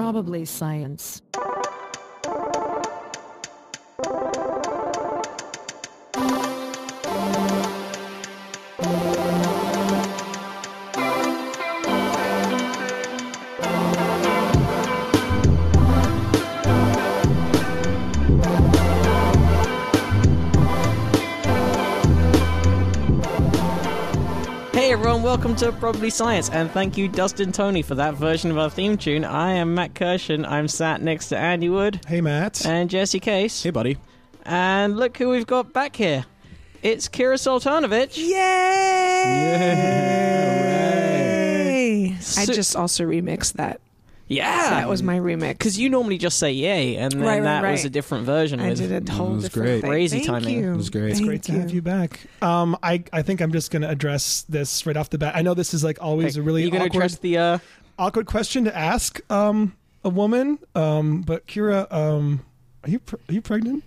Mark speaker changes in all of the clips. Speaker 1: Probably science.
Speaker 2: Hey everyone, welcome to Probably Science, and thank you Dustin Tony for that version of our theme tune. I am Matt Kirshen, I'm sat next to Andy Wood
Speaker 3: Hey, Matt.
Speaker 2: and Jesse Case,
Speaker 4: Hey, buddy.
Speaker 2: and look who we've got back here. It's Kira Soltanovich.
Speaker 5: Yay! I
Speaker 2: So-
Speaker 5: just also remixed that.
Speaker 2: Yeah!
Speaker 5: That was my remix.
Speaker 2: Because you normally just say yay, and then
Speaker 5: Right, right,
Speaker 2: that was
Speaker 5: right.
Speaker 2: a different version.
Speaker 5: I
Speaker 2: with...
Speaker 5: did a whole
Speaker 4: It was
Speaker 5: different
Speaker 4: great.
Speaker 5: thing.
Speaker 2: Crazy
Speaker 5: Thank
Speaker 2: timing.
Speaker 5: You.
Speaker 4: It was great.
Speaker 3: It's
Speaker 5: Thank
Speaker 3: great to have you back. Um, I, I think I'm just going to address this right off the bat. I know this is like always a really
Speaker 2: You're going to
Speaker 3: awkward,
Speaker 2: address the. Uh...
Speaker 3: awkward question to ask um, a woman. Um, but Kira, um, are you pre- are you pregnant?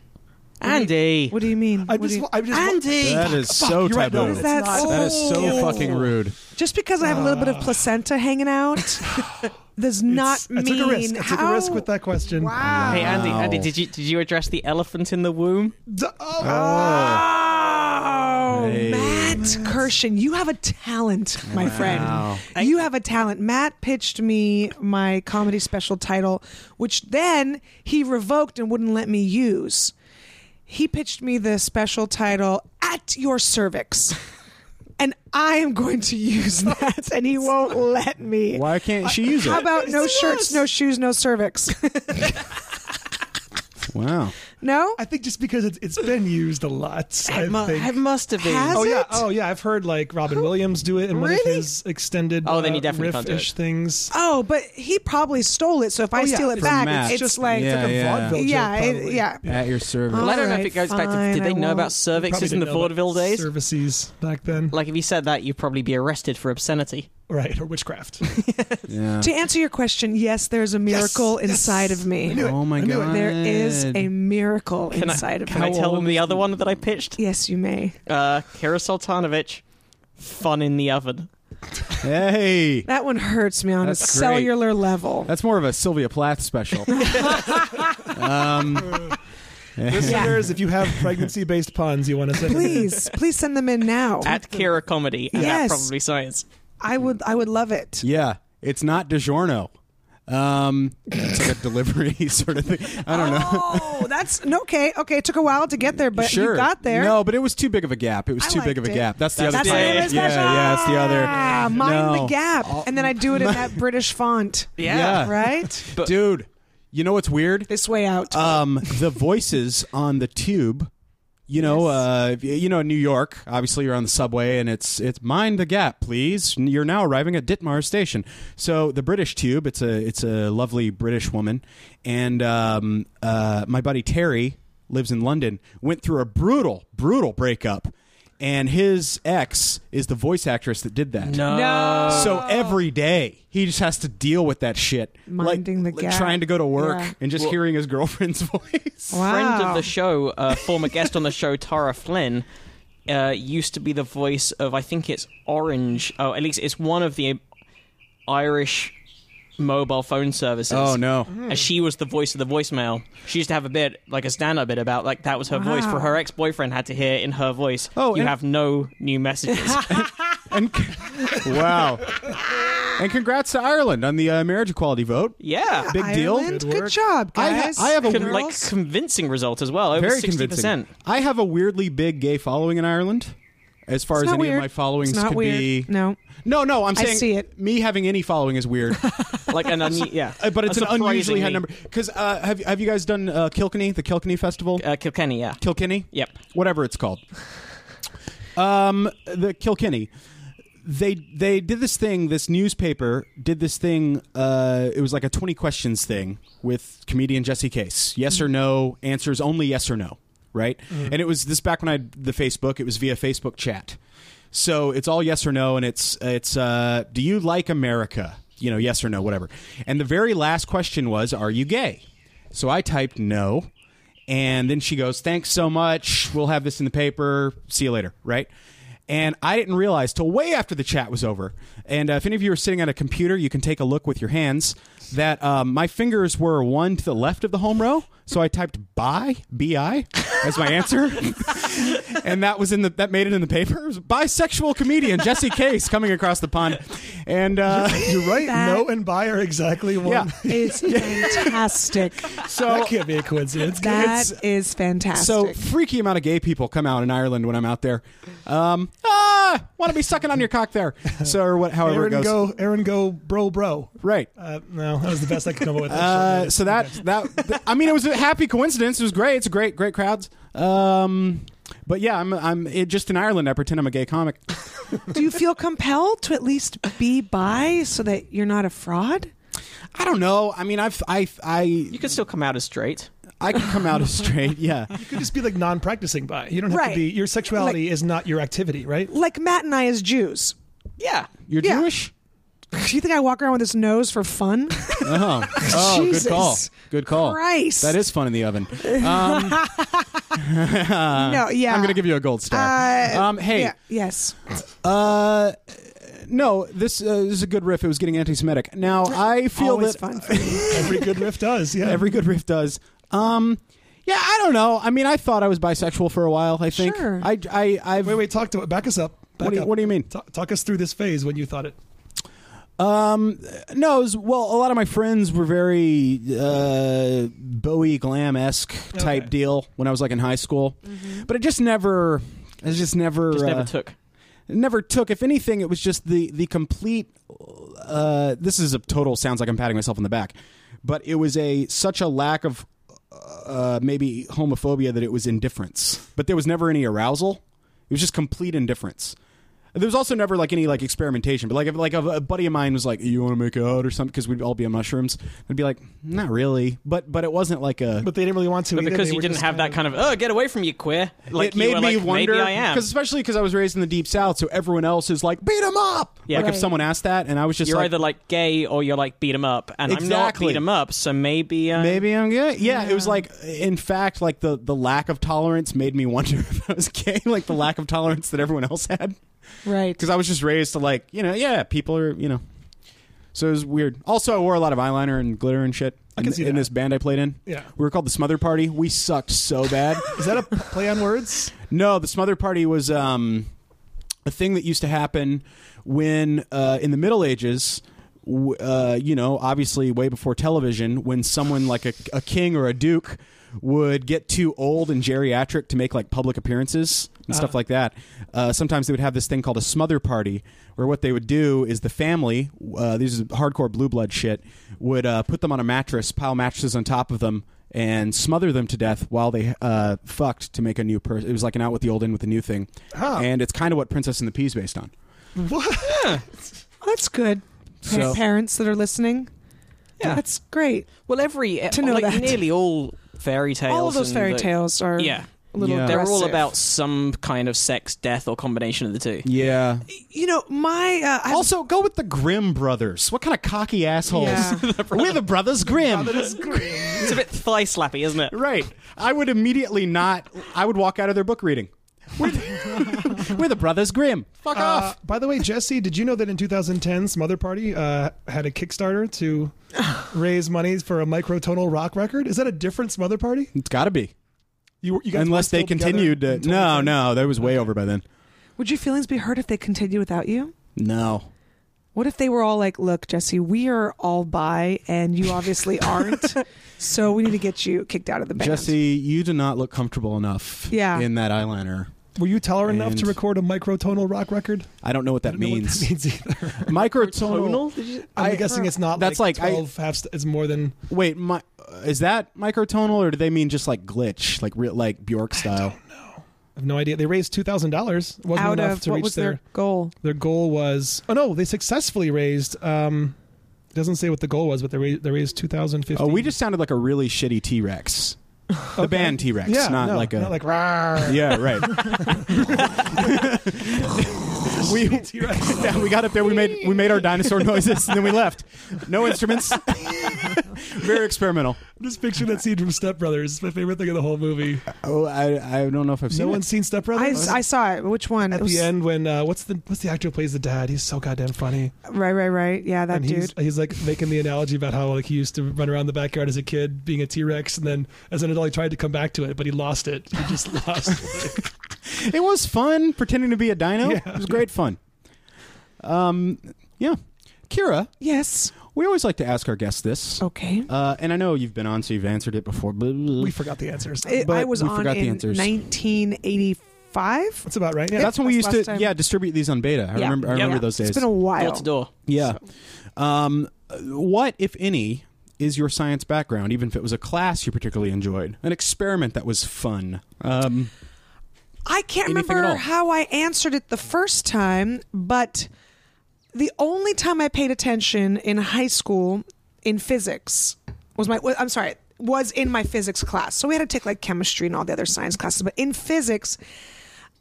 Speaker 2: Andy!
Speaker 5: What do you mean?
Speaker 3: I
Speaker 5: What do
Speaker 3: just
Speaker 5: you-
Speaker 3: I just
Speaker 2: Andy!
Speaker 4: That is so
Speaker 3: you're right, no,
Speaker 4: taboo.
Speaker 3: it's
Speaker 5: That's-
Speaker 3: not. Ah.
Speaker 4: that is so
Speaker 5: Oh.
Speaker 4: fucking rude.
Speaker 5: just because I have a little bit of placenta hanging out does not
Speaker 3: I
Speaker 5: mean
Speaker 3: took a risk. I took
Speaker 5: how-
Speaker 3: a risk with that question.
Speaker 5: Wow.
Speaker 2: Hey Andy,
Speaker 4: Wow.
Speaker 2: Andy, did you did you address the elephant in the womb?
Speaker 3: D- oh,
Speaker 5: Oh,
Speaker 4: Hey.
Speaker 5: Matt Kirshen, you have a talent, my friend. You have a talent. Matt pitched me my comedy special title, which then he revoked and wouldn't let me use. He pitched me the special title "At Your Cervix," and I am going to use that, and he won't let me.
Speaker 4: Why can't she use
Speaker 5: How
Speaker 4: it?
Speaker 5: about no shirts, no shoes, no cervix?
Speaker 4: Wow.
Speaker 5: No,
Speaker 3: I think just because it's, it's been used a lot. I
Speaker 2: It, mu-
Speaker 3: think.
Speaker 2: it must have been.
Speaker 5: Has
Speaker 3: Oh yeah,
Speaker 5: it?
Speaker 3: oh yeah. I've heard like Robin Williams do it in one of
Speaker 5: Really?
Speaker 3: his extended
Speaker 2: Oh, then you
Speaker 3: uh,
Speaker 2: definitely can't do
Speaker 3: riff-ish
Speaker 2: it.
Speaker 3: things.
Speaker 5: Oh, but he probably stole it. So if I
Speaker 3: yeah,
Speaker 5: steal it
Speaker 3: from
Speaker 5: back,
Speaker 4: Oh, Matt.
Speaker 5: it's
Speaker 3: Just-
Speaker 5: just like
Speaker 4: Yeah,
Speaker 3: Like a
Speaker 4: yeah.
Speaker 3: vaudeville
Speaker 5: yeah,
Speaker 3: joke,
Speaker 5: it-
Speaker 3: probably.
Speaker 5: yeah. Uh,
Speaker 4: At your service.
Speaker 2: Well, I don't know if
Speaker 5: Alright,
Speaker 2: it goes back to.
Speaker 5: fine,
Speaker 2: Did they
Speaker 5: I
Speaker 2: know about
Speaker 5: won't.
Speaker 2: cervixes
Speaker 3: Probably
Speaker 2: in
Speaker 3: didn't
Speaker 2: the
Speaker 3: know about
Speaker 2: vaudeville days?
Speaker 3: Services back then,
Speaker 2: Like, if you said that, you'd probably be arrested for obscenity.
Speaker 3: right? Or witchcraft.
Speaker 4: Yeah.
Speaker 5: To answer your question, yes, there's a miracle
Speaker 3: Yes, yes.
Speaker 5: inside of me.
Speaker 3: knew it.
Speaker 4: Oh my
Speaker 3: I knew it.
Speaker 4: god.
Speaker 5: There is a miracle inside of
Speaker 2: Can
Speaker 5: me.
Speaker 2: I tell them the other one that I pitched?
Speaker 5: yes, you may.
Speaker 2: Uh, Kira Soltanovich, fun in the oven.
Speaker 4: Hey.
Speaker 5: That one hurts me on a
Speaker 4: That's great.
Speaker 5: cellular level.
Speaker 4: That's more of a Sylvia Plath special. um,
Speaker 3: Listeners, if you have pregnancy-based puns, you want to send them in.
Speaker 5: please, please send them in now.
Speaker 2: At Kira Comedy and at
Speaker 5: Yes.
Speaker 2: Probably Science.
Speaker 5: I would, I would love it.
Speaker 4: yeah. It's not DiGiorno. Um, it's like a delivery sort of thing. I don't know.
Speaker 5: Oh, that's no, okay. Okay, it took a while to get there, but
Speaker 4: sure.
Speaker 5: you got there.
Speaker 4: No, but it was too big of a gap. It was
Speaker 5: I
Speaker 4: too big
Speaker 5: liked
Speaker 4: of a
Speaker 5: it.
Speaker 4: gap. That's the
Speaker 2: That's
Speaker 4: other
Speaker 2: the other
Speaker 4: thing. Yeah,
Speaker 5: special.
Speaker 4: yeah, it's the
Speaker 5: Ah,
Speaker 4: other.
Speaker 5: mind
Speaker 4: No.
Speaker 5: the gap, and then I do it in that British font,
Speaker 4: Yeah.
Speaker 5: right?
Speaker 2: But-
Speaker 4: Dude, you know what's weird?
Speaker 5: This way out.
Speaker 2: Uh,
Speaker 4: Um, the voices on the tube. You know, uh, if- you know, in New York. Obviously, you're on the subway, and it's it's mind the gap, please. You're now arriving at Ditmars station. So the British tube. It's a it's a lovely British woman, and um, uh, my buddy Terry lives in London. Went through a brutal, brutal breakup, and his ex is the voice actress that did that.
Speaker 2: No.
Speaker 4: So
Speaker 5: Oh.
Speaker 4: every day he just has to deal with that shit,
Speaker 5: Minding
Speaker 4: like,
Speaker 5: the
Speaker 4: like
Speaker 5: gap.
Speaker 4: trying to go to work
Speaker 5: Yeah.
Speaker 4: and just
Speaker 2: Well-
Speaker 4: hearing his girlfriend's voice.
Speaker 5: Wow.
Speaker 2: Friend of the show, uh, former guest on the show, Tara Flynn, uh, used to be the voice of, I think it's Orange. Oh, at least it's one of the Irish mobile phone services.
Speaker 4: Oh no!
Speaker 2: And she was the voice of the voicemail. She used to have a bit, like a stand-up bit about, like that was her voice for
Speaker 5: Wow.
Speaker 2: her ex-boyfriend had to hear in her voice.
Speaker 4: Oh,
Speaker 2: you
Speaker 4: and-
Speaker 2: have no new messages.
Speaker 4: And wow! And congrats to Ireland on the uh, marriage equality vote.
Speaker 2: yeah,
Speaker 4: Big deal.
Speaker 5: Ireland,
Speaker 3: Good
Speaker 5: Good,
Speaker 3: work.
Speaker 5: job,
Speaker 4: I ha-
Speaker 5: guys.
Speaker 4: I have a
Speaker 2: Con-
Speaker 4: weird-
Speaker 2: like
Speaker 5: Girls?
Speaker 2: convincing result as well. Over
Speaker 4: Very
Speaker 2: sixty percent.
Speaker 4: convincing. I have a weirdly big gay following in Ireland. As far as
Speaker 5: It's not
Speaker 4: any
Speaker 5: weird.
Speaker 4: of my followings
Speaker 5: It's not
Speaker 4: could
Speaker 5: weird.
Speaker 4: be,
Speaker 5: No.
Speaker 4: no, no. I'm
Speaker 5: I
Speaker 4: saying
Speaker 5: see it.
Speaker 4: me having any following is weird.
Speaker 2: Like an un- yeah,
Speaker 4: Uh, but it's an
Speaker 2: Surprisingly.
Speaker 4: unusually high number. Because uh, have have you guys done uh, Kilkenny, the Kilkenny festival?
Speaker 2: Uh, Kilkenny, yeah.
Speaker 4: Kilkenny?
Speaker 2: Yep.
Speaker 4: Whatever it's called. Um, the Kilkenny. They they did this thing. This newspaper did this thing. Uh, it was like a twenty questions thing with comedian Jesse Case. Yes or no answers only yes or no. Right, and it was this back when I had the Facebook. It was via Facebook chat, so it's all yes or no, and it's it's uh, do you like America? You know, yes or no, whatever. And the very last question was, are you gay? So I typed no, and then she goes, "Thanks so much. We'll have this in the paper. See you later." Right? And I didn't realize till way after the chat was over. And uh, if any of you are sitting at a computer, you can take a look with your hands that um, my fingers were one to the left of the home row. So I typed "bi" bi as my answer, and that was in the that made it in the paper. It was bisexual comedian Jesse Case coming across the pond, and uh,
Speaker 3: You're right.
Speaker 5: That-
Speaker 3: No and buy are exactly one.
Speaker 4: yeah.
Speaker 5: It's fantastic.
Speaker 4: So
Speaker 3: That can't be a coincidence.
Speaker 5: That is fantastic.
Speaker 4: So freaky amount of gay people come out in Ireland when I'm out there. Um, ah, want to be sucking on your cock there. So or what, however
Speaker 3: Aaron
Speaker 4: it goes.
Speaker 3: go, Aaron go, bro, bro.
Speaker 4: Right.
Speaker 3: Uh, no, that was the best I could come up with.
Speaker 4: Uh, so that that th- I mean, it was a happy coincidence. It was great. It's a great great crowds. Um, but yeah, I'm I'm it, just in Ireland. I pretend I'm a gay comic.
Speaker 5: Do you feel compelled to at least be bi so that you're not a fraud?
Speaker 4: I don't know. I mean, I've I I
Speaker 2: You could still come out as straight.
Speaker 4: I could come out as straight. Yeah.
Speaker 3: you could just be like non-practicing bi. You don't have
Speaker 5: Right.
Speaker 3: to be. Your sexuality is not your activity, right?
Speaker 5: Like Matt and I as Jews.
Speaker 2: Yeah.
Speaker 4: You're
Speaker 5: Yeah.
Speaker 4: Jewish.
Speaker 5: Do you think I walk around with this nose for fun?
Speaker 4: Oh, oh
Speaker 5: Jesus
Speaker 4: good call. Good call.
Speaker 5: Christ.
Speaker 4: That is fun in the oven.
Speaker 5: no, yeah.
Speaker 4: Uh, I'm gonna give you a gold star.
Speaker 5: Uh,
Speaker 4: um, hey,
Speaker 5: Yeah, yes.
Speaker 4: Uh, no, this, uh, this is a good riff. It was getting anti-Semitic. Now I feel
Speaker 5: Always
Speaker 4: that
Speaker 5: fun. For me.
Speaker 3: Every good riff does. Yeah.
Speaker 4: every good riff does. Um, yeah, I don't know. I mean, I thought I was bisexual for a while. I think
Speaker 5: Sure.
Speaker 4: I, I, I've.
Speaker 3: wait, wait. Talk to back us up. Back
Speaker 4: What do you-
Speaker 3: up.
Speaker 4: what do you mean?
Speaker 3: Ta- talk us through this phase when you thought it.
Speaker 4: Um, no, it was, well, a lot of my friends were very uh, Bowie glam esque type
Speaker 3: Okay.
Speaker 4: deal when I was like in high school,
Speaker 5: Mm-hmm.
Speaker 4: but it just never. I just never
Speaker 2: Just
Speaker 4: uh,
Speaker 2: never took.
Speaker 4: It never took. If anything, it was just the the complete. Uh, this is a total. Sounds like I'm patting myself on the back, but it was a such a lack of uh, maybe homophobia that it was indifference. But there was never any arousal. It was just complete indifference. There was also never like any like experimentation. But like if like a, a buddy of mine was like, "You want to make out or something?" Because we'd all be on mushrooms. I'd be like, "Not really," but but it wasn't like a.
Speaker 3: But they didn't really want to.
Speaker 2: But
Speaker 3: either.
Speaker 2: because
Speaker 3: They
Speaker 2: you
Speaker 3: were
Speaker 2: didn't
Speaker 3: just
Speaker 2: have that kind of oh get away from you queer. Like
Speaker 4: it
Speaker 2: you
Speaker 4: made
Speaker 2: were
Speaker 4: me
Speaker 2: like,
Speaker 4: wonder
Speaker 2: Maybe I am.
Speaker 4: because especially because I was raised in the deep south, so everyone else is like beat him up.
Speaker 2: Yeah.
Speaker 4: like if
Speaker 5: Right.
Speaker 4: someone asked that, and I was just
Speaker 2: You're
Speaker 4: like,
Speaker 2: either like gay or you're like beat 'em up, and I'm not
Speaker 4: Exactly.
Speaker 2: beat 'em up, so maybe uh,
Speaker 4: maybe I'm gay. Yeah, it was like in fact, like the the lack of tolerance made me wonder if I was gay. Like the lack of tolerance that everyone else had,
Speaker 5: Right.
Speaker 4: because I was just raised to like you know yeah people are you know. So it was weird. Also, I wore a lot of eyeliner and glitter and shit. I
Speaker 3: can
Speaker 4: in,
Speaker 3: see
Speaker 4: in
Speaker 3: that.
Speaker 4: this band I played in.
Speaker 3: Yeah.
Speaker 4: we were called the Smother Party. We sucked so bad.
Speaker 3: Is that a play on words?
Speaker 4: No, the smother party was um, a thing that used to happen when, uh, in the Middle Ages, w- uh, you know, obviously way before television, when someone like a, a king or a duke would get too old and geriatric to make like public appearances and stuff like that. Uh, sometimes they would have this thing called a smother party, where what they would do is the family, uh, these are hardcore blue blood shit, would uh, put them on a mattress, pile mattresses on top of them, and smother them to death while they uh, fucked to make a new person. It was like an out with the old, in with the new thing,
Speaker 3: Huh.
Speaker 4: and it's kind of what Princess and the Pea is based on.
Speaker 5: That's good. Pa-
Speaker 4: So-
Speaker 5: parents that are listening.
Speaker 2: Yeah.
Speaker 5: That's great.
Speaker 2: Well, every to
Speaker 5: know
Speaker 2: like
Speaker 5: that.
Speaker 2: nearly all fairy tales.
Speaker 5: All of those
Speaker 2: and
Speaker 5: fairy
Speaker 2: the-
Speaker 5: tales are
Speaker 2: Yeah.
Speaker 5: a little
Speaker 4: Yeah.
Speaker 2: They're all
Speaker 5: aggressive.
Speaker 2: about some kind of sex, death, or combination of the two.
Speaker 4: Yeah.
Speaker 5: You know, my uh, I
Speaker 4: Also, go with the Grimm brothers. What kind of cocky assholes?
Speaker 5: Yeah.
Speaker 4: We're the brothers Grimm.
Speaker 2: It's a bit thigh slappy, isn't it?
Speaker 4: Right. I would immediately not. I would walk out of their book reading. We're the, we're the brothers Grimm. Fuck
Speaker 3: Uh,
Speaker 4: off.
Speaker 3: by the way, Jesse, did you know that in 2010, Smother Party uh, had a Kickstarter to raise money for a microtonal rock record? Is that a different Smother Party?
Speaker 4: It's got to be.
Speaker 3: You, you guys
Speaker 4: Unless
Speaker 3: were
Speaker 4: they
Speaker 3: still together
Speaker 4: continued.
Speaker 3: in
Speaker 4: To,
Speaker 3: 2010?
Speaker 4: no, no, that was way over by then.
Speaker 5: Would your feelings be hurt if they continued without you?
Speaker 4: No.
Speaker 5: What if they were all like, "Look, Jesse, we are all bi, and you obviously aren't, so we need to get you kicked out of the band."
Speaker 4: Jesse, you do not look comfortable enough
Speaker 5: Yeah.
Speaker 4: in that eyeliner.
Speaker 3: Were you tolerant enough to
Speaker 4: And-
Speaker 3: record a microtonal rock record?
Speaker 4: I don't know what that
Speaker 3: I don't know what
Speaker 4: means.
Speaker 3: that means either.
Speaker 4: Microtonal?
Speaker 2: Did you-
Speaker 3: I'm
Speaker 4: I-
Speaker 3: guessing it's not
Speaker 4: That's
Speaker 3: like,
Speaker 4: like I-
Speaker 3: 12 half st- it's more than
Speaker 4: Wait, my, uh, is that microtonal or do they mean just like glitch, like real, like Bjork style?
Speaker 3: I have no idea. They raised $2,000. It wasn't
Speaker 5: out
Speaker 3: enough
Speaker 5: of
Speaker 3: to
Speaker 5: what
Speaker 3: reach
Speaker 5: was
Speaker 3: their
Speaker 5: their goal?
Speaker 3: their goal was oh no they successfully raised um it doesn't say what the goal was but they raised, they raised 2015
Speaker 4: Oh, we just sounded like a really shitty T Rex. The band T Rex,
Speaker 3: yeah
Speaker 4: not
Speaker 3: no,
Speaker 4: like a
Speaker 3: not like "Rawr."
Speaker 4: Yeah, right. we yeah, we got up there. We made we made our dinosaur noises, and then we left. No instruments. Very experimental.
Speaker 3: I'm just picturing that scene from Step Brothers. It's my favorite thing of the whole movie.
Speaker 4: Oh, I, I don't know if I've seen
Speaker 3: No
Speaker 4: it.
Speaker 3: one's seen Step
Speaker 5: I,
Speaker 3: Brothers.
Speaker 5: I saw it. Which one?
Speaker 3: Oh, At
Speaker 5: It was-
Speaker 3: the end, when uh, what's the what's the actor who plays the dad? He's so goddamn funny.
Speaker 5: Right, right, right. Yeah, that
Speaker 3: and
Speaker 5: dude.
Speaker 3: he's, he's like making the analogy about how like he used to run around the backyard as a kid being a T-Rex and then as an adult he tried to come back to it but he lost it he just lost it.
Speaker 4: It was fun pretending to be a dino.
Speaker 3: Yeah.
Speaker 4: It was great fun. Um, yeah. Kira,
Speaker 5: Yes.
Speaker 4: we always like to ask our guests this.
Speaker 5: Okay.
Speaker 4: Uh, and I know you've been on, so you've answered it before. Blah, blah, blah.
Speaker 3: we forgot the answers
Speaker 5: It-
Speaker 4: but
Speaker 5: I was
Speaker 4: we
Speaker 5: on
Speaker 4: forgot the
Speaker 5: in
Speaker 4: answers.
Speaker 5: 1985.
Speaker 3: that's about right yeah
Speaker 4: That's when we
Speaker 5: That's
Speaker 4: used to,
Speaker 5: last time.
Speaker 4: yeah, distribute these on beta. I
Speaker 5: Yeah.
Speaker 4: remember, I
Speaker 2: Yeah.
Speaker 4: remember those days.
Speaker 5: It's been a while.
Speaker 2: Door to door.
Speaker 4: yeah. Um, what, if any, is your science background? Even if it was a class you particularly enjoyed, an experiment that was fun. Um,
Speaker 5: I can't
Speaker 4: Anything at all.
Speaker 5: remember how I answered it the first time, but the only time I paid attention in high school in physics was my, I'm sorry, was in my physics class. So we had to take like chemistry and all the other science classes, but in physics,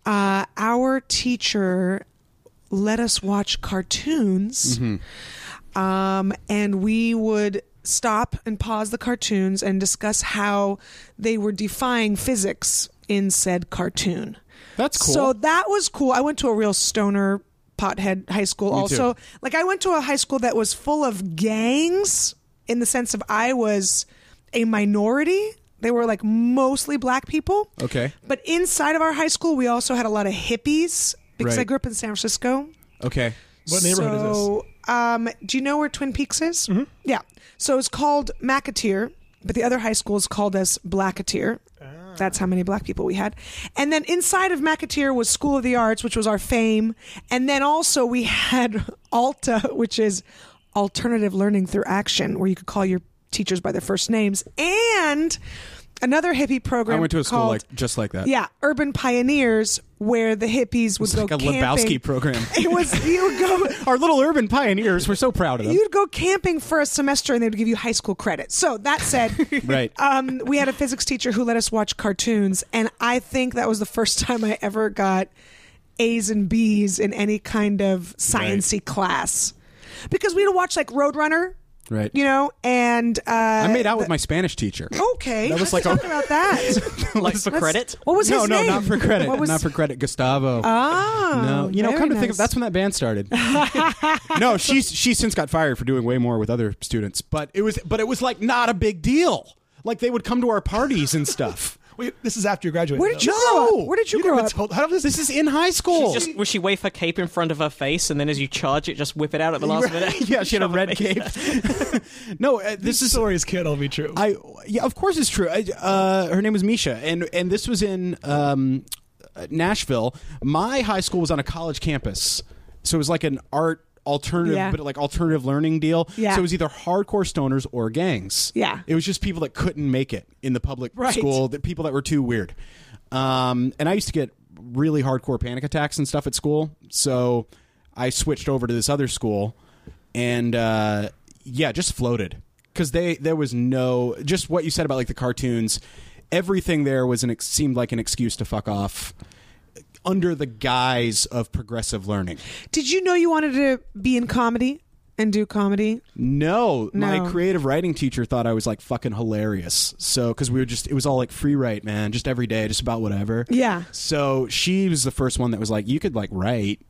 Speaker 5: uh, our teacher let us watch cartoons.
Speaker 4: Mm-hmm.
Speaker 5: Um, and we would stop and pause the cartoons and discuss how they were defying physics in said cartoon.
Speaker 4: That's cool.
Speaker 5: So that was cool. I went to a real stoner pothead high school also.
Speaker 4: too.
Speaker 5: Like I went to a high school that was full of gangs in the sense of I was a minority. They were like mostly black people.
Speaker 4: okay.
Speaker 5: But inside of our high school, we also had a lot of hippies because I
Speaker 4: Right.
Speaker 5: grew up in San Francisco.
Speaker 4: Okay.
Speaker 3: What neighborhood is this?
Speaker 5: so, Um, do you know where Twin Peaks is? Mm-hmm. Yeah. So it's called Macateer, but the other high school is called us Blacketeer.
Speaker 4: Ah.
Speaker 5: That's how many black people we had. And then inside of Macateer was School of the Arts, which was our fame. And then also we had Alta, which is alternative learning through action, where you could call your teachers by their first names. And another hippie program
Speaker 4: I went to a school
Speaker 5: called-
Speaker 4: like just like that.
Speaker 5: yeah, Urban Pioneers, where the hippies would
Speaker 4: It's
Speaker 5: go
Speaker 4: like a
Speaker 5: camping.
Speaker 4: Lebowski program.
Speaker 5: It was you would go
Speaker 4: Our little urban pioneers. We're so proud of them.
Speaker 5: you'd go camping for a semester, and they would give you high school credit. So that said,
Speaker 4: Right.
Speaker 5: um, we had a physics teacher who let us watch cartoons, and I think that was the first time I ever got A's and B's in any kind of sciency class because we'd watch like Roadrunner,
Speaker 4: Right.
Speaker 5: you know, and uh, Oh,
Speaker 4: I made out with my Spanish teacher.
Speaker 5: okay.
Speaker 4: That was like
Speaker 5: let's
Speaker 4: a-
Speaker 5: talk about that.
Speaker 2: Like for credit?
Speaker 5: What was
Speaker 4: no,
Speaker 5: his
Speaker 4: no,
Speaker 5: name?
Speaker 4: not for credit.
Speaker 5: What was-
Speaker 4: Not for credit. Gustavo.
Speaker 5: Oh,
Speaker 4: no, you know,
Speaker 5: very
Speaker 4: come to think of
Speaker 5: nice.
Speaker 4: that's when that band started. no, she's she's since got fired for doing way more with other students, but it was but it was like not a big deal. Like they would come to our parties and stuff.
Speaker 3: Wait, this is after you graduated
Speaker 5: Where did
Speaker 3: though.
Speaker 5: you grow up? Where did you,
Speaker 3: never
Speaker 5: grow up?
Speaker 3: told how does this
Speaker 4: This is in high school.
Speaker 2: Just will she wave her cape in front of her face, and then as you charge it, just whip it out at the last minute?
Speaker 4: yeah, she had a
Speaker 2: Shove her
Speaker 4: red
Speaker 2: face.
Speaker 4: cape. no, uh, this is
Speaker 3: stories can't all be true
Speaker 4: I yeah, of course it's true. I, uh, her name was Misha, and and this was in um, Nashville. My high school was on a college campus, so it was like an art alternative,
Speaker 5: Yeah.
Speaker 4: but like alternative learning deal.
Speaker 5: Yeah.
Speaker 4: So it was either hardcore stoners or gangs.
Speaker 5: Yeah.
Speaker 4: it was just people that couldn't make it in the public
Speaker 5: Right.
Speaker 4: school, that people that were too weird. Um, and I used to get really hardcore panic attacks and stuff at school, so I switched over to this other school and uh, yeah, just floated because they there was no just what you said about like the cartoons. Everything there was an ex- seemed like an excuse to fuck off under the guise of progressive learning.
Speaker 5: Did you know you wanted to be in comedy and do comedy?
Speaker 4: No,
Speaker 5: No.
Speaker 4: my creative writing teacher thought I was like fucking hilarious. So because we were just it was all like free write, man, just every day, just about whatever.
Speaker 5: Yeah.
Speaker 4: So she was the first one that was like, you could like write,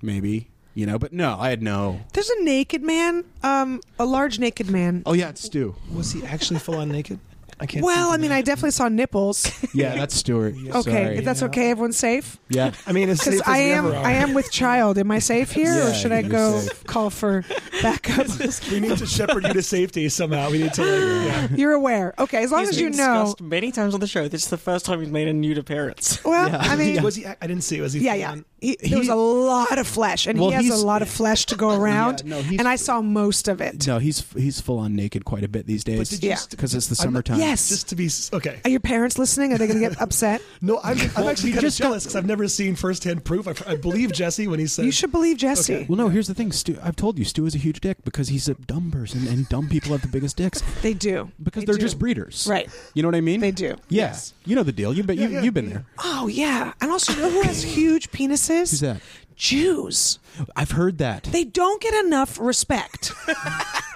Speaker 4: maybe. You know, but no, I had no.
Speaker 5: There's a naked man, um, a large naked man.
Speaker 4: Oh yeah, it's Stu.
Speaker 3: was he actually full on naked I can't
Speaker 5: well,
Speaker 3: see
Speaker 5: I mean, I definitely saw nipples.
Speaker 4: Yeah, that's Stuart.
Speaker 5: okay,
Speaker 4: Sorry.
Speaker 5: if that's
Speaker 3: Yeah.
Speaker 5: okay, everyone's safe.
Speaker 4: yeah.
Speaker 3: I mean as safe
Speaker 5: Because
Speaker 3: as
Speaker 5: I
Speaker 3: we
Speaker 5: am,
Speaker 3: ever are.
Speaker 5: I am with child. Am I safe here,
Speaker 4: Yeah,
Speaker 5: or should I
Speaker 4: you're
Speaker 5: go
Speaker 4: safe.
Speaker 5: call for backup?
Speaker 3: we need to shepherd you to safety somehow we need to like yeah.
Speaker 5: You're aware. Okay, as long
Speaker 2: He's
Speaker 5: as you
Speaker 2: been
Speaker 5: know.
Speaker 2: discussed many times on the show. This is the first time he's made a nude appearance.
Speaker 5: Well, I mean,
Speaker 3: was he I didn't see was he
Speaker 5: yeah,
Speaker 3: full
Speaker 5: yeah.
Speaker 3: on-
Speaker 5: He, there was
Speaker 4: He-
Speaker 5: a lot of flesh, and
Speaker 4: Well,
Speaker 5: he has a
Speaker 4: he's-
Speaker 5: lot of flesh to go around.
Speaker 4: no, he's-
Speaker 5: and I saw most of it.
Speaker 4: No, he's he's full on naked quite a bit these days.
Speaker 3: did
Speaker 5: you Yeah. st-
Speaker 4: because it's the
Speaker 3: I'm-
Speaker 4: summertime.
Speaker 5: Yes.
Speaker 3: just to be s- okay
Speaker 5: Are your parents listening? Are they going to get upset?
Speaker 3: No, I'm, I'm actually kind
Speaker 4: just
Speaker 3: of jealous because I've never seen firsthand proof. I, I believe Jesse when he said,
Speaker 5: You should believe Jesse.
Speaker 4: Well, no. Here's the thing, Stu. I've told you, Stu is a huge dick because he's a dumb person, and dumb people have the biggest dicks
Speaker 5: They do
Speaker 4: because
Speaker 5: They
Speaker 4: they're
Speaker 5: do.
Speaker 4: just breeders,
Speaker 5: Right.
Speaker 4: You know what I mean?
Speaker 5: They do.
Speaker 4: Yeah. You know the deal. You bet. you
Speaker 3: yeah,
Speaker 4: you've been there.
Speaker 5: Oh yeah, and also you know who has huge penises?
Speaker 4: Who's that?
Speaker 5: Jews.
Speaker 4: I've heard that.
Speaker 5: They don't get enough respect.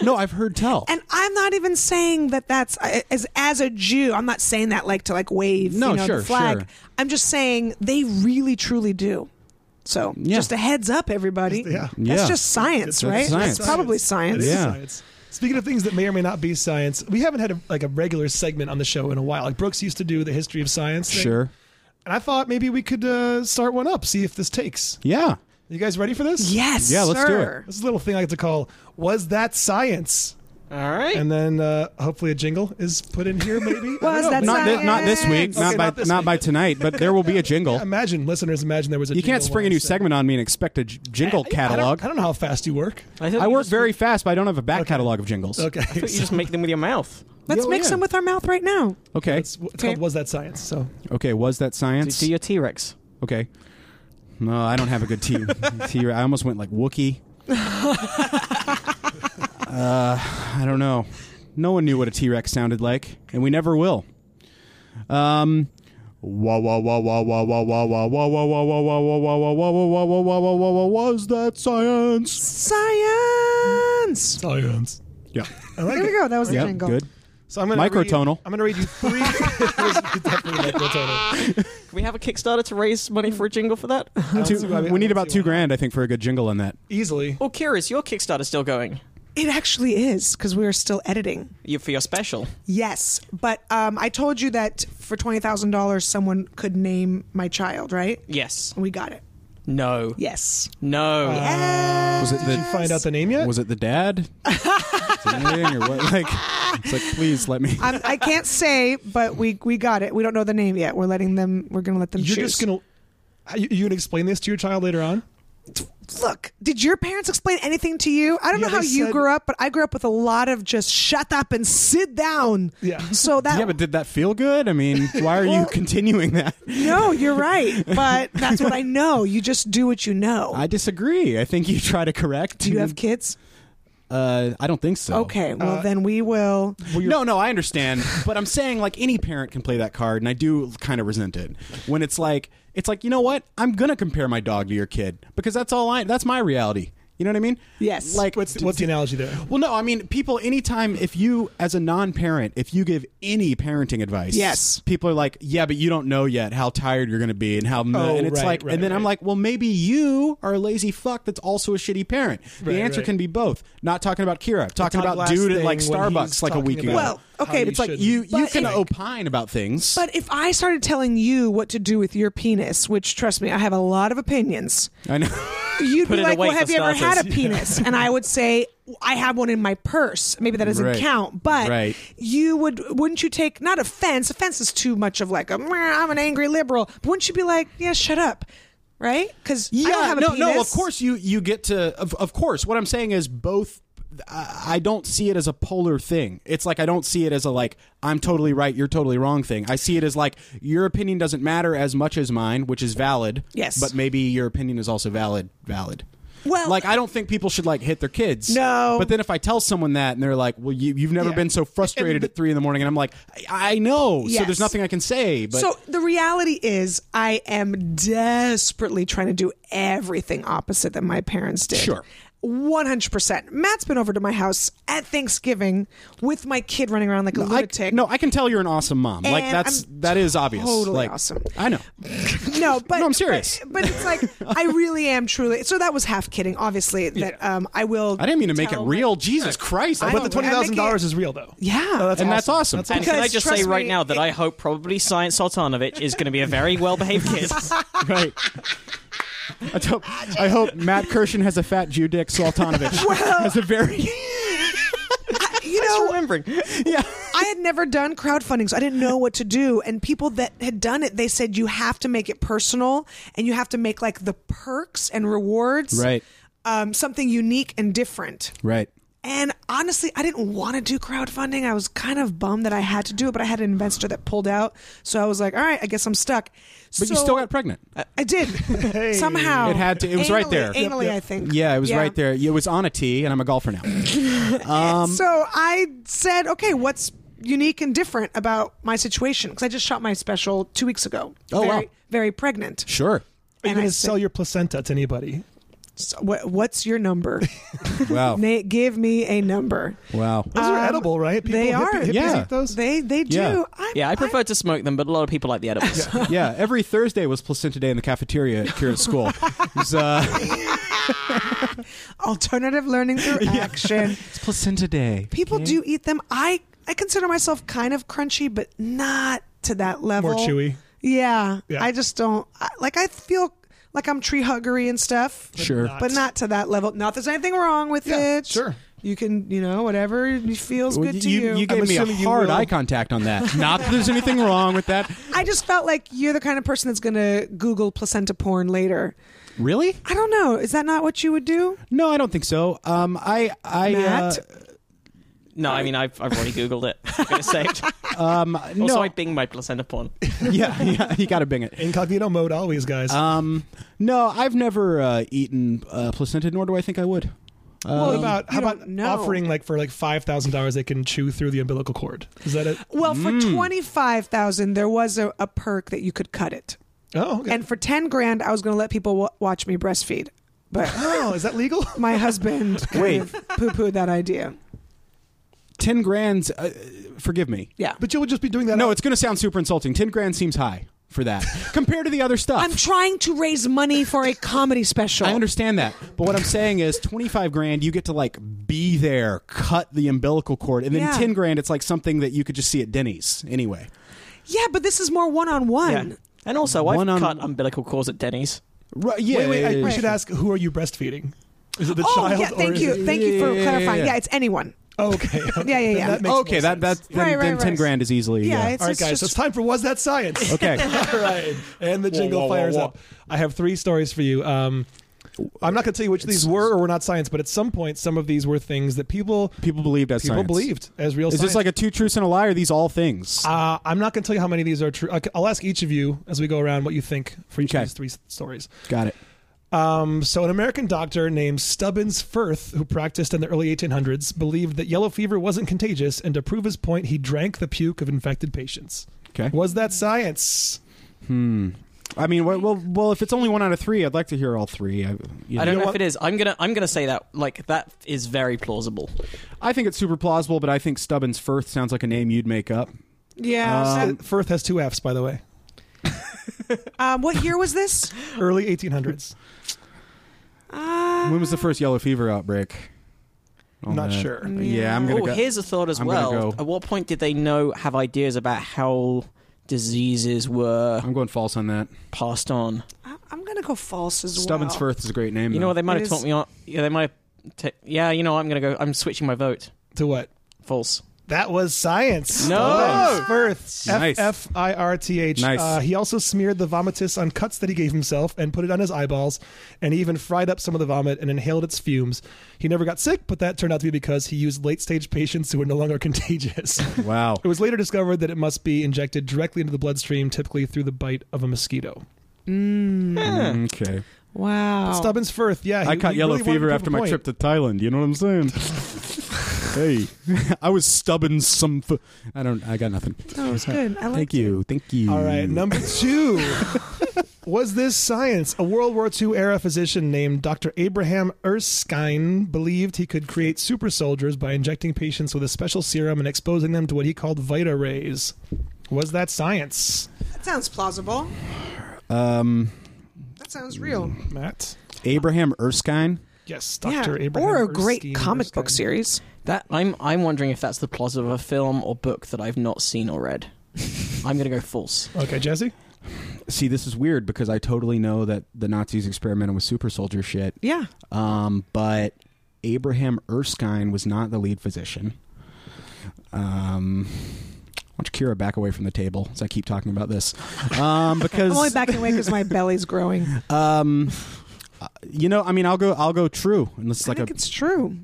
Speaker 4: no, I've heard tell.
Speaker 5: And I'm not even saying that that's uh, as as a Jew. I'm not saying that like to like wave
Speaker 4: No,
Speaker 5: you know,
Speaker 4: sure,
Speaker 5: the flag.
Speaker 4: sure.
Speaker 5: I'm just saying they really truly do. So
Speaker 4: Yeah.
Speaker 5: just a heads up, everybody.
Speaker 3: Yeah.
Speaker 5: that's
Speaker 4: Yeah.
Speaker 5: just science,
Speaker 4: That's
Speaker 5: right?
Speaker 4: science.
Speaker 5: That's probably
Speaker 3: It
Speaker 5: science.
Speaker 3: is
Speaker 4: Yeah.
Speaker 3: science. Speaking of things that may or may not be science, we haven't had a, like a regular segment on the show in a while. Like Brooks used to do the history of science. thing.
Speaker 4: sure.
Speaker 3: And I thought maybe we could uh, start one up, see if this takes.
Speaker 4: Yeah.
Speaker 3: You guys ready for this?
Speaker 5: Yes,
Speaker 4: Yeah, let's do it.
Speaker 5: sir.
Speaker 3: This is a little thing I like to call "Was that science?"
Speaker 2: All right.
Speaker 3: And then uh, hopefully a jingle is put in here. Maybe I don't
Speaker 5: Was
Speaker 3: know.
Speaker 5: that
Speaker 4: Not
Speaker 5: science?
Speaker 4: thi- not this week.
Speaker 5: Okay,
Speaker 4: not by
Speaker 3: not this
Speaker 4: not
Speaker 3: week.
Speaker 4: by tonight. But there will be a jingle.
Speaker 3: Imagine listeners, imagine there was a.
Speaker 4: You can't
Speaker 3: jingle
Speaker 4: spring a
Speaker 3: while I
Speaker 4: new
Speaker 3: said-
Speaker 4: segment on me and expect a j-
Speaker 3: I- I
Speaker 4: jingle
Speaker 3: don't-
Speaker 4: catalog.
Speaker 3: I don't, know how fast you work.
Speaker 2: I, thought
Speaker 4: I
Speaker 2: you
Speaker 4: work
Speaker 2: just-
Speaker 4: very fast, but I don't have a back catalog of jingles.
Speaker 3: Okay,
Speaker 2: I thought you just make them with your mouth.
Speaker 5: Let's
Speaker 4: Yeah,
Speaker 5: make
Speaker 4: yeah.
Speaker 5: some with our mouth right now.
Speaker 4: Okay.
Speaker 3: it's, it's called "Was that science?" So
Speaker 4: Okay. Was that
Speaker 2: Do,
Speaker 4: science?
Speaker 2: do your T Rex.
Speaker 4: Okay. No, I don't have a good T. T. I almost went like Wookie. uh, I don't know. No one knew what a T Rex sounded like, and we never will. Um. Wah wah wah wah wah wah wah wah wah wah wah wah wah wah wah wah wah wah wah wah wah wah wah was that science?
Speaker 5: Science.
Speaker 3: science.
Speaker 4: Yeah.
Speaker 3: I like
Speaker 5: There we
Speaker 3: it.
Speaker 5: go. That was the
Speaker 4: Yeah.
Speaker 5: jingle.
Speaker 4: Good.
Speaker 3: So I'm gonna read-
Speaker 4: Microtonal.
Speaker 3: I'm going to read you three. Definitely microtonal.
Speaker 2: Can we have a Kickstarter to raise money for a jingle for that?
Speaker 4: Two,
Speaker 3: see why we-
Speaker 4: we need
Speaker 3: I don't
Speaker 4: about
Speaker 3: see
Speaker 4: two
Speaker 3: why.
Speaker 4: grand, I think, for a good jingle on that.
Speaker 3: Easily.
Speaker 2: well, curious, Oh, your Kickstarter still going?
Speaker 5: It actually is because we are still editing.
Speaker 2: You for your special?
Speaker 5: Yes, but um, I told you that for twenty thousand dollars, someone could name my child, right?
Speaker 2: Yes.
Speaker 5: We got it.
Speaker 2: No.
Speaker 5: Yes.
Speaker 2: No.
Speaker 3: Uh,
Speaker 5: Uh,
Speaker 4: Was it
Speaker 3: Did you find out the name yet?
Speaker 4: Was it the dad? Is it anything or what? Like, it's like, please let me.
Speaker 5: I'm, I can't say, but we we got it. We don't know the name yet. We're letting them. We're gonna let them
Speaker 3: You're
Speaker 5: choose.
Speaker 3: just gonna. How- You, you gonna explain this to your child later on?
Speaker 5: Look, did your parents explain anything to you? I don't
Speaker 3: Yeah,
Speaker 5: know how
Speaker 3: they
Speaker 5: you
Speaker 3: said-
Speaker 5: grew up, but I grew up with a lot of just shut up and sit down.
Speaker 3: Yeah.
Speaker 5: So that
Speaker 4: Yeah, but did that feel good? I mean, why are you continuing that?
Speaker 5: no, you're right. But that's what I know. You just do what you know.
Speaker 4: I disagree. I think you try to correct.
Speaker 5: do you have kids?
Speaker 4: Uh, I don't think so.
Speaker 5: Okay.
Speaker 3: Uh,
Speaker 5: Well, then we will.
Speaker 4: No, no, I understand, but I'm saying like any parent can play that card, and I do kind of resent it when it's like it's like you know what I'm gonna compare my dog to your kid because that's all I that's my reality. You know what I mean?
Speaker 5: Yes.
Speaker 4: Like
Speaker 3: What's
Speaker 4: d-
Speaker 3: what's the analogy there?
Speaker 4: Well, no, I mean, people, anytime, if you, as a non parent, if you give any parenting advice,
Speaker 5: Yes.
Speaker 4: people are like, yeah, but you don't know yet how tired you're going to be and how,
Speaker 3: Oh,
Speaker 4: and it's
Speaker 3: right,
Speaker 4: like,
Speaker 3: right,
Speaker 4: and then I'm
Speaker 3: right.
Speaker 4: like, well, maybe you are a lazy fuck that's also a shitty parent. The
Speaker 3: Right,
Speaker 4: answer
Speaker 3: right.
Speaker 4: can be both. Not talking about Kira, talking
Speaker 3: Todd
Speaker 4: about
Speaker 3: Glass
Speaker 4: dude at
Speaker 3: thing
Speaker 4: like
Speaker 3: when
Speaker 4: Starbucks
Speaker 3: he's
Speaker 4: like a
Speaker 3: talking
Speaker 4: week ago.
Speaker 3: about
Speaker 5: Well,
Speaker 3: how
Speaker 5: okay,
Speaker 3: you
Speaker 5: but
Speaker 4: it's like
Speaker 3: shouldn't-
Speaker 4: you, you
Speaker 5: But
Speaker 4: can
Speaker 5: if-
Speaker 4: opine about things.
Speaker 5: But if I started telling you what to do with your penis, which trust me, I have a lot of opinions,
Speaker 4: I know.
Speaker 5: you'd
Speaker 2: Put
Speaker 5: be
Speaker 2: it
Speaker 5: like,
Speaker 2: away
Speaker 5: "Well,
Speaker 2: for
Speaker 5: have you ever
Speaker 2: starters."
Speaker 5: had a penis?" And I would say, "I have one in my purse. Maybe that doesn't
Speaker 4: Right.
Speaker 5: count." But
Speaker 4: Right.
Speaker 5: you would, wouldn't you take not offense? Offense is too much of like a "Meh, I'm an angry liberal. But wouldn't you be like, "Yeah, shut up," right? Because
Speaker 4: Yeah,
Speaker 5: I don't have a
Speaker 4: no,
Speaker 5: penis.
Speaker 4: no. Of course, you you get to. Of, of course, what I'm saying is both. I, I don't see it as a polar thing. It's like I don't see it as a like I'm totally right, you're totally wrong thing. I see it as like your opinion doesn't matter as much as mine, which is valid.
Speaker 5: Yes.
Speaker 4: but maybe your opinion is also valid. Valid.
Speaker 5: Well-
Speaker 4: like I don't think people should like hit their kids.
Speaker 5: No.
Speaker 4: But then if I tell someone that and they're like, "Well, you, you've never
Speaker 3: Yeah.
Speaker 4: been so frustrated at three in the morning," and I'm like, "I, I know." So
Speaker 5: Yes.
Speaker 4: there's nothing I can say. But
Speaker 5: so the reality is, I am desperately trying to do everything opposite that my parents did.
Speaker 4: Sure.
Speaker 5: 100%. Matt's been over to my house at Thanksgiving with my kid running around like a
Speaker 4: I,
Speaker 5: lunatic.
Speaker 4: no, I can tell you're an awesome mom. like
Speaker 5: And
Speaker 4: that's
Speaker 5: I'm
Speaker 4: that is obvious.
Speaker 5: totally
Speaker 4: Like,
Speaker 5: awesome.
Speaker 4: I know.
Speaker 5: no, but
Speaker 4: I'm serious.
Speaker 5: But, but it's like I really am truly. So that was half kidding, obviously. That um, I will.
Speaker 4: I didn't mean to make it
Speaker 5: tell my-
Speaker 4: real. Jesus Christ! I
Speaker 5: I
Speaker 4: thought
Speaker 3: But the
Speaker 5: don't-
Speaker 3: twenty
Speaker 5: I
Speaker 3: thousand
Speaker 5: make
Speaker 3: dollars
Speaker 5: it-
Speaker 3: is real though.
Speaker 5: Yeah.
Speaker 3: No, that's awesome.
Speaker 4: and that's awesome.
Speaker 2: And can I
Speaker 5: Because,
Speaker 2: just say
Speaker 5: trust
Speaker 2: right
Speaker 5: me,
Speaker 2: now that
Speaker 5: it-
Speaker 2: I hope probably Science Sultanovich is going to be a very well behaved kid.
Speaker 4: right. I hope, I hope Matt Kirshen has a fat Jew dick. Soltanovich has a very
Speaker 5: You know,
Speaker 2: Remembering.
Speaker 4: yeah.
Speaker 5: I had never done crowdfunding, so I didn't know what to do. And people that had done it, they said you have to make it personal and you have to make like the perks and rewards
Speaker 4: Right.
Speaker 5: um, something unique and different.
Speaker 4: Right.
Speaker 5: And honestly, I didn't want to do crowdfunding. I was kind of bummed that I had to do it, but I had an investor that pulled out. So I was like, all right, I guess I'm stuck.
Speaker 4: But you still got pregnant.
Speaker 5: I did. Somehow.
Speaker 4: It had to- it was
Speaker 5: Anally-
Speaker 4: right there.
Speaker 5: Anally, I think.
Speaker 4: Yeah, it was right there. Um, It was on a tee, and I'm a golfer now.
Speaker 5: so I said, okay, what's unique and different about my situation? Because I just shot my special two weeks ago.
Speaker 4: Oh,
Speaker 5: very,
Speaker 4: wow.
Speaker 5: Very pregnant.
Speaker 4: Sure.
Speaker 3: Are you
Speaker 5: And I
Speaker 3: going to
Speaker 5: said-
Speaker 3: sell your placenta to anybody?
Speaker 5: So what, what's your number?
Speaker 4: Wow.
Speaker 5: Na- give me a number.
Speaker 4: wow.
Speaker 3: Those are
Speaker 5: Um,
Speaker 3: edible, right? People,
Speaker 5: they
Speaker 3: hippie-
Speaker 5: are.
Speaker 3: hippies
Speaker 4: Yeah.
Speaker 3: eat those.
Speaker 5: They they do.
Speaker 4: Yeah.
Speaker 5: I'm,
Speaker 2: Yeah, I
Speaker 5: I'm-
Speaker 2: prefer to smoke them, but a lot of people like the edibles.
Speaker 4: Yeah, every Thursday was placenta day in the cafeteria at Curate School. It was, uh,
Speaker 5: alternative learning through action.
Speaker 4: it's placenta day.
Speaker 5: People do eat them. I I consider myself kind of crunchy, but not to that level.
Speaker 3: More chewy.
Speaker 5: Yeah,
Speaker 3: Yeah.
Speaker 5: I just don't I, like. I feel like I'm tree huggery and stuff.
Speaker 4: Sure.
Speaker 5: but not to that level. Not that there's anything wrong with
Speaker 3: Yeah,
Speaker 5: it.
Speaker 3: sure.
Speaker 5: You can, you know, whatever feels
Speaker 4: Well,
Speaker 5: good to you.
Speaker 4: you gave me a
Speaker 3: assuming you
Speaker 4: hard
Speaker 3: will-
Speaker 4: eye contact on that. Not that there's anything wrong with that.
Speaker 5: I just felt like you're the kind of person that's going to Google placenta porn later.
Speaker 4: Really?
Speaker 5: I don't know. Is that not what you would do?
Speaker 4: No, I don't think so. Um, I, I, uh,
Speaker 5: Matt?
Speaker 2: No, I mean I've, I've already googled it. I'm gonna say it.
Speaker 4: uh, um,
Speaker 2: Also,
Speaker 4: no,
Speaker 2: I bing my placenta porn.
Speaker 4: yeah, yeah, you got to bing it.
Speaker 3: Incognito mode always, guys.
Speaker 4: Um, no, I've never uh, eaten uh, placenta, nor do I think I would. Uh,
Speaker 3: what
Speaker 5: you-
Speaker 3: about how
Speaker 5: you
Speaker 3: about
Speaker 5: don't know.
Speaker 3: offering like for like five thousand dollars they can chew through the umbilical cord? Is that it?
Speaker 5: Well, for 25,000 there was a, a perk that you could cut it.
Speaker 3: Oh, okay.
Speaker 5: And for 10 grand I was going to let people w- watch me breastfeed. But
Speaker 3: oh, is that legal?
Speaker 5: my husband
Speaker 4: Wait.
Speaker 5: kind of poo-pooed that idea.
Speaker 4: Ten grand's. Uh, forgive me.
Speaker 5: Yeah.
Speaker 3: But you would just be doing that.
Speaker 4: No,
Speaker 3: out-
Speaker 4: it's going to sound super insulting. Ten grand seems high for that compared to the other stuff.
Speaker 5: I'm trying to raise money for a comedy special.
Speaker 4: I understand that, but what I'm saying is, 25 grand, you get to like be there, cut the umbilical cord, and then
Speaker 5: Yeah.
Speaker 4: 10 grand, it's like something that you could just see at Denny's anyway.
Speaker 5: Yeah, but this is more one-on-one.
Speaker 2: Yeah. And also,
Speaker 4: One
Speaker 2: I've
Speaker 4: on-
Speaker 2: cut umbilical cords at Denny's.
Speaker 4: Right? Yeah.
Speaker 3: Wait, wait. I, we
Speaker 5: Right.
Speaker 3: should ask who are you breastfeeding? Is it the
Speaker 5: Oh,
Speaker 3: child?
Speaker 5: yeah,
Speaker 3: or
Speaker 5: thank
Speaker 3: is
Speaker 5: you.
Speaker 3: It,
Speaker 5: Thank you
Speaker 4: Yeah,
Speaker 5: for
Speaker 4: yeah, yeah,
Speaker 5: clarifying.
Speaker 4: yeah.
Speaker 5: Yeah. it's anyone.
Speaker 3: okay.
Speaker 5: Yeah, yeah, yeah.
Speaker 3: That makes
Speaker 4: okay,
Speaker 3: more
Speaker 4: that
Speaker 3: sense.
Speaker 4: that's then,
Speaker 5: Right, right,
Speaker 4: then 10
Speaker 5: right.
Speaker 4: grand is easily. uh,
Speaker 5: Yeah,
Speaker 4: Yeah.
Speaker 5: it's,
Speaker 3: All right,
Speaker 5: it's
Speaker 3: guys.
Speaker 5: just
Speaker 3: so it's time for was that science?
Speaker 4: okay.
Speaker 3: All right, and the jingle
Speaker 4: whoa, whoa,
Speaker 3: fires
Speaker 4: whoa.
Speaker 3: up. I have three stories for you. Um, I'm not going to tell you which these were or were not science, but at some point, some of these were things that people
Speaker 4: People believed as
Speaker 3: people
Speaker 4: science.
Speaker 3: believed as real.
Speaker 4: Is
Speaker 3: science.
Speaker 4: this like a two truths and a lie? Or are these all things?
Speaker 3: Uh, I'm not going to tell you how many of these are true. Okay, I'll ask each of you as we go around what you think for each
Speaker 4: Okay.
Speaker 3: of these three s- stories.
Speaker 4: Got it.
Speaker 3: Um, so, an American doctor named Stubbins Firth, who practiced in the early 1800s, believed that yellow fever wasn't contagious, and to prove his point, he drank the puke of infected patients.
Speaker 4: Okay.
Speaker 3: Was that science?
Speaker 4: I mean, well, well, well, if it's only one out of three, I'd like to hear all three. I, you
Speaker 2: I don't
Speaker 4: know.
Speaker 2: know if it is. I'm gonna I'm gonna say that like that is very plausible.
Speaker 4: I think it's super plausible, but I think Stubbins Firth sounds like a name you'd make up.
Speaker 5: yeah. Um, so-
Speaker 3: Uh, Firth has two F's, by the way.
Speaker 5: um, what year was this?
Speaker 3: Early 1800s.
Speaker 5: Uh,
Speaker 4: When was the first yellow fever outbreak?
Speaker 3: I'm not
Speaker 4: Uh,
Speaker 3: sure.
Speaker 4: Yeah, I'm gonna
Speaker 2: Oh,
Speaker 4: go.
Speaker 2: here's a thought as
Speaker 4: I'm gonna
Speaker 2: well.
Speaker 4: go-
Speaker 2: At what point did they know have ideas about how diseases were
Speaker 4: I'm going false on that.
Speaker 2: passed on?
Speaker 5: I- I'm gonna go false as
Speaker 4: Stubbins
Speaker 5: well.
Speaker 4: Firth is a great name.
Speaker 2: You know what they might
Speaker 5: It
Speaker 2: have
Speaker 5: is-
Speaker 2: taught me on. Yeah, they might. Have ta yeah, you know I'm gonna go. I'm switching my vote.
Speaker 3: To what?
Speaker 2: False.
Speaker 3: That was science.
Speaker 2: No.
Speaker 3: Stubbins Firth.
Speaker 4: Nice.
Speaker 3: F F I R T H.
Speaker 4: Nice.
Speaker 3: Uh, he also smeared the vomitus on cuts that he gave himself and put it on his eyeballs, and he even fried up some of the vomit and inhaled its fumes. He never got sick, but that turned out to be because he used late stage patients who were no longer contagious.
Speaker 4: wow.
Speaker 3: it was later discovered that it must be injected directly into the bloodstream, typically through the bite of a mosquito.
Speaker 4: Okay.
Speaker 5: Wow.
Speaker 3: Stubbins Firth, yeah. he-
Speaker 4: Oh. I caught
Speaker 3: he
Speaker 4: yellow
Speaker 3: really wanted
Speaker 4: fever
Speaker 3: to
Speaker 4: after
Speaker 3: prove a
Speaker 4: my
Speaker 3: point.
Speaker 4: trip to Thailand. You know what I'm saying? hey, I was stubbing some. F- I don't. I got nothing.
Speaker 5: That was good. I like
Speaker 4: Thank you. Thank you.
Speaker 3: All right, number two. Was this science? A World War II era physician named Dr. Abraham Erskine believed he could create super soldiers by injecting patients with a special serum and exposing them to what he called Vita rays. Was that science,
Speaker 5: That sounds plausible.
Speaker 4: Um,
Speaker 5: That sounds real.
Speaker 3: Matt?
Speaker 4: Abraham Erskine.
Speaker 3: Yes, Dr.
Speaker 5: Yeah.
Speaker 3: Abraham
Speaker 5: or a great
Speaker 3: Erskine-
Speaker 5: comic book
Speaker 3: Erskine.
Speaker 5: series.
Speaker 2: That I'm I'm wondering if that's the plot of a film or book that I've not seen or read. I'm gonna go false.
Speaker 3: Okay, Jesse?
Speaker 4: See, this is weird because I totally know that the Nazis experimented with super soldier shit.
Speaker 5: Yeah.
Speaker 4: Um, but Abraham Erskine was not the lead physician. Um, why don't you, Kira back away from the table as I keep talking about this? Um, because
Speaker 5: I'm only backing away because my belly's growing.
Speaker 4: um, uh, you know, I mean, I'll go, I'll go true, unless it's
Speaker 5: I
Speaker 4: like
Speaker 5: think
Speaker 4: a
Speaker 5: it's true.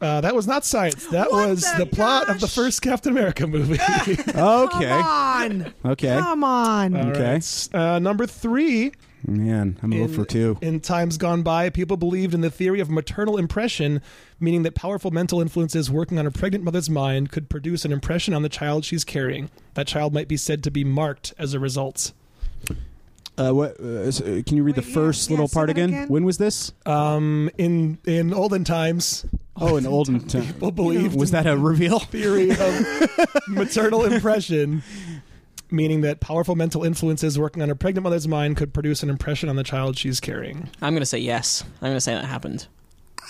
Speaker 3: Uh, that was not science. That
Speaker 5: What
Speaker 3: was the,
Speaker 5: the
Speaker 3: plot of the
Speaker 5: gosh?
Speaker 3: first Captain America movie.
Speaker 4: okay,
Speaker 5: Come on.
Speaker 4: okay,
Speaker 5: Come on.
Speaker 3: All
Speaker 4: Okay.
Speaker 3: right. Uh, number three.
Speaker 4: man, I'm over
Speaker 3: in-
Speaker 4: for two.
Speaker 3: In times gone by, people believed in the theory of maternal impression, meaning that powerful mental influences working on a pregnant mother's mind could produce an impression on the child she's carrying. That child might be said to be marked as a result.
Speaker 4: Uh, what? Uh, s- uh, can you read the
Speaker 5: Wait, yeah,
Speaker 4: first
Speaker 5: yeah,
Speaker 4: little
Speaker 5: say
Speaker 4: part
Speaker 5: that
Speaker 4: again?
Speaker 5: again.
Speaker 4: When was this?
Speaker 3: Um, in in olden times,
Speaker 4: Oh, in olden time.
Speaker 3: people believed
Speaker 4: Was that a reveal?
Speaker 3: theory of maternal impression, meaning that powerful mental influences working on a pregnant mother's mind could produce an impression on the child she's carrying.
Speaker 2: I'm going to say yes. I'm going to say that happened.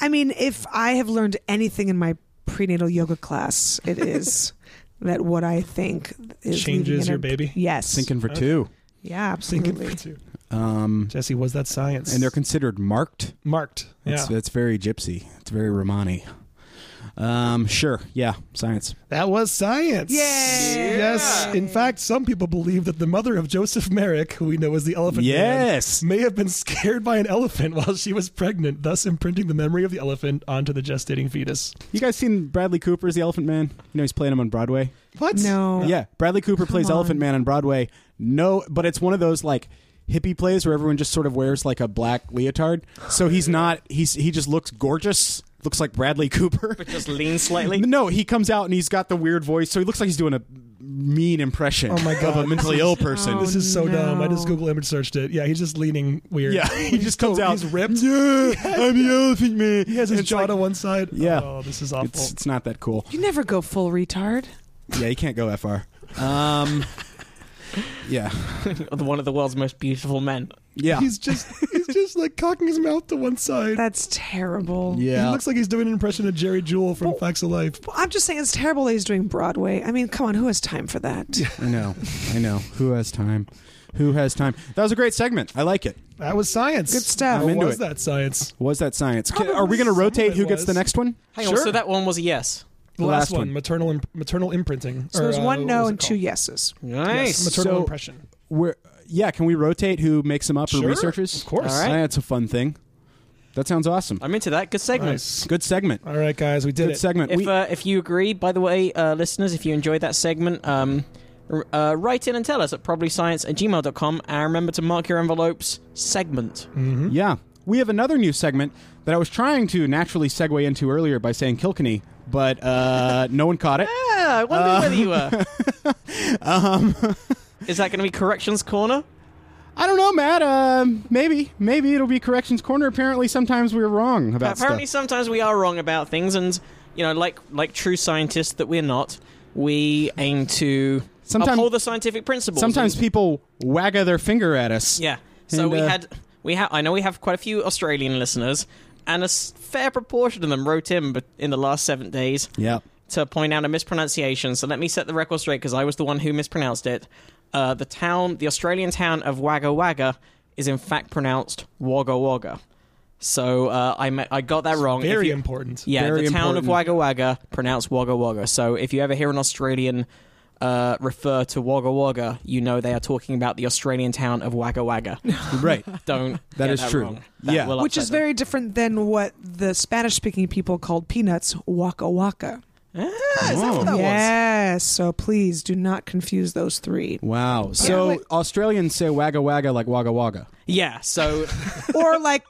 Speaker 5: I mean, if I have learned anything in my prenatal yoga class, it is that what I think is leaving
Speaker 3: Changes
Speaker 5: an
Speaker 3: your
Speaker 5: imp-
Speaker 3: baby.
Speaker 5: Yes.
Speaker 4: Thinking for two.
Speaker 5: yeah,
Speaker 3: Thinking
Speaker 5: absolutely.
Speaker 3: for two.
Speaker 4: Um,
Speaker 3: Mm-hmm. Jesse, was that science?
Speaker 4: and they're considered marked.
Speaker 3: marked. Yeah,
Speaker 4: That's, that's very gypsy. It's very Romani. Um, sure. Yeah. Science.
Speaker 3: that was science.
Speaker 5: Yay!
Speaker 3: Yes. In fact, some people believe that the mother of Joseph Merrick, who we know as the Elephant Man,
Speaker 4: Yes.
Speaker 3: may have been scared by an elephant while she was pregnant, thus imprinting the memory of the elephant onto the gestating fetus.
Speaker 4: You guys seen Bradley Cooper's The Elephant Man? You know he's playing him on Broadway.
Speaker 3: What?
Speaker 5: No.
Speaker 4: Yeah, Bradley Cooper
Speaker 5: Come
Speaker 4: plays
Speaker 5: on.
Speaker 4: Elephant Man on Broadway. No, but it's one of those like hippie plays where everyone just sort of wears like a black leotard. So he's not he's he just looks gorgeous. Looks like Bradley Cooper.
Speaker 2: But just lean slightly.
Speaker 4: No, he comes out and he's got the weird voice, so he looks like he's doing a mean impression
Speaker 3: Oh my
Speaker 4: of a
Speaker 3: God.
Speaker 4: mentally ill person.
Speaker 5: Oh,
Speaker 3: This is so
Speaker 5: no.
Speaker 3: dumb. I just Google image searched it. Yeah, he's just leaning weird.
Speaker 4: Yeah, he just comes
Speaker 3: so-
Speaker 4: out.
Speaker 3: He's ripped.
Speaker 4: Yeah, I'm the Elephant Man.
Speaker 3: He has his
Speaker 4: It's
Speaker 3: jaw
Speaker 4: like-
Speaker 3: to one side.
Speaker 4: Yeah.
Speaker 3: Oh, this is awful.
Speaker 4: It's, it's not that cool.
Speaker 5: You never go full retard.
Speaker 4: Yeah, you can't go that far. Um, yeah,
Speaker 2: One of the world's most beautiful men.
Speaker 4: yeah,
Speaker 3: He's just he's just like cocking his mouth to one side.
Speaker 5: That's terrible.
Speaker 4: yeah.
Speaker 3: He looks like he's doing an impression of Jerry Jewell
Speaker 5: Oh.
Speaker 3: from Facts of Life.
Speaker 5: Well, I'm just saying it's terrible that he's doing Broadway. I mean, come on, who has time for that?
Speaker 4: I know. I know. Who has time? Who has time? That was a great segment. I like it.
Speaker 3: That was science.
Speaker 5: Good stuff.
Speaker 4: I'm
Speaker 3: What
Speaker 4: into
Speaker 3: was
Speaker 4: it.
Speaker 3: that science?
Speaker 4: Was that science? Can- are we going to
Speaker 3: Probably
Speaker 4: rotate
Speaker 3: some
Speaker 4: who
Speaker 3: it
Speaker 4: gets the
Speaker 3: was.
Speaker 4: next one?
Speaker 2: Hang on, so that one was a yes.
Speaker 3: The
Speaker 4: The
Speaker 3: last
Speaker 4: last
Speaker 3: one,
Speaker 4: one.
Speaker 3: maternal imp- maternal imprinting.
Speaker 5: So
Speaker 3: or,
Speaker 5: there's
Speaker 3: uh,
Speaker 5: one
Speaker 3: what
Speaker 5: no
Speaker 3: was it
Speaker 5: and two
Speaker 3: called?
Speaker 5: yeses.
Speaker 3: Yes,
Speaker 2: Nice.
Speaker 3: maternal
Speaker 4: So-
Speaker 3: impression.
Speaker 4: We're yeah. Can we rotate who makes them up or
Speaker 3: Sure,
Speaker 4: researchers?
Speaker 3: of course.
Speaker 2: All right.
Speaker 4: That's a fun thing. That sounds awesome.
Speaker 2: I'm into that. Good segment.
Speaker 3: Nice.
Speaker 4: Good segment.
Speaker 3: All right, guys, we did
Speaker 4: Good
Speaker 3: it.
Speaker 4: segment.
Speaker 2: If
Speaker 4: We-
Speaker 2: uh, if you agree, by the way, uh, listeners, if you enjoyed that segment, um, r- uh, write in and tell us at probablyscience at gmail.com. And remember to mark your envelopes segment.
Speaker 4: Mm.
Speaker 3: Mm-hmm.
Speaker 4: yeah, we have another new segment that I was trying to naturally segue into earlier by saying Kilkenny, but uh, no one caught it.
Speaker 2: Ah, I wonder
Speaker 4: Uh,
Speaker 2: whether you were.
Speaker 4: Um.
Speaker 2: Is that going to be corrections corner?
Speaker 4: I don't know, Matt. Uh, maybe, maybe it'll be corrections corner. Apparently, sometimes we're wrong about stuff.
Speaker 2: Apparently, sometimes we are wrong about things, and you know, like like true scientists that we're not, we aim to
Speaker 4: Sometimes-
Speaker 2: uphold the scientific principles.
Speaker 4: Sometimes
Speaker 2: And-
Speaker 4: people wagga their finger at us.
Speaker 2: Yeah. So
Speaker 4: And,
Speaker 2: we
Speaker 4: uh,
Speaker 2: had we ha- I know we have quite a few Australian listeners, and a s- fair proportion of them wrote in but in the last seven days
Speaker 4: Yeah.
Speaker 2: to point out a mispronunciation. So let me set the record straight because I was the one who mispronounced it. Uh, the town, the Australian town of Wagga Wagga, is in fact pronounced Wagga Wagga. So uh, I ma- I got that wrong. If
Speaker 3: Very
Speaker 2: you-
Speaker 3: important.
Speaker 2: yeah,
Speaker 4: Very
Speaker 2: the town
Speaker 4: important.
Speaker 2: of Wagga Wagga, pronounced Wagga Wagga. So if you ever hear an Australian uh, refer to Wagga Wagga, you know they are talking about the Australian town of Wagga Wagga.
Speaker 4: Right.
Speaker 2: Don't
Speaker 4: That
Speaker 2: get
Speaker 4: is true.
Speaker 2: wrong. That
Speaker 4: Yeah.
Speaker 2: will
Speaker 5: Which is
Speaker 2: upset
Speaker 5: very different than what the Spanish speaking people called peanuts, waka waka.
Speaker 2: them. Ah, is that
Speaker 3: Oh,
Speaker 2: what that was?
Speaker 5: Yes, so please do not confuse those three.
Speaker 4: Wow. So
Speaker 5: wait.
Speaker 4: Australians say wagga wagga like wagga wagga.
Speaker 2: Yeah. So
Speaker 5: or like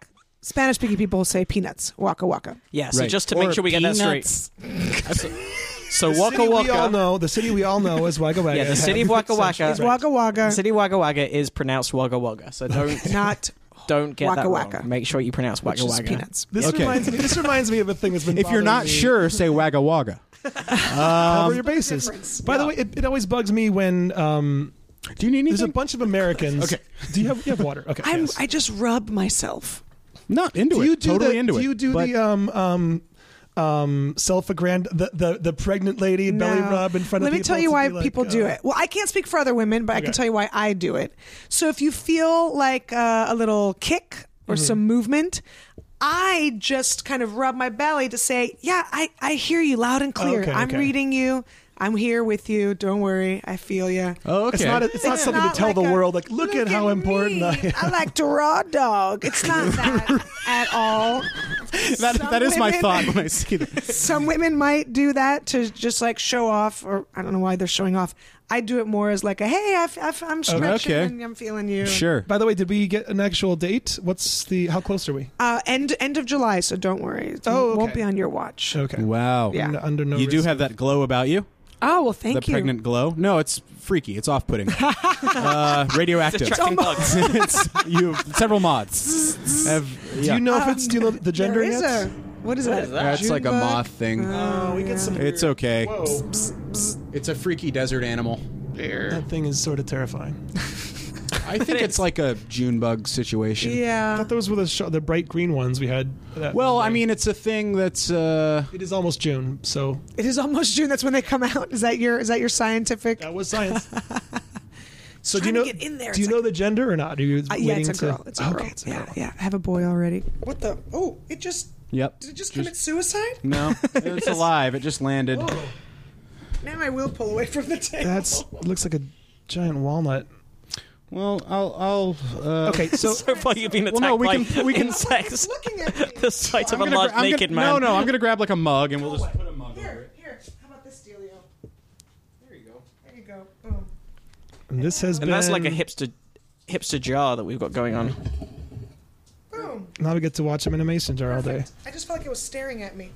Speaker 5: Spanish speaking people say peanuts, waka waka.
Speaker 2: yeah. So
Speaker 4: Right.
Speaker 2: just to
Speaker 4: Or
Speaker 2: make sure we get
Speaker 4: peanuts.
Speaker 2: that straight. so
Speaker 3: The
Speaker 2: Wagga
Speaker 3: city we all
Speaker 2: Wagga.
Speaker 3: know, the city we all know is Wagga Wagga.
Speaker 2: Yeah, the city of Wagga Wagga.
Speaker 3: Essentially, right.
Speaker 5: Waka waka,
Speaker 2: The city of Wagga Wagga is pronounced Wagga Wagga. So don't
Speaker 5: not
Speaker 2: don't get that
Speaker 5: Waka
Speaker 2: wrong.
Speaker 5: Waka.
Speaker 2: Make sure you pronounce
Speaker 5: which
Speaker 2: Wagga
Speaker 5: is
Speaker 2: Wagga.
Speaker 5: peanuts.
Speaker 3: This
Speaker 4: Okay.
Speaker 3: reminds me. This reminds me of a thing that's been.
Speaker 4: If you're
Speaker 3: bothering
Speaker 4: not
Speaker 3: me.
Speaker 4: sure, say wagga wagga.
Speaker 3: cover your bases. By the
Speaker 2: Yeah.
Speaker 3: way, it, it always bugs me when um,
Speaker 4: Do you need
Speaker 3: there's a
Speaker 4: anything?
Speaker 3: bunch of Americans.
Speaker 4: Okay.
Speaker 3: Do you have you have water? Okay.
Speaker 5: I'm,
Speaker 3: yes.
Speaker 5: I just rub myself.
Speaker 4: Not into
Speaker 3: do
Speaker 4: it.
Speaker 3: you do
Speaker 4: totally
Speaker 3: the,
Speaker 4: into
Speaker 3: do
Speaker 4: it.
Speaker 3: you do
Speaker 4: But
Speaker 3: the um um um self aggrand the, the the pregnant lady belly
Speaker 5: No.
Speaker 3: rub in front
Speaker 5: Let
Speaker 3: of
Speaker 5: me
Speaker 3: people
Speaker 5: tell you
Speaker 3: to
Speaker 5: why
Speaker 3: be like,
Speaker 5: people do
Speaker 3: uh,
Speaker 5: it. Well, I can't speak for other women, but I can
Speaker 3: Okay.
Speaker 5: tell you why I do it. So if you feel like uh, a little kick or
Speaker 3: Mm-hmm.
Speaker 5: some movement, I just kind of rub my belly to say, "Yeah, I I hear you loud and clear.
Speaker 3: Okay,
Speaker 5: I'm
Speaker 3: okay.
Speaker 5: reading you. I'm here with you. Don't worry. I feel you."
Speaker 4: Oh, okay.
Speaker 3: It's not a, it's not
Speaker 5: It's
Speaker 3: something
Speaker 5: not
Speaker 3: to tell
Speaker 5: like
Speaker 3: the
Speaker 5: a,
Speaker 3: world like look, at, how important
Speaker 5: me.
Speaker 3: I am.
Speaker 5: I like to raw dog. It's not that at all.
Speaker 4: that,
Speaker 5: Some
Speaker 4: that is my
Speaker 5: women-
Speaker 4: thought when I see that.
Speaker 5: Some women might do that to just like show off, or I don't know why they're showing off. I do it more as like a hey, I am stretching
Speaker 4: Okay.
Speaker 5: and I'm feeling you.
Speaker 4: Sure.
Speaker 3: By the way, did we get an actual date? What's the how close are we?
Speaker 5: Uh, end end of July, so don't worry. It
Speaker 3: Oh, okay.
Speaker 5: won't be on your watch.
Speaker 3: Okay.
Speaker 4: Wow.
Speaker 5: Yeah.
Speaker 3: Under, under no
Speaker 4: You do
Speaker 3: risk.
Speaker 4: have that glow about you.
Speaker 5: Oh well, thank
Speaker 4: the
Speaker 5: you.
Speaker 4: pregnant glow. No, it's freaky. It's off-putting. uh, radioactive.
Speaker 2: It's attracting
Speaker 5: almost-
Speaker 2: bugs.
Speaker 4: It's- you have several mods. Have-
Speaker 3: Mm. Do
Speaker 4: yeah.
Speaker 3: you know if it's do you know the gender
Speaker 5: Um, There is
Speaker 3: yet?
Speaker 5: a what is
Speaker 2: What
Speaker 5: that?
Speaker 2: is that?
Speaker 1: That's
Speaker 5: June
Speaker 1: like a
Speaker 5: bug?
Speaker 1: moth thing.
Speaker 5: Oh,
Speaker 3: we get some.
Speaker 4: It's okay.
Speaker 3: Uh, Whoa,
Speaker 1: It's a freaky desert animal.
Speaker 3: that thing is sort of terrifying.
Speaker 1: I think it's like a June bug situation.
Speaker 3: I
Speaker 5: Yeah.
Speaker 3: thought those were the sh- the bright green ones we had. That
Speaker 1: Well, I
Speaker 3: day.
Speaker 1: mean, it's a thing that's. Uh,
Speaker 3: it is almost June, so
Speaker 5: It is almost June. That's when they come out. Is that your is that your scientific?
Speaker 3: that was science. so do you
Speaker 5: Trying
Speaker 3: know?
Speaker 5: to get in there.
Speaker 3: Do you
Speaker 5: It's
Speaker 3: know the gender or not? Are you
Speaker 5: Uh,
Speaker 3: waiting
Speaker 5: yeah, it's a
Speaker 3: to?
Speaker 5: girl. It's a girl.
Speaker 3: Okay, it's a
Speaker 5: yeah,
Speaker 3: girl.
Speaker 5: yeah. I have a boy already. What the? Oh, it just
Speaker 4: Yep.
Speaker 5: did it just commit suicide?
Speaker 4: No, it's alive. It just landed.
Speaker 5: Now I will pull away from the table.
Speaker 3: That's looks like a giant walnut.
Speaker 4: Well, I'll. I'll uh,
Speaker 3: Okay, so
Speaker 2: so far you've been attacked
Speaker 4: Well, no, we
Speaker 2: by
Speaker 4: can- we can-
Speaker 2: insects.
Speaker 5: looking at me.
Speaker 2: the sight
Speaker 4: I'm
Speaker 2: of a
Speaker 4: gonna
Speaker 2: large
Speaker 4: gra- I'm
Speaker 2: naked
Speaker 4: gonna-
Speaker 2: man.
Speaker 4: No, no, I'm gonna grab like a mug and we'll just put a mug over
Speaker 5: Here,
Speaker 4: it.
Speaker 5: here. How about this dealio? There you go. There you go. Boom.
Speaker 3: and this has
Speaker 2: And
Speaker 3: been.
Speaker 2: that's like a hipster hipster jar that we've got going on.
Speaker 5: Boom.
Speaker 3: Now we get to watch him in eh? a mason jar all day.
Speaker 5: I just felt like it was staring at me.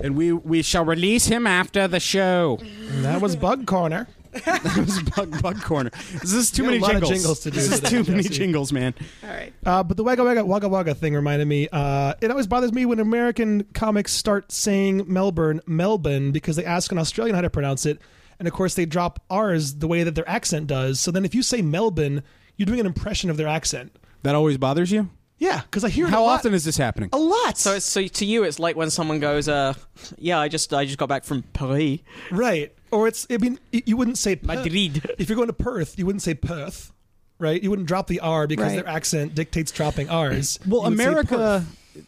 Speaker 4: And we we shall release him after the show.
Speaker 3: And that was Bug Corner.
Speaker 4: This is bug bug corner. This is too
Speaker 3: We
Speaker 4: many
Speaker 3: had a lot of
Speaker 4: jingles.
Speaker 3: jingles to do
Speaker 4: This is
Speaker 3: today,
Speaker 4: too many
Speaker 3: Jesse.
Speaker 4: jingles, man.
Speaker 5: All right.
Speaker 3: Uh, but the Wagga Wagga Wagga Wagga thing reminded me. Uh, it always bothers me when American comics start saying Melbourne, Melbourne, because they ask an Australian how to pronounce it, and of course they drop R's the way that their accent does. So then if you say Melbourne, you're doing an impression of their accent.
Speaker 4: That always bothers you.
Speaker 3: Yeah, because I hear it
Speaker 4: How
Speaker 3: a lot-
Speaker 4: often is this happening?
Speaker 3: A lot.
Speaker 2: So, it's, so to you, it's like when someone goes, uh, "Yeah, I just I just got back from Paris,
Speaker 3: right, or it's. I mean, y- you wouldn't say Perth.
Speaker 2: Madrid."
Speaker 3: If you're going to Perth, you wouldn't say Perth, right? You wouldn't drop the R because
Speaker 5: Right.
Speaker 3: their accent dictates dropping R's.
Speaker 4: Well,
Speaker 3: You would say Perth.
Speaker 4: America.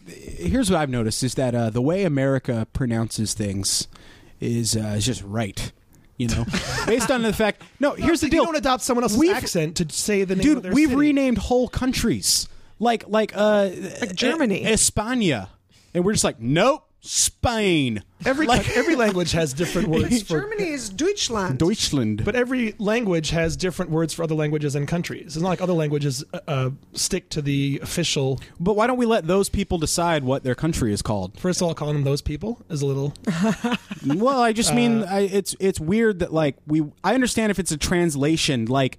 Speaker 4: Here's what I've noticed is that uh, the way America pronounces things is uh, is just right. You know, based on the fact. No, here's the
Speaker 3: You
Speaker 4: deal.
Speaker 3: don't adopt someone else's
Speaker 4: We've-
Speaker 3: accent to say the name of
Speaker 4: Dude,
Speaker 3: their
Speaker 4: we've
Speaker 3: city.
Speaker 4: renamed whole countries like like uh like
Speaker 5: Germany.
Speaker 4: España, and we're just like nope, Spain,
Speaker 3: Every
Speaker 4: Like-
Speaker 3: cou- every language has different words for,
Speaker 5: Germany is Deutschland.
Speaker 4: Deutschland.
Speaker 3: but every language has different words for other languages and countries. It's not like other languages uh, uh, stick to the official.
Speaker 4: But why don't we let those people decide what their country is called?
Speaker 3: First of all, calling them those people is a little.
Speaker 4: well, I just
Speaker 2: Uh,
Speaker 4: mean I, it's it's weird that like we I understand if it's a translation like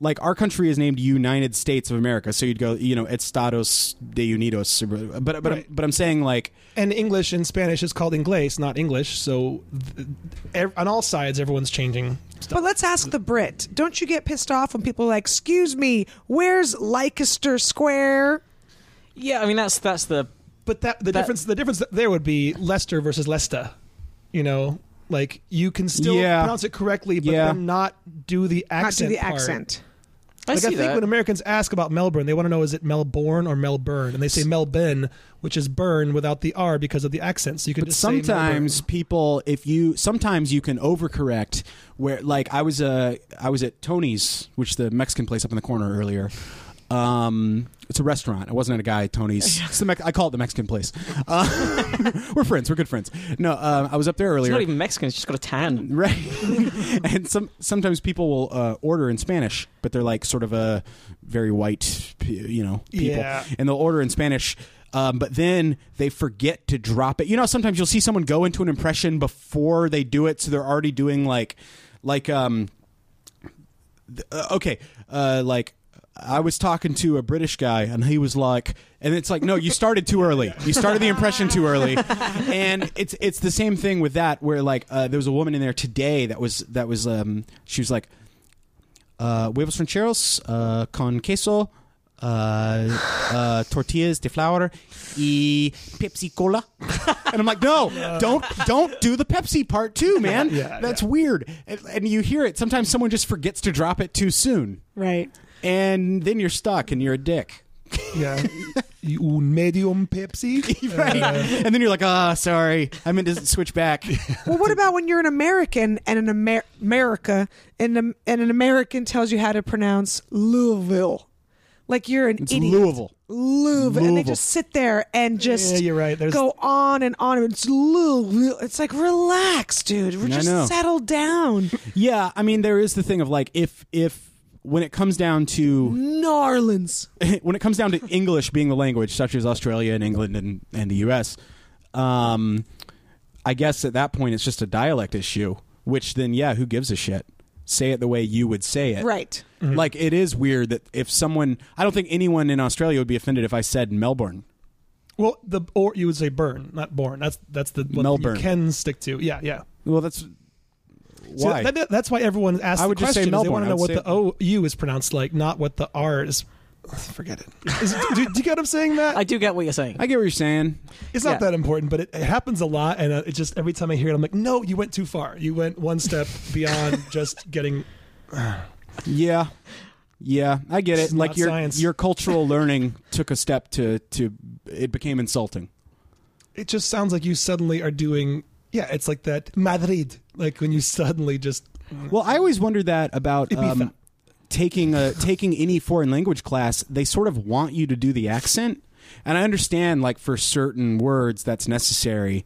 Speaker 4: like our country is named United States of America, so you'd go you know Estados de Unidos, or- but but I'm, but I'm saying like
Speaker 3: And English and Spanish is called Inglés, not English. So, th- ev- on all sides, everyone's changing.
Speaker 5: But let's ask the Brit. Don't you get pissed off when people are like, "Excuse me, where's Leicester Square?"
Speaker 2: Yeah, I mean that's that's the
Speaker 3: But that the difference the difference there would be Leicester versus Leicester. You know, like you can still
Speaker 4: Yeah.
Speaker 3: pronounce it correctly, but
Speaker 4: Yeah.
Speaker 3: then not do the
Speaker 5: Not do
Speaker 3: accent.
Speaker 5: the
Speaker 3: part.
Speaker 5: accent.
Speaker 2: I
Speaker 3: Like I
Speaker 2: see
Speaker 3: think
Speaker 2: that.
Speaker 3: when Americans ask about Melbourne, they want to know is it Melbourne or Melbourne, and they say Melbourne, which is burn without the R because of the accent. So you can
Speaker 4: But
Speaker 3: just
Speaker 4: sometimes
Speaker 3: say
Speaker 4: people, if you sometimes you can overcorrect. Where like I was uh, I was at Tony's, which the Mexican place up in the corner earlier. Um, it's a restaurant. I wasn't at a guy at Tony's. It's the Mex- I call it the Mexican place. Uh, we're friends. We're good friends. No, um, I was up there
Speaker 2: it's
Speaker 4: earlier.
Speaker 2: not even Mexican; it's just got a tan.
Speaker 4: Right, and some sometimes people will uh, order in Spanish, but they're like sort of a very white, p- you know, people,
Speaker 3: Yeah.
Speaker 4: and they'll order in Spanish, um, but then they forget to drop it. You know, sometimes you'll see someone go into an impression before they do it, so they're already doing like, like, um, th- uh, okay, uh, like. I was talking to a British guy, and he was like, and it's like, no, you started too early. You started the impression too early, and it's it's the same thing with that. Where like uh, there was a woman in there today that was that was um she was like, uh, huevos rancheros uh, con queso, uh, uh, tortillas de flour, y Pepsi Cola. and I'm like, no, don't don't do the Pepsi part too, man.
Speaker 3: Yeah,
Speaker 4: That's
Speaker 3: yeah.
Speaker 4: weird. And, and you hear it sometimes. Someone just forgets to drop it too soon,
Speaker 5: Right.
Speaker 4: and then you're stuck, and you're a dick.
Speaker 3: Melbourne. yeah, you medium Pepsi.
Speaker 4: Right. and then you're like, ah, sorry, I meant to switch back.
Speaker 5: Well, what about when you're an American and an Amer- America and, um, and an American tells you how to pronounce Louisville? Like you're an
Speaker 4: It's
Speaker 5: idiot.
Speaker 4: Louisville.
Speaker 5: Louisville. And they
Speaker 4: Louisville.
Speaker 5: just sit there and just
Speaker 3: Yeah, you're right. There's-
Speaker 5: go on and on. It's Louisville. It's like, relax, dude. We're
Speaker 4: I
Speaker 5: just
Speaker 4: know.
Speaker 5: settled down.
Speaker 4: Yeah, I mean, there is the thing of like, if if when it comes down to
Speaker 5: Narlands.
Speaker 4: when it comes down to English being the language, such as Australia and England and, and the U.S., um, I guess at that point it's just a dialect issue which then yeah, who gives a shit? Say it the way you would say it.
Speaker 5: Right.
Speaker 3: Mm-hmm.
Speaker 4: Like it is weird that if someone I don't think anyone in Australia would be offended if I said Melbourne.
Speaker 3: Well, the or you would say burn, not born. That's that's the what
Speaker 4: Melbourne.
Speaker 3: you can stick to. Yeah, yeah.
Speaker 4: Well, that's
Speaker 3: So
Speaker 4: why.
Speaker 3: that- that's why everyone asks
Speaker 4: I would
Speaker 3: the
Speaker 4: just say
Speaker 3: question. is they
Speaker 4: Melbourne.
Speaker 3: want to
Speaker 4: I
Speaker 3: know
Speaker 4: would
Speaker 3: what
Speaker 4: say-
Speaker 3: the O U is pronounced like, not what the R is. Forget it. Is, do, do you get what I'm saying, Matt?
Speaker 2: I do get what you're saying.
Speaker 4: I get what you're saying.
Speaker 3: it's not
Speaker 2: yeah.
Speaker 3: that important, but it, it happens a lot, and uh, it just every time I hear it, I'm like, no, you went too far. You went one step beyond just getting.
Speaker 4: Yeah. Yeah, I get it.
Speaker 3: It's
Speaker 4: like
Speaker 3: not
Speaker 4: your
Speaker 3: science.
Speaker 4: your cultural learning took a step to to it became insulting.
Speaker 3: It just sounds like you suddenly are doing. Yeah, it's like that Madrid, like when you suddenly just.
Speaker 4: Well, I always wondered that about
Speaker 3: Ibiza.
Speaker 4: um, taking a taking any foreign language class. They sort of want you to do the accent, and I understand like for certain words that's necessary.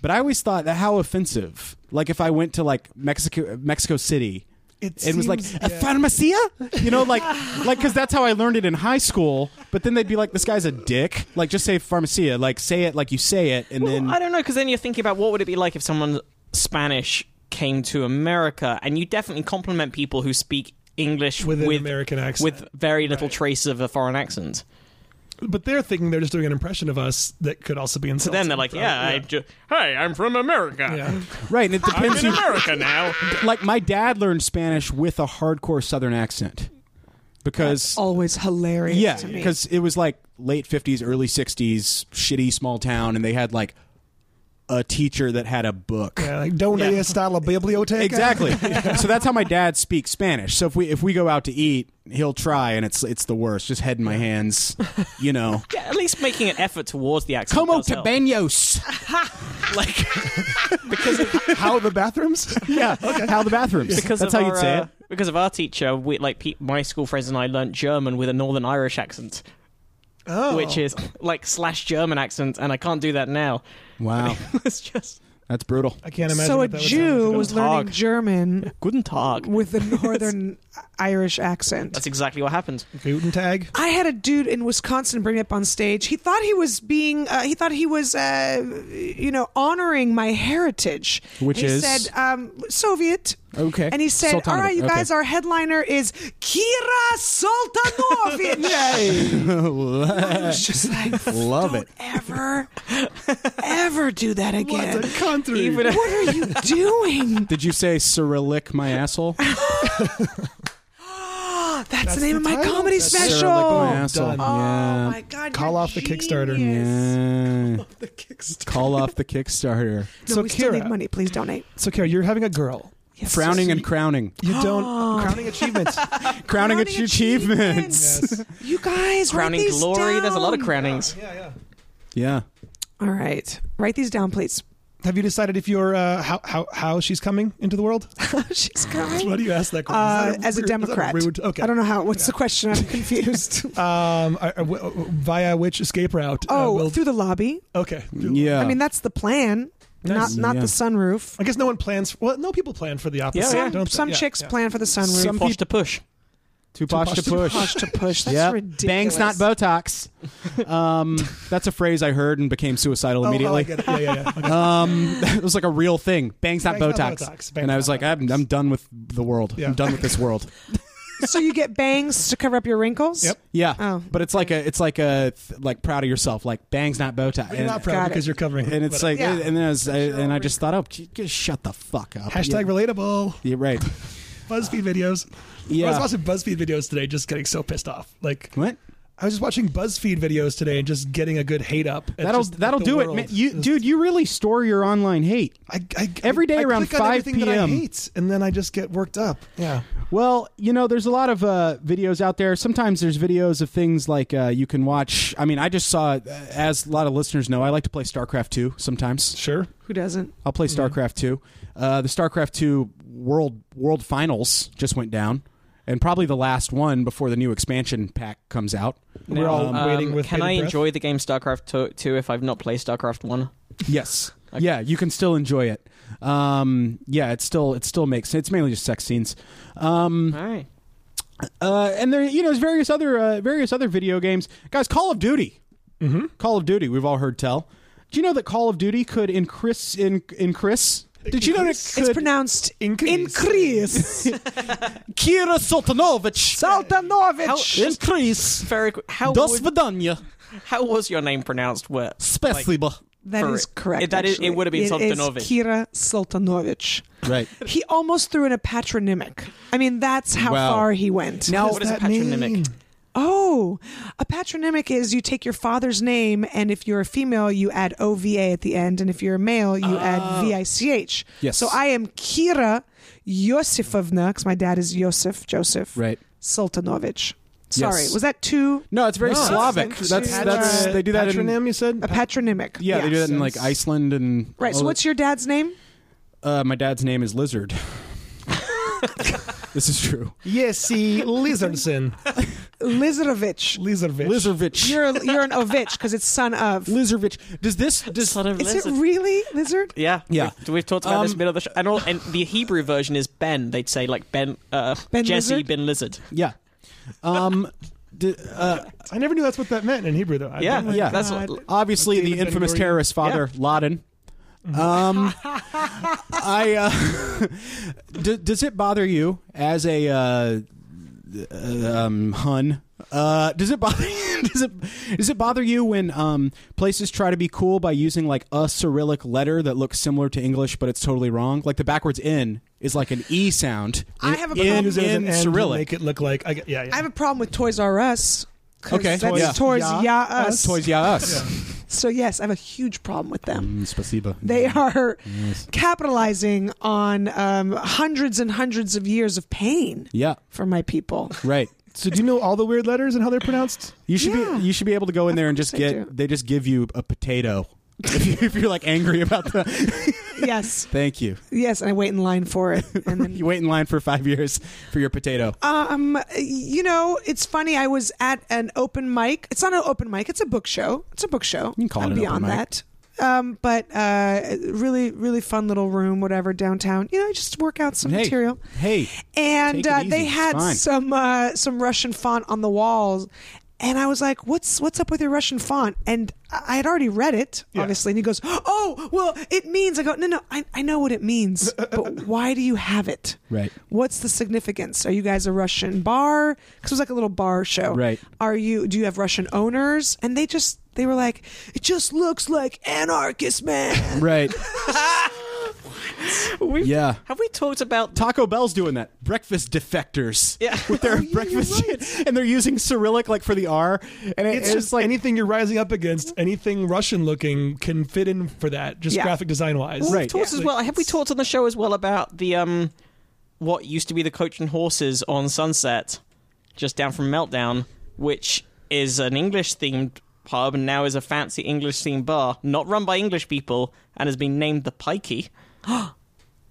Speaker 4: But I always thought that how offensive. Like if I went to like Mexico Mexico City.
Speaker 3: It
Speaker 4: and was like
Speaker 3: seems-
Speaker 4: a
Speaker 3: yeah.
Speaker 4: pharmacia, you know, like, like because that's how I learned it in high school. But then they'd be like, "This guy's a dick." Like, just say pharmacia, like say it like you say it, and
Speaker 2: Well,
Speaker 4: then
Speaker 2: I don't know because then you're thinking about what would it be like if someone Spanish came to America, and you definitely compliment people who speak English
Speaker 3: With an
Speaker 2: with
Speaker 3: American accent.
Speaker 2: with very little trace of a foreign accent.
Speaker 3: But they're thinking they're just doing an impression of us that could also be insulting.
Speaker 2: Then they're like,
Speaker 3: probably.
Speaker 2: "Yeah, I ju- hey, I'm from America.
Speaker 3: Yeah.
Speaker 4: right, and it
Speaker 2: I'm
Speaker 4: depends.
Speaker 2: in
Speaker 4: who-
Speaker 2: America now."
Speaker 4: like my dad learned Spanish with a hardcore Southern accent because
Speaker 5: Always hilarious
Speaker 4: yeah,
Speaker 5: to me.
Speaker 4: because it was like late fifties, early sixties, shitty small town, and they had like a teacher that had a book.
Speaker 3: Yeah, like don't yeah. style a biblioteca.
Speaker 4: Exactly. So that's how my dad speaks Spanish. So if we if we go out to eat, he'll try, and it's it's the worst. Just head in my hands, you know.
Speaker 2: Yeah, at least making an effort towards the accent.
Speaker 4: Como
Speaker 2: does help.
Speaker 4: tabenos.
Speaker 2: like
Speaker 3: How the bathrooms?
Speaker 4: Yeah. How the bathrooms.
Speaker 2: because
Speaker 4: that's
Speaker 2: of
Speaker 4: how
Speaker 2: our,
Speaker 4: you'd say
Speaker 2: uh,
Speaker 4: it.
Speaker 2: Because of our teacher, we like pe- my school friends and I learnt German with a Northern Irish accent,
Speaker 3: Oh,
Speaker 2: which is like slash German accent, and I can't do that now.
Speaker 4: Wow,
Speaker 2: it's just
Speaker 4: that's brutal.
Speaker 3: I can't imagine.
Speaker 5: so a
Speaker 3: what that would sound
Speaker 5: Jew
Speaker 3: like.
Speaker 5: was learning German
Speaker 2: guten Tag.
Speaker 5: with a northern Irish accent.
Speaker 2: That's exactly what happened.
Speaker 3: Guten Tag.
Speaker 5: I had a dude in Wisconsin bring me up on stage. He thought he was being, uh, he thought he was, uh, you know, honoring my heritage.
Speaker 4: Which
Speaker 5: And he
Speaker 4: is?
Speaker 5: said um, Soviet.
Speaker 4: Okay.
Speaker 5: And he said,
Speaker 4: Sultanov,
Speaker 5: "All right, you
Speaker 4: okay.
Speaker 5: guys, our headliner is Kira Soltanovich." I was just like,
Speaker 4: Love
Speaker 5: "Don't
Speaker 4: it.
Speaker 5: ever, ever do that again."
Speaker 3: country.
Speaker 2: Even if-
Speaker 5: What are you doing?
Speaker 4: Did you say Cyrillic my asshole?
Speaker 5: Ah, That's, the name
Speaker 3: the
Speaker 5: of my
Speaker 3: title?
Speaker 5: comedy
Speaker 3: That's
Speaker 5: special.
Speaker 4: Cyrillic my asshole.
Speaker 3: Done.
Speaker 5: Oh
Speaker 4: Yeah.
Speaker 5: my god!
Speaker 3: Call
Speaker 5: you're
Speaker 3: off the Kickstarter.
Speaker 5: genius.
Speaker 4: Yeah.
Speaker 3: the Kickstarter.
Speaker 4: Eh. Call off the Kickstarter.
Speaker 5: No,
Speaker 3: So
Speaker 5: we still need
Speaker 3: Kira-
Speaker 5: money. Please donate.
Speaker 3: So, Kara, you're having a girl.
Speaker 5: Yes.
Speaker 4: Frowning and crowning.
Speaker 3: You don't crowning achievements.
Speaker 4: Crowning its achievements.
Speaker 3: Yes.
Speaker 5: You guys,
Speaker 2: Crowning
Speaker 5: write these
Speaker 2: glory.
Speaker 5: Down.
Speaker 2: There's a lot of crownings.
Speaker 3: Yeah, yeah.
Speaker 4: Yeah.
Speaker 5: All right, write these down, please.
Speaker 3: Have you decided if you're uh, how how how she's coming into the world?
Speaker 5: She's
Speaker 3: Why
Speaker 5: coming.
Speaker 3: do you ask that question?
Speaker 5: Uh,
Speaker 3: Is that
Speaker 5: as a
Speaker 3: rude- is that
Speaker 5: Democrat,
Speaker 3: rude? Okay.
Speaker 5: I don't know how. What's the question? I'm confused.
Speaker 3: Um, are- are- w- w- via which escape route? uh,
Speaker 5: oh,
Speaker 3: will-
Speaker 5: through the lobby.
Speaker 3: okay.
Speaker 4: Yeah.
Speaker 5: I mean, that's the plan.
Speaker 3: Nice.
Speaker 5: Not not
Speaker 4: Yeah.
Speaker 5: the sunroof.
Speaker 3: I guess no one plans. well, no people plan for the opposite.
Speaker 2: Yeah, yeah.
Speaker 5: Some,
Speaker 3: don't they?
Speaker 5: some
Speaker 3: Yeah,
Speaker 5: chicks
Speaker 3: yeah.
Speaker 5: plan for the sunroof.
Speaker 2: Some push to push.
Speaker 4: too posh to push.
Speaker 5: push to push. That's
Speaker 4: Yep.
Speaker 5: ridiculous.
Speaker 4: Bangs not Botox. Um, that's a phrase I heard and became suicidal
Speaker 3: Oh, oh, I
Speaker 4: immediately.
Speaker 3: get it. Yeah, yeah, yeah. Okay.
Speaker 4: um, it was like a real thing. Bangs not
Speaker 3: Bangs not
Speaker 4: Botox.
Speaker 3: Botox. Bangs
Speaker 4: and I was
Speaker 3: not
Speaker 4: like, I'm, I'm done with the world.
Speaker 3: Yeah.
Speaker 4: I'm done with this world.
Speaker 5: So you get bangs to cover up your wrinkles.
Speaker 3: Yep.
Speaker 4: Yeah.
Speaker 5: Oh.
Speaker 4: But it's like a, it's like a, th- like proud of yourself. Like bangs not Botox.
Speaker 3: But
Speaker 4: and,
Speaker 3: you're not proud
Speaker 5: Got
Speaker 3: because
Speaker 5: it.
Speaker 3: you're covering. it.
Speaker 4: and it's
Speaker 3: Whatever.
Speaker 4: like,
Speaker 5: Yeah.
Speaker 4: and then I was, I, and I just thought, oh, gee, just shut the fuck up.
Speaker 3: hashtag
Speaker 4: Yeah.
Speaker 3: relatable.
Speaker 4: Yeah, right.
Speaker 3: BuzzFeed videos. I
Speaker 4: Yeah.
Speaker 3: was watching BuzzFeed videos today, just getting so pissed off. Like
Speaker 4: What?
Speaker 3: I was just watching BuzzFeed videos today and just getting a good hate up. at
Speaker 4: That'll
Speaker 3: just, like,
Speaker 4: that'll
Speaker 3: the
Speaker 4: do
Speaker 3: world.
Speaker 4: it, man. You, dude. You really store your online hate.
Speaker 3: I, I,
Speaker 4: Every day
Speaker 3: I
Speaker 4: around
Speaker 3: click on
Speaker 4: 5
Speaker 3: everything That I
Speaker 4: PM.
Speaker 3: hate, and then I just get worked up. Yeah.
Speaker 4: Well, you know, there's a lot of uh, videos out there. Sometimes there's videos of things like uh, you can watch. I mean, I just saw, uh, as a lot of listeners know, I like to play StarCraft 2 sometimes.
Speaker 3: Sure.
Speaker 5: Who doesn't?
Speaker 4: I'll play StarCraft 2. Uh, the StarCraft 2 world world finals just went down, and probably the last one before the new expansion pack comes out.
Speaker 3: We're all
Speaker 2: Um,
Speaker 3: waiting with
Speaker 2: Can
Speaker 3: bated
Speaker 2: I
Speaker 3: breath.
Speaker 2: enjoy the game StarCraft 2 if I've not played StarCraft 1?
Speaker 4: Yes. Yeah, you can still enjoy it. Um, yeah, it still it still makes it's mainly just sex scenes. Um,
Speaker 2: All right.
Speaker 4: Uh, and there, you know, there's various other uh, various other video games. Guys, Call of Duty. Mm-hmm. Call of Duty. We've all heard tell. Do you know that Call of Duty could increase in, increase Did you know it
Speaker 5: It's
Speaker 4: could-
Speaker 5: pronounced
Speaker 3: Increase.
Speaker 5: increase.
Speaker 4: Kira Sultanovich
Speaker 5: Saltanovich.
Speaker 4: increase.
Speaker 2: Very quick. How,
Speaker 4: До
Speaker 2: would,
Speaker 4: свидания.
Speaker 2: how was your name pronounced? Where?
Speaker 4: Спасибо.
Speaker 5: That
Speaker 2: for
Speaker 5: is
Speaker 2: it.
Speaker 5: correct.
Speaker 2: It- that is- it
Speaker 5: actually.
Speaker 2: would have been
Speaker 5: It is
Speaker 2: Sultanovich.
Speaker 5: Kira Sultanovich.
Speaker 4: Right.
Speaker 5: He almost threw in a patronymic. I mean, that's how
Speaker 4: Wow.
Speaker 5: far he went.
Speaker 4: Now-
Speaker 2: What is a
Speaker 3: that mean?
Speaker 2: patronymic?
Speaker 5: oh, a patronymic is you take your father's name, and if you're a female, you add OVA at the end, and if you're a male, you add VICH.
Speaker 1: Yes.
Speaker 5: So I am Kira Yosifovna, because my dad is Yosef, Joseph.
Speaker 1: Right.
Speaker 5: Sultanovich. Sorry,
Speaker 1: Yes.
Speaker 5: was that too
Speaker 4: No, it's very
Speaker 3: No,
Speaker 4: Slavic.
Speaker 5: that's
Speaker 4: That's
Speaker 5: interesting.
Speaker 4: that's
Speaker 5: Patro-
Speaker 4: they do that in
Speaker 3: patronym. you said
Speaker 5: a patronymic?
Speaker 4: yeah, they do that in like
Speaker 3: Yes.
Speaker 4: Iceland and
Speaker 5: Right. So
Speaker 4: all
Speaker 5: what's your dad's name?
Speaker 4: Uh, my dad's name is Lizard. this is true.
Speaker 3: Yes, see, Lizardson,
Speaker 5: Lizrovich.
Speaker 3: Lizardvich.
Speaker 4: Lizervich.
Speaker 5: You're you're an Ovich because it's son of.
Speaker 4: Lizervich. Does this does
Speaker 2: Son of
Speaker 5: Is
Speaker 2: lizard.
Speaker 5: it really lizard?
Speaker 2: Yeah,
Speaker 4: Yeah.
Speaker 2: We've, we've talked about this
Speaker 4: Um,
Speaker 2: a bit on the show, and, all, and the Hebrew version is Ben. They'd say like Ben, uh,
Speaker 5: Ben
Speaker 2: Jesse,
Speaker 5: Lizard?
Speaker 2: Ben Lizard.
Speaker 4: yeah. Um d- uh,
Speaker 3: I never knew that's what that meant in Hebrew, though. I
Speaker 2: Yeah,
Speaker 3: don't know.
Speaker 4: yeah.
Speaker 2: That's
Speaker 5: God.
Speaker 2: what-
Speaker 4: obviously
Speaker 3: David
Speaker 4: the infamous
Speaker 3: Ben-Gurion.
Speaker 4: terrorist father Laden. Um, I uh, d- does it bother you as a uh, uh, um, Hun? Uh, does it bother does it does it bother you when um, places try to be cool by using like a Cyrillic letter that looks similar to English but it's totally wrong? Like the backwards "n" is like an e sound.
Speaker 5: I have a
Speaker 4: in,
Speaker 5: problem-
Speaker 3: Use it as an end
Speaker 4: in
Speaker 3: to
Speaker 4: Cyrillic.
Speaker 3: Make it look like I, get- yeah, yeah.
Speaker 5: I have a problem with Toys R Us. 'cause
Speaker 4: Okay.
Speaker 5: That's
Speaker 4: Toys-
Speaker 5: Toys
Speaker 3: yeah.
Speaker 5: Ya Us.
Speaker 4: Toys yeah us.
Speaker 5: So yes, I have a huge problem with them.
Speaker 4: Mm, Spasiba.
Speaker 5: They are capitalizing on um, hundreds and hundreds of years of pain
Speaker 4: Yeah.
Speaker 5: for my people.
Speaker 4: Right.
Speaker 3: so do you know all the weird letters and how they're pronounced?
Speaker 4: You should
Speaker 5: Yeah.
Speaker 4: be you should be able to go in there and just
Speaker 5: I
Speaker 4: get
Speaker 5: do.
Speaker 4: they just give you a potato if, you, if you're like angry about the.
Speaker 5: yes,
Speaker 4: Thank you.
Speaker 5: yes, and I wait in line for it. And then
Speaker 4: You wait in line for five years for your potato.
Speaker 5: Um, you know, it's funny. I was at an open mic. It's not an open mic. It's a book show. It's a book show.
Speaker 4: can call it
Speaker 5: I'm
Speaker 4: an
Speaker 5: beyond
Speaker 4: open mic.
Speaker 5: that. Um, but uh, really, really fun little room, whatever downtown. You know, just work out some
Speaker 4: hey,
Speaker 5: material.
Speaker 4: hey,
Speaker 5: And
Speaker 4: Take it
Speaker 5: uh,
Speaker 4: easy.
Speaker 5: they
Speaker 4: It's
Speaker 5: had
Speaker 4: fine.
Speaker 5: some uh, some Russian font on the walls, and I was like, "What's what's up with your Russian font?" And I I had already read it, obviously. And he goes, "Oh, well, it means." I go, "No, no, I, I know what it means, but why do you have it?"
Speaker 4: Right.
Speaker 5: What's the significance? Are you guys a Russian bar? Because it was like a little bar show.
Speaker 4: Right.
Speaker 5: Are you? Do you have Russian owners? And they just they were like, "It just looks like anarchist man."
Speaker 4: right?
Speaker 2: We've-
Speaker 4: Yeah.
Speaker 2: Have we talked about
Speaker 4: Taco Bell's doing that. Breakfast defectors.
Speaker 2: Yeah.
Speaker 4: with
Speaker 5: Oh,
Speaker 4: their breakfast and they're using Cyrillic like for the R, and it-
Speaker 3: It's,
Speaker 4: it's
Speaker 3: just like anything you're rising up against, anything Russian looking can fit in for that, just
Speaker 5: Yeah.
Speaker 3: graphic design wise.
Speaker 2: Well, we've
Speaker 4: Right.
Speaker 2: talked as well. Have we talked on the show as well about the um, what used to be the coach and horses on Sunset, just down from Meltdown, which is an English themed pub and now is a fancy English themed bar, not run by English people, and has been named the Pikey.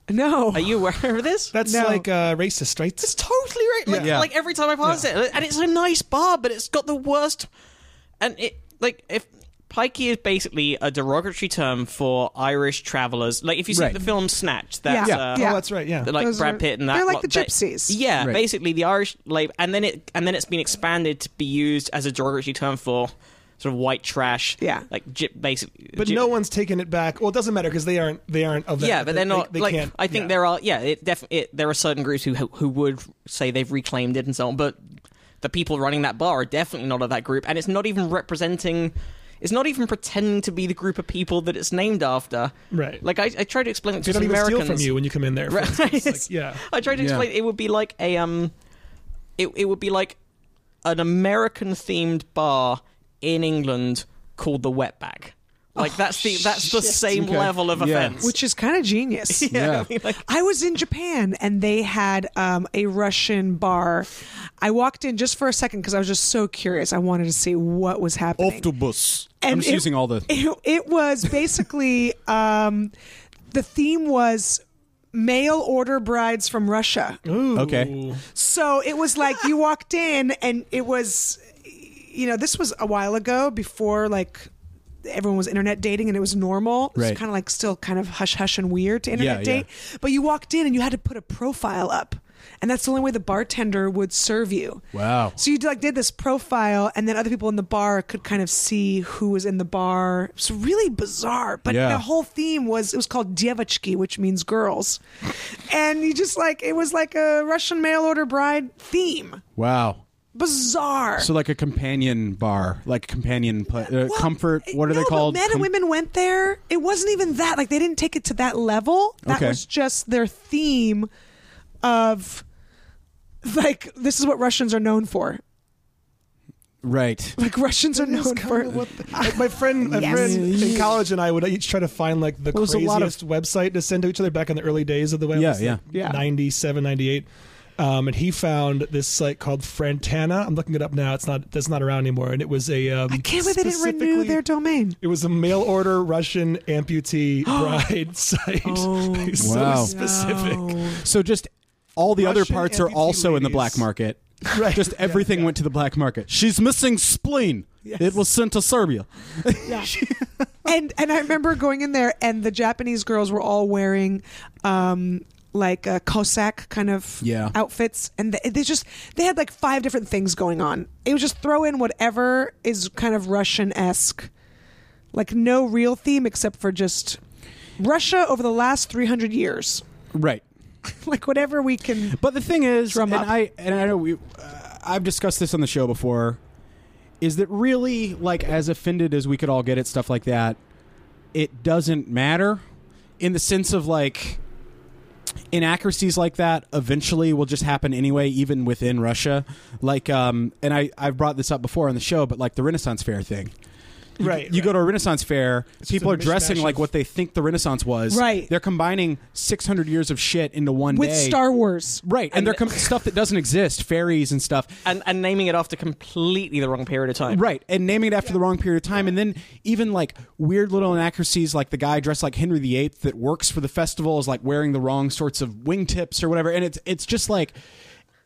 Speaker 5: no.
Speaker 2: Are you aware of this?
Speaker 3: That's
Speaker 5: No.
Speaker 3: like uh, racist, right?
Speaker 2: It's totally right. Like,
Speaker 4: Yeah.
Speaker 2: like every time I pass it, and it's a nice bar, but it's got the worst. And it like if pikey is basically a derogatory term for Irish travelers. Like if you see
Speaker 4: Right.
Speaker 2: the film Snatch, that's
Speaker 5: Yeah.
Speaker 2: Uh,
Speaker 5: Yeah.
Speaker 3: Oh, that's right. Yeah.
Speaker 2: Like
Speaker 5: Those are-
Speaker 2: Brad Pitt and that.
Speaker 5: they're like
Speaker 2: lot,
Speaker 5: the
Speaker 2: they-
Speaker 5: gypsies.
Speaker 2: yeah,
Speaker 4: Right.
Speaker 2: basically the Irish like, and then it and then it's been expanded to be used as a derogatory term for sort of white trash.
Speaker 5: Yeah.
Speaker 2: like gyp, basically.
Speaker 3: but
Speaker 2: gyp-
Speaker 3: no one's taken it back. Well, it doesn't matter because they aren't. They aren't of that.
Speaker 2: yeah, but
Speaker 3: they-
Speaker 2: they're not.
Speaker 3: They, they
Speaker 2: like,
Speaker 3: can't,
Speaker 2: I think
Speaker 3: yeah.
Speaker 2: there are. Yeah, it definitely. There are certain groups who who would say they've reclaimed it and so on, but the people running that bar are definitely not of that group, and it's not even representing. It's not even pretending to be the group of people that it's named after.
Speaker 3: Right.
Speaker 2: Like I, I tried to explain it to
Speaker 3: They don't
Speaker 2: some
Speaker 3: even
Speaker 2: Americans.
Speaker 3: steal from you when you come in there. for
Speaker 2: Right.
Speaker 3: instance. Like, yeah.
Speaker 2: I tried to
Speaker 4: Yeah.
Speaker 2: explain. It would be like a um, it it would be like an American themed bar in England called the Wetback. Like that's
Speaker 3: Oh,
Speaker 2: the that's the same
Speaker 4: Okay.
Speaker 2: level of
Speaker 4: Yeah.
Speaker 2: offense.
Speaker 5: Which is kind of genius.
Speaker 4: yeah.
Speaker 5: I was in Japan and they had um, a Russian bar. I walked in just for a second because I was just so curious. I wanted to see what was happening.
Speaker 4: Octopus.
Speaker 5: And
Speaker 4: I'm just
Speaker 5: it-
Speaker 4: using all the.
Speaker 5: It, it was basically um, the theme was mail order brides from Russia.
Speaker 4: Okay.
Speaker 5: So it was like you walked in and it was, you know, this was a while ago before like everyone was internet dating and it was normal. It
Speaker 4: Right.
Speaker 5: was kind of like still kind of hush hush and weird to internet
Speaker 4: Yeah, yeah.
Speaker 5: date. But you walked in and you had to put a profile up. and that's the only way the bartender would serve you.
Speaker 4: Wow.
Speaker 5: So you like did this profile, and then other people in the bar could kind of see who was in the bar. It's really bizarre, but
Speaker 4: Yeah.
Speaker 5: the whole theme was it was called Dievachki, which means girls, and you just like it was like a Russian mail order bride theme.
Speaker 4: Wow.
Speaker 5: Bizarre.
Speaker 4: So like a companion bar, like companion pla- uh,
Speaker 5: Well, eh,
Speaker 4: comfort. What are
Speaker 5: no,
Speaker 4: they
Speaker 5: but
Speaker 4: called?
Speaker 5: Men and
Speaker 4: Com-
Speaker 5: women went there. It wasn't even that. Like they didn't take it to that level. That
Speaker 4: Okay.
Speaker 5: was just their theme of like this is what Russians are known for.
Speaker 4: Right.
Speaker 5: Like Russians are known for.
Speaker 3: What the- like, my friend, my
Speaker 5: Yes.
Speaker 3: friend in college and I would each try to find like the
Speaker 4: Well, there's a
Speaker 3: craziest
Speaker 4: lot of-
Speaker 3: website to send to each other back in the early days of the web.
Speaker 4: Yeah,
Speaker 3: It was, like,
Speaker 4: yeah. Yeah.
Speaker 3: 97, 98. Um, and he found this site called Frantana. I'm looking it up now. It's not that's not around anymore. And it was a um,
Speaker 5: I can't believe they didn't renew
Speaker 3: specifically-
Speaker 5: their domain.
Speaker 3: It was a mail order Russian amputee bride site.
Speaker 5: Oh,
Speaker 3: so
Speaker 4: Wow.
Speaker 3: specific.
Speaker 4: So just all the other
Speaker 3: Russian
Speaker 4: parts are
Speaker 3: amputee
Speaker 4: also in the
Speaker 3: ladies.
Speaker 4: black market.
Speaker 3: Right.
Speaker 4: Just everything went to the black market. She's missing spleen. It was sent to Serbia.
Speaker 5: and and I remember going in there, and the Japanese girls were all wearing. Um, like uh, Cossack kind of
Speaker 4: Yeah.
Speaker 5: outfits, and they, they just they had like five different things going on. It was just throw in whatever is kind of Russian esque, like no real theme except for just Russia over the last three hundred years,
Speaker 4: Right.
Speaker 5: like whatever we can.
Speaker 4: But the thing is,
Speaker 5: Drum
Speaker 4: and
Speaker 5: up.
Speaker 4: I and I know we, uh, I've discussed this on the show before, is that really like as offended as we could all get at stuff like that, it doesn't matter, in the sense of like inaccuracies like that eventually will just happen anyway even within russia like um and i i've brought this up before on the show but like the renaissance fair thing
Speaker 3: right.
Speaker 4: you go to a Renaissance fair, people
Speaker 3: a
Speaker 4: are dressing
Speaker 3: mishmash
Speaker 4: like
Speaker 3: of-
Speaker 4: what they think the Renaissance was.
Speaker 5: Right.
Speaker 4: They're combining 600 years of shit into one
Speaker 5: With
Speaker 4: day.
Speaker 5: Star Wars,
Speaker 4: Right, and,
Speaker 2: And
Speaker 4: they're
Speaker 2: the-
Speaker 4: com- stuff that doesn't exist, fairies and stuff.
Speaker 2: and, and naming it after completely the wrong period of time.
Speaker 4: Right, and naming it after the wrong period of time, and then even like weird little inaccuracies, like the guy dressed like Henry VIII that works for the festival is like wearing the wrong sorts of wingtips or whatever, and it's it's just like.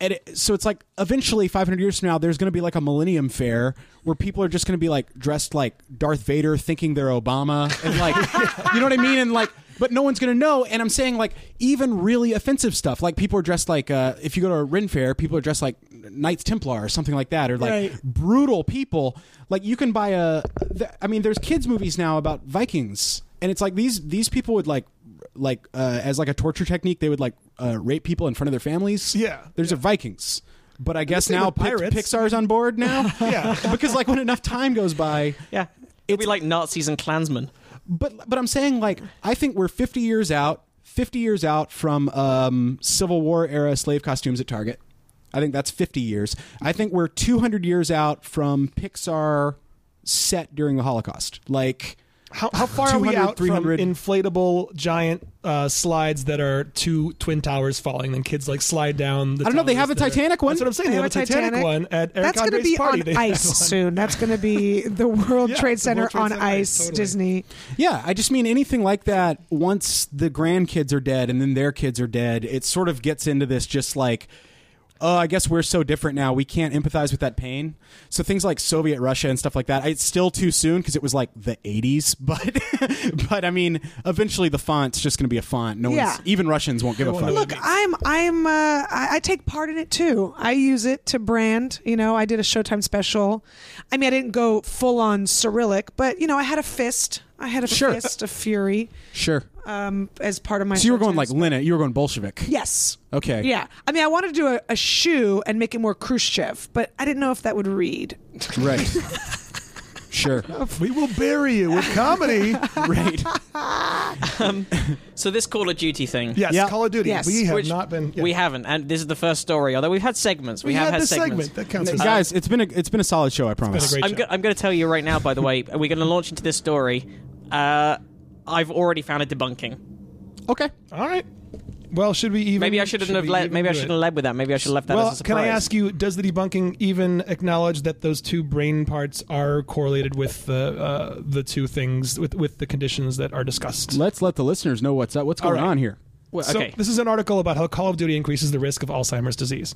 Speaker 4: And it, so it's like eventually 500 years from now there's going to be like a millennium fair where people are just going to be like dressed like Darth Vader thinking they're Obama and like you know what I mean and like but no one's going to know and I'm saying like even really offensive stuff like people are dressed like uh, if you go to a Ren fair people are dressed like Knights Templar or something like that or like
Speaker 3: Right.
Speaker 4: brutal people. Like you can buy a, th- I mean, there's kids movies now about Vikings, and it's like these these people would like like uh, as like a torture technique, they would like uh, rape people in front of their families.
Speaker 3: Yeah.
Speaker 4: there's a Vikings, but I guess
Speaker 3: same
Speaker 4: now
Speaker 3: with
Speaker 4: Pix-
Speaker 3: pirates.
Speaker 4: Pixar's on board now.
Speaker 3: Yeah.
Speaker 4: because like when enough time goes by,
Speaker 2: Yeah. It'd be like Nazis and Klansmen.
Speaker 4: but but I'm saying like I think we're 50 years out, 50 years out from um, Civil War era slave costumes at Target. I think that's 50 years. I think we're 200 years out from Pixar set during the Holocaust. Like
Speaker 3: How, how far are we
Speaker 4: 200,
Speaker 3: out
Speaker 4: 300?
Speaker 3: from inflatable giant uh, slides that are two twin towers falling and kids like slide down? The
Speaker 4: I don't know, they
Speaker 3: towers
Speaker 4: have a
Speaker 3: that are-
Speaker 4: Titanic one.
Speaker 3: That's what I'm saying. They, have, a Titanic, one at Eric
Speaker 5: That's going to
Speaker 3: Andre's
Speaker 5: be
Speaker 3: party.
Speaker 5: on
Speaker 3: They have
Speaker 5: ice
Speaker 3: one.
Speaker 5: soon. That's going to be the World
Speaker 3: Yeah,
Speaker 5: Trade
Speaker 3: the
Speaker 5: Center
Speaker 3: World Trade
Speaker 5: on
Speaker 3: Center,
Speaker 5: ice.
Speaker 3: totally.
Speaker 5: Disney.
Speaker 4: yeah, I just mean anything like that. Once the grandkids are dead and then their kids are dead, it sort of gets into this just like. Oh, I guess we're so different now. We can't empathize with that pain. So things like Soviet Russia and stuff like that. It's still too soon because it was like the '80s, but but I mean, eventually the font's just going to be a font. No
Speaker 5: Yeah.
Speaker 4: one's even Russians won't give a
Speaker 3: won't
Speaker 4: fuck.
Speaker 3: know
Speaker 5: Look, I'm I'm uh, I, I take part in it too. I use it to brand. You know, I did a Showtime special. I mean, I didn't go full on Cyrillic, but you know, I had a fist. I had a
Speaker 4: Sure.
Speaker 5: fist of fury
Speaker 4: sure.
Speaker 5: um, as part of my.
Speaker 4: So you were going
Speaker 5: Showtime
Speaker 4: like
Speaker 5: special.
Speaker 4: Lenin. You were going Bolshevik.
Speaker 5: yes.
Speaker 4: Okay.
Speaker 5: Yeah, I mean, I wanted to do a, a shoe and make it more Khrushchev, but I didn't know if that would read.
Speaker 4: Right. sure.
Speaker 3: We will bury you with comedy.
Speaker 4: Right.
Speaker 2: So this Call of Duty thing.
Speaker 3: yes,
Speaker 4: Yeah.
Speaker 3: Call of Duty.
Speaker 5: Yes.
Speaker 3: We have
Speaker 2: Which
Speaker 3: not been. yeah.
Speaker 2: We haven't, and this is the first story. Although we've had segments, we,
Speaker 3: We
Speaker 2: have
Speaker 3: had
Speaker 2: had
Speaker 3: the
Speaker 2: segments.
Speaker 3: segment that counts. as-
Speaker 4: Guys, it's been a it's been a solid show. I promise.
Speaker 3: great
Speaker 2: I'm,
Speaker 3: show.
Speaker 2: go- I'm going to tell you right now. By the way, we're going to launch into this story. Uh, I've already found a debunking.
Speaker 4: Okay.
Speaker 3: All right. Well, should we even?
Speaker 2: Maybe I shouldn't
Speaker 3: Mm, should
Speaker 2: have
Speaker 3: we
Speaker 2: led.
Speaker 3: even
Speaker 2: Maybe I
Speaker 3: do it?
Speaker 2: shouldn't have led with that. Maybe I should have left that
Speaker 3: Well,
Speaker 2: as a
Speaker 3: can
Speaker 2: surprise.
Speaker 3: I ask you? Does the debunking even acknowledge that those two brain parts are correlated with the uh, the two things with with the conditions that are discussed?
Speaker 4: Let's let the listeners know what's up. What's going
Speaker 3: right.
Speaker 4: on here?
Speaker 2: Well,
Speaker 3: So
Speaker 2: okay.
Speaker 3: this is an article about how Call of Duty increases the risk of Alzheimer's disease.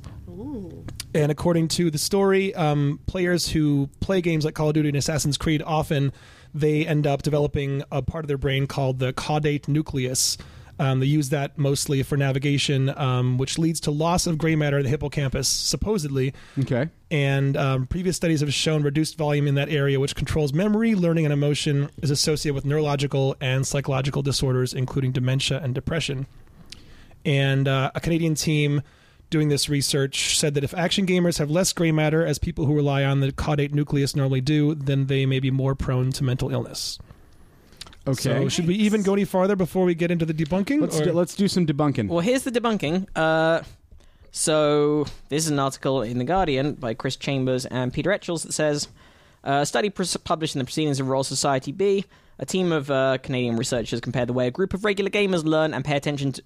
Speaker 3: And according to the story, um, players who play games like Call of Duty and Assassin's Creed often they end up developing a part of their brain called the caudate nucleus. Um, they use that mostly for navigation, um, which leads to loss of gray matter in the hippocampus, supposedly.
Speaker 4: Okay.
Speaker 3: And um, previous studies have shown reduced volume in that area, which controls memory, learning, and emotion, is associated with neurological and psychological disorders, including dementia and depression. And uh, a Canadian team doing this research said that if action gamers have less gray matter, as people who rely on the caudate nucleus normally do, then they may be more prone to mental illness.
Speaker 4: Okay.
Speaker 3: So, should we even go any farther before we get into the debunking?
Speaker 4: let's
Speaker 3: or-
Speaker 4: do, let's do some debunking.
Speaker 2: Well, here's the debunking. Uh, so, this is an article in The Guardian by Chris Chambers and Peter Etchells that says uh, a study pres- published in the Proceedings of Royal Society B, a team of uh, Canadian researchers compared the way a group of regular gamers learn and pay attention to,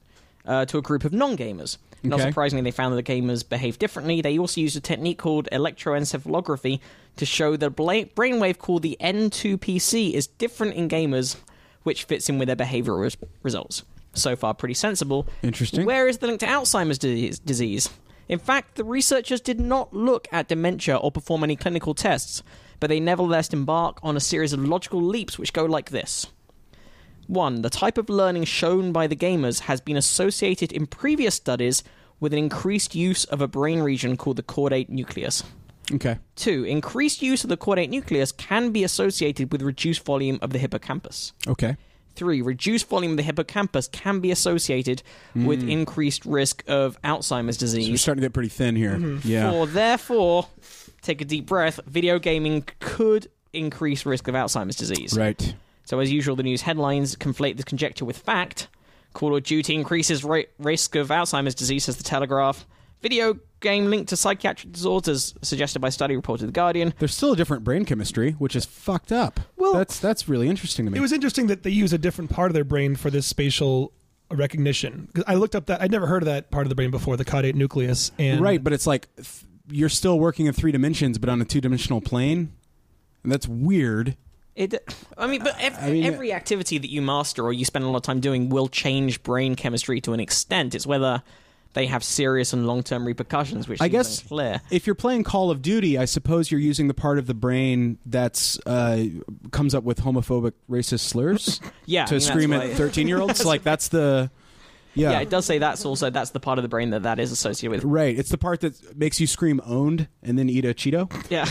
Speaker 2: uh, to a group of non gamers. Not
Speaker 4: Okay.
Speaker 2: surprisingly, they found that the gamers behave differently. They also used a technique called electroencephalography to show that a bla- brainwave called the N2PC is different in gamers, which fits in with their behavioral res- results. So far, pretty sensible.
Speaker 4: Interesting.
Speaker 2: Where is the link to Alzheimer's dis- disease? In fact, the researchers did not look at dementia or perform any clinical tests, but they nevertheless embark on a series of logical leaps which go like this. 1. The type of learning shown by the gamers has been associated in previous studies with an increased use of a brain region called the caudate nucleus.
Speaker 4: Okay.
Speaker 2: 2. Increased use of the caudate nucleus can be associated with reduced volume of the hippocampus.
Speaker 4: Okay.
Speaker 2: 3. Reduced volume of the hippocampus can be associated with increased risk of Alzheimer's
Speaker 4: So we're
Speaker 2: disease.
Speaker 4: starting to get pretty thin here.
Speaker 3: Mm-hmm.
Speaker 4: Yeah.
Speaker 2: Or therefore, take a deep breath, video gaming could increase risk of Alzheimer's disease.
Speaker 4: Right.
Speaker 2: So, as usual, the news headlines conflate this conjecture with fact. Call of Duty increases ri- risk of Alzheimer's disease, says the Telegraph. Video game linked to psychiatric disorders, suggested by study reported The Guardian.
Speaker 4: There's still a different brain chemistry, which is fucked up.
Speaker 3: Well-
Speaker 4: that's that's really interesting to me.
Speaker 3: It was interesting that they use a different part of their brain for this spatial recognition. 'Cause I looked up that I'd never heard of that part of the brain before, the caudate nucleus. And
Speaker 4: right, but it's like th- you're still working in three dimensions, but on a two dimensional plane. And that's weird.
Speaker 2: It, I mean, but ev-
Speaker 4: I mean-
Speaker 2: every activity that you master or you spend a lot of time doing will change brain chemistry to an extent. It's whether they have serious and long-term repercussions, which
Speaker 4: I
Speaker 2: seems
Speaker 4: guess-
Speaker 2: unclear.
Speaker 4: If you're playing Call of Duty, I suppose you're using the part of the brain that's uh, comes up with homophobic, racist slurs
Speaker 2: Yeah, I
Speaker 4: to
Speaker 2: mean, that's
Speaker 4: scream
Speaker 2: why-
Speaker 4: at 13 year olds. like that's the
Speaker 2: Yeah.
Speaker 4: yeah,
Speaker 2: it does say that's also that's the part of the brain that that is associated with.
Speaker 4: right. It's the part that makes you scream owned and then eat a Cheeto.
Speaker 2: Yeah.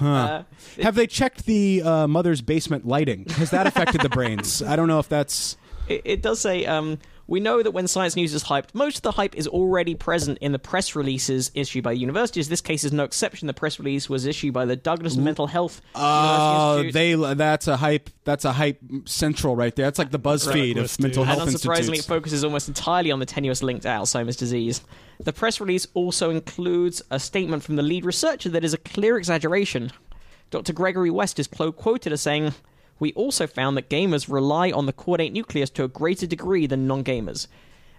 Speaker 2: Uh,
Speaker 4: Have they checked the uh, mother's basement lighting? Has that affected the brains? I don't know if that's
Speaker 2: It, it does say um, we know that when science news is hyped, most of the hype is already present in the press releases issued by universities. This case is no exception. The press release was issued by the Douglas Mental Health
Speaker 4: Oh,
Speaker 2: University Institute.
Speaker 4: they that's a hype. That's a hype central right there. That's like the BuzzFeed
Speaker 3: Douglas,
Speaker 4: of
Speaker 3: dude.
Speaker 4: mental
Speaker 2: and
Speaker 4: health
Speaker 2: unsurprisingly, it
Speaker 4: institutes.
Speaker 2: focuses almost entirely on the tenuous link to Alzheimer's disease. The press release also includes a statement from the lead researcher that is a clear exaggeration. Dr. Gregory West is clo- quoted as saying, We also found that gamers rely on the caudate nucleus to a greater degree than non gamers.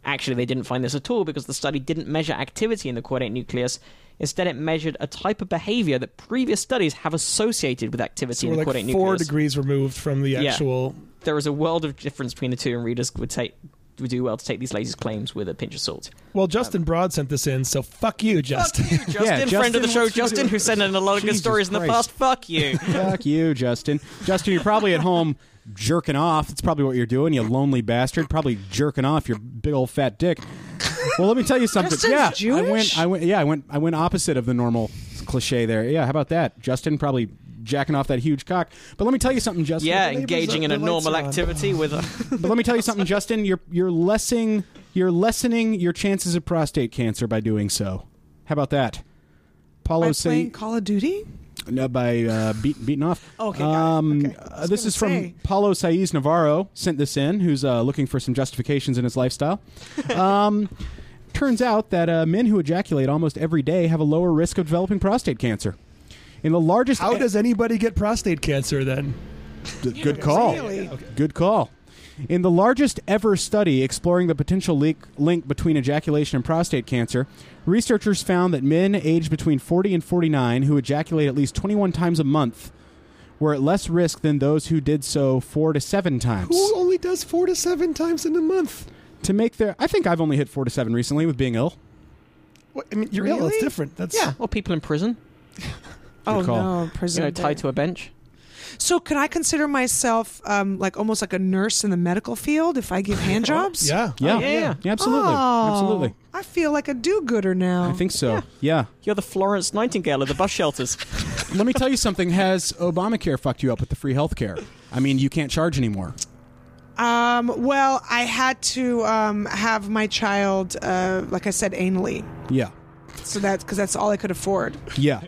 Speaker 2: Actually, they didn't find this at all because the study didn't measure activity in the caudate nucleus. Instead, it measured a type of behavior that previous studies have associated with activity
Speaker 3: we're
Speaker 2: in the
Speaker 3: like
Speaker 2: caudate
Speaker 3: four
Speaker 2: nucleus
Speaker 3: degrees removed from the
Speaker 2: Yeah.
Speaker 3: actual.
Speaker 2: there is a world of difference between the two, and readers would take would do well to take these ladies' claims with a pinch of salt.
Speaker 3: Well, Justin Broad sent this in, so fuck you, Justin.
Speaker 2: Justin, friend of
Speaker 4: Justin,
Speaker 2: the show,
Speaker 4: what's he
Speaker 2: Justin,
Speaker 4: doing?
Speaker 2: who sent in a lot of good
Speaker 4: Jesus
Speaker 2: stories in the
Speaker 4: Christ.
Speaker 2: past. Fuck you.
Speaker 4: Fuck you, Justin. Justin, you're probably at home jerking off. That's probably what you're doing. You lonely bastard. Probably jerking off your big old fat dick. Well, let me tell you something.
Speaker 5: Justin's
Speaker 4: yeah, I
Speaker 5: Jewish?
Speaker 4: went. I went. Yeah, I went. I went opposite of the normal cliche there. Yeah, how about that? Justin probably jacking off that huge cock. But let me tell you something, Justin.
Speaker 2: yeah,
Speaker 3: neighbors
Speaker 2: engaging in
Speaker 3: have
Speaker 2: a
Speaker 3: the lights
Speaker 2: normal
Speaker 3: on.
Speaker 2: activity with a.
Speaker 4: But let me tell you something, Justin. You're you're lessing you're lessening your chances of prostate cancer by doing so. How about that? Paulo
Speaker 5: By
Speaker 4: say
Speaker 5: playing Call of Duty?
Speaker 4: no, by uh, beat, beating off.
Speaker 5: Okay, got it. Okay. I
Speaker 4: uh,
Speaker 5: was
Speaker 4: this
Speaker 5: gonna
Speaker 4: is from
Speaker 5: say.
Speaker 4: Paulo Saiz Navarro. Sent this in. Who's uh, looking for some justifications in his lifestyle? Um, turns out that uh, men who ejaculate almost every day have a lower risk of developing prostate cancer. In the largest,
Speaker 3: How does anybody get prostate cancer then?
Speaker 4: D- good call.
Speaker 5: really?
Speaker 4: Good call. In the largest ever study exploring the potential leak, link between ejaculation and prostate cancer, researchers found that men aged between 40 and 49 who ejaculate at least 21 times a month were at less risk than those who did so four to seven times.
Speaker 3: Who only does four to seven times in a month?
Speaker 4: To make their, I think I've only hit four to seven recently with being ill.
Speaker 3: What, I mean, you're ill. It's
Speaker 5: Really?
Speaker 3: different. That's
Speaker 2: Or people in prison,
Speaker 5: Oh
Speaker 4: call.
Speaker 5: no, prison.
Speaker 2: you know,
Speaker 5: day.
Speaker 2: tied to a bench.
Speaker 5: So can I consider myself um, like almost like a nurse in the medical field if I give hand jobs?
Speaker 3: Yeah.
Speaker 4: Yeah.
Speaker 2: yeah.
Speaker 4: Absolutely.
Speaker 5: Oh,
Speaker 4: Absolutely.
Speaker 5: I feel like a do-gooder now.
Speaker 4: I think so. yeah.
Speaker 2: You're the Florence Nightingale of the bus shelters.
Speaker 4: Let me tell you something. Has Obamacare fucked you up with the free health care? I mean, you can't charge anymore.
Speaker 5: Um, well, I had to um, have my child, uh, like I said, anally.
Speaker 4: Yeah.
Speaker 5: So that's because that's all I could afford.
Speaker 4: Yeah.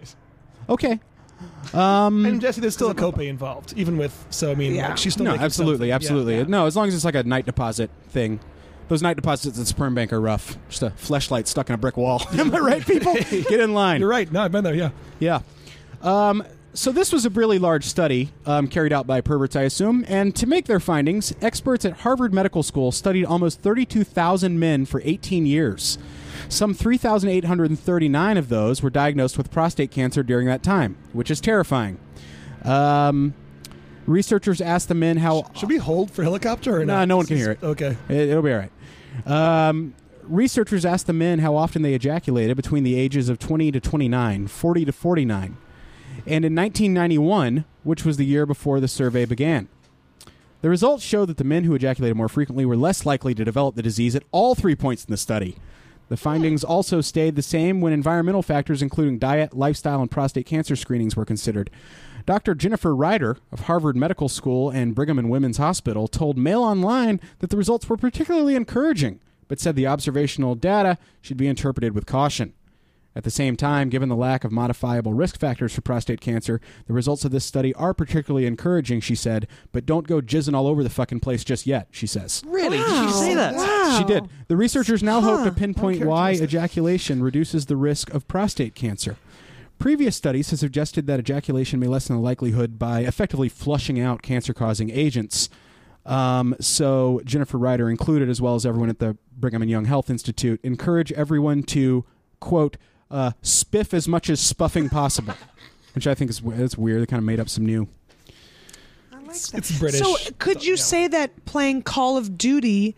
Speaker 4: Okay. Mm.
Speaker 3: And Jesse, there's still a copay involved, even with. So I mean,
Speaker 5: Yeah.
Speaker 3: like, she's still
Speaker 4: No,
Speaker 3: making something.
Speaker 4: absolutely.
Speaker 3: Yeah.
Speaker 4: Absolutely. No, as long as it's like a night deposit thing. Those night deposits at Sperm Bank are rough. Just a fleshlight stuck in a brick wall. Am I right, people? Get in line.
Speaker 3: You're right. No, I've been there. Yeah.
Speaker 4: Yeah. Um, so this was a really large study um, carried out by perverts, I assume. And to make their findings, experts at Harvard Medical School studied almost 32,000 men for 18 years. Some 3,839 of those were diagnosed with prostate cancer during that time, which is terrifying. Um, researchers asked the men how
Speaker 3: Should we hold for helicopter or
Speaker 4: No,
Speaker 3: not?
Speaker 4: no
Speaker 3: This
Speaker 4: one can
Speaker 3: is-
Speaker 4: hear it.
Speaker 3: Okay.
Speaker 4: it, will be all right. Um, researchers asked the men how often they ejaculated between the ages of 20 to 29, 40 to 49, and in 1991, which was the year before the survey began. The results showed that the men who ejaculated more frequently were less likely to develop the disease at all three points in the study. The findings also stayed the same when environmental factors, including diet, lifestyle, and prostate cancer screenings, were considered. Dr. Jennifer Ryder of Harvard Medical School and Brigham and Women's Hospital told Mail Online that the results were particularly encouraging, but said the observational data should be interpreted with caution. At the same time, given the lack of modifiable risk factors for prostate cancer, the results of this study are particularly encouraging, she said, but don't go jizzing all over the fucking place just yet, she says.
Speaker 2: Really? Did you say that?
Speaker 5: Wow.
Speaker 4: She did. The researchers now hope to
Speaker 5: Huh.
Speaker 4: pinpoint why ejaculation reduces the risk of prostate cancer. Previous studies have suggested that ejaculation may lessen the likelihood by effectively flushing out cancer causing agents. Um, so, Jennifer Ryder included, as well as everyone at the Brigham and Young Health Institute, encourage everyone to, quote, uh, spiff as much as spuffing possible, which I think is it's weird. They kind of made up some new.
Speaker 5: I like that.
Speaker 3: It's British.
Speaker 5: So could you
Speaker 3: Yeah.
Speaker 5: say that playing Call of Duty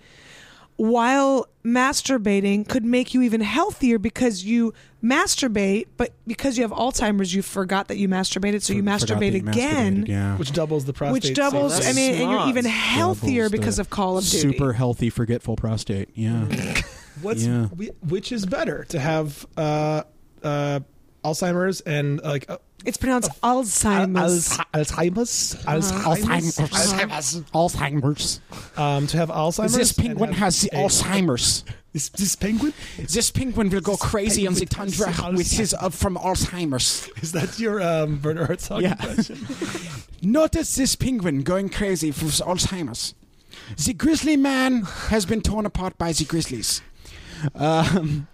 Speaker 5: while masturbating could make you even healthier because you masturbate, but because you have Alzheimer's, you forgot that you masturbated, so you
Speaker 4: forgot that
Speaker 5: masturbate
Speaker 4: you
Speaker 5: again,
Speaker 4: masturbated, yeah.
Speaker 3: Which doubles the prostate.
Speaker 5: which doubles.
Speaker 2: that's
Speaker 5: I mean, and you're
Speaker 2: smart.
Speaker 5: even healthier
Speaker 4: Doubles the
Speaker 5: because of Call of Duty.
Speaker 4: Super healthy, forgetful prostate. Yeah.
Speaker 3: What's
Speaker 4: Yeah.
Speaker 3: whi- which is better to have uh, uh, Alzheimer's and uh, like uh,
Speaker 5: It's pronounced
Speaker 3: Al-
Speaker 5: Alzheimer's.
Speaker 3: Alzhe- Alzheimer's, Alzheimer's,
Speaker 4: Alzheimer's. Alzheimer's.
Speaker 3: um, to have Alzheimer's.
Speaker 4: This
Speaker 3: and
Speaker 4: penguin
Speaker 3: have
Speaker 4: has the
Speaker 3: a-
Speaker 4: Alzheimer's.
Speaker 3: This, this penguin
Speaker 4: This penguin will go crazy on the
Speaker 3: penguin has
Speaker 4: tundra
Speaker 3: Alzheimer's.
Speaker 4: with his uh, from Alzheimer's.
Speaker 3: is that your um, Werner Herzog?
Speaker 4: Yeah. Notice this penguin going crazy from Alzheimer's. The grizzly man has been torn apart by the grizzlies. Um,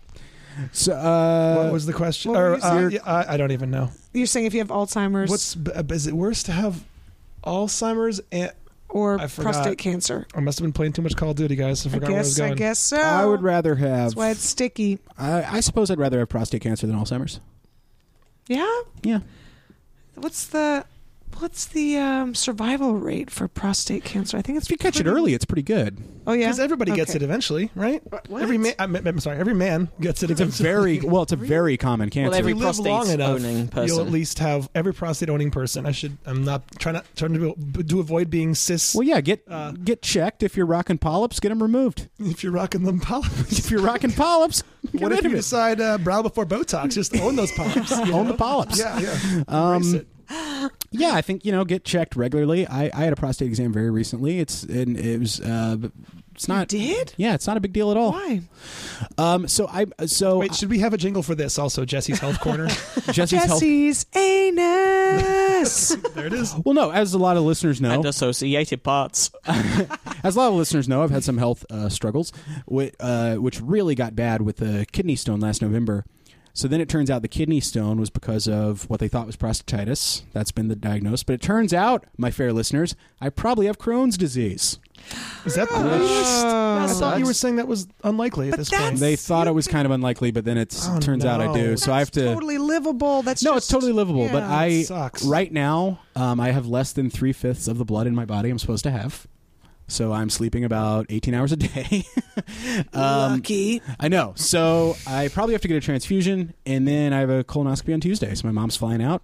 Speaker 4: so, uh,
Speaker 3: What was the question?
Speaker 5: what were
Speaker 3: Or,
Speaker 5: you
Speaker 3: uh,
Speaker 5: saying?
Speaker 3: yeah, I, I don't even know.
Speaker 5: You're saying if you have Alzheimer's
Speaker 3: What's b- uh, is it worse to have Alzheimer's and
Speaker 5: or
Speaker 3: I forgot.
Speaker 5: prostate cancer?
Speaker 3: I must have been playing too much Call of Duty, guys. I
Speaker 5: I
Speaker 3: forgot where I was
Speaker 5: guess.
Speaker 3: going.
Speaker 5: I guess so.
Speaker 4: I would rather
Speaker 5: That's
Speaker 4: have.
Speaker 5: why it's sticky.
Speaker 4: I, I suppose I'd rather have prostate cancer than Alzheimer's.
Speaker 5: Yeah.
Speaker 4: Yeah.
Speaker 5: What's the what's the um, survival rate for prostate cancer? I think it's
Speaker 4: If you catch it
Speaker 5: pretty-
Speaker 4: early, it's pretty good.
Speaker 5: Oh yeah,
Speaker 3: Because everybody gets it
Speaker 5: Okay.
Speaker 3: eventually, right? Every man, I'm, I'm sorry, every man gets it.
Speaker 4: It's a
Speaker 3: eventually.
Speaker 4: very well. It's a very common cancer.
Speaker 2: Well, every
Speaker 3: If you live long
Speaker 2: prostate
Speaker 3: enough,
Speaker 2: owning
Speaker 3: you'll at
Speaker 2: person.
Speaker 3: least have every prostate owning person. I should. I'm not trying to trying to be- to avoid being cis.
Speaker 4: Well, yeah, get
Speaker 3: Uh,
Speaker 4: get checked. If you're rocking polyps, get them removed.
Speaker 3: if you're rocking them polyps,
Speaker 4: If you're rocking polyps, get
Speaker 3: what
Speaker 4: rid
Speaker 3: if you
Speaker 4: of it.
Speaker 3: decide uh, brow before Botox? Just own those polyps. you
Speaker 4: Own the
Speaker 3: know?
Speaker 4: polyps.
Speaker 3: Yeah, yeah. Embrace
Speaker 4: Um,
Speaker 3: it.
Speaker 4: yeah, I think you know, get checked regularly. I, I had a prostate exam very recently. It's and it was uh, it's not.
Speaker 5: did?
Speaker 4: Yeah, it's not a big deal at all.
Speaker 5: Why?
Speaker 4: Um, so I so
Speaker 3: Wait, should we have a jingle for this? Also, Jesse's health corner.
Speaker 4: Jesse's health.
Speaker 5: Jesse's anus.
Speaker 3: there it is.
Speaker 4: Well, no, as a lot of listeners know,
Speaker 2: And associated parts.
Speaker 4: As a lot of listeners know, I've had some health uh, struggles, which, uh, which really got bad with the kidney stone last November. So then it turns out the kidney stone was because of what they thought was prostatitis. That's been the diagnosis. But it turns out, my fair listeners, I probably have Crohn's disease.
Speaker 3: Is that the list? I thought you were saying that was unlikely at
Speaker 5: But
Speaker 3: this
Speaker 5: that's-
Speaker 3: point.
Speaker 4: They thought it was kind of unlikely, but then it
Speaker 3: Oh,
Speaker 4: turns out I do.
Speaker 3: no.
Speaker 4: So I have
Speaker 5: That's
Speaker 4: to.
Speaker 5: totally livable. That's
Speaker 4: no,
Speaker 5: just,
Speaker 4: it's totally livable. but
Speaker 5: yeah.
Speaker 4: I
Speaker 3: sucks.
Speaker 4: right now um, I have less than three fifths of the blood in my body I'm supposed to have. So I'm sleeping about 18 hours a day. um,
Speaker 5: lucky.
Speaker 4: I know. So I probably have to get a transfusion, and then I have a colonoscopy on Tuesday. So my mom's flying out.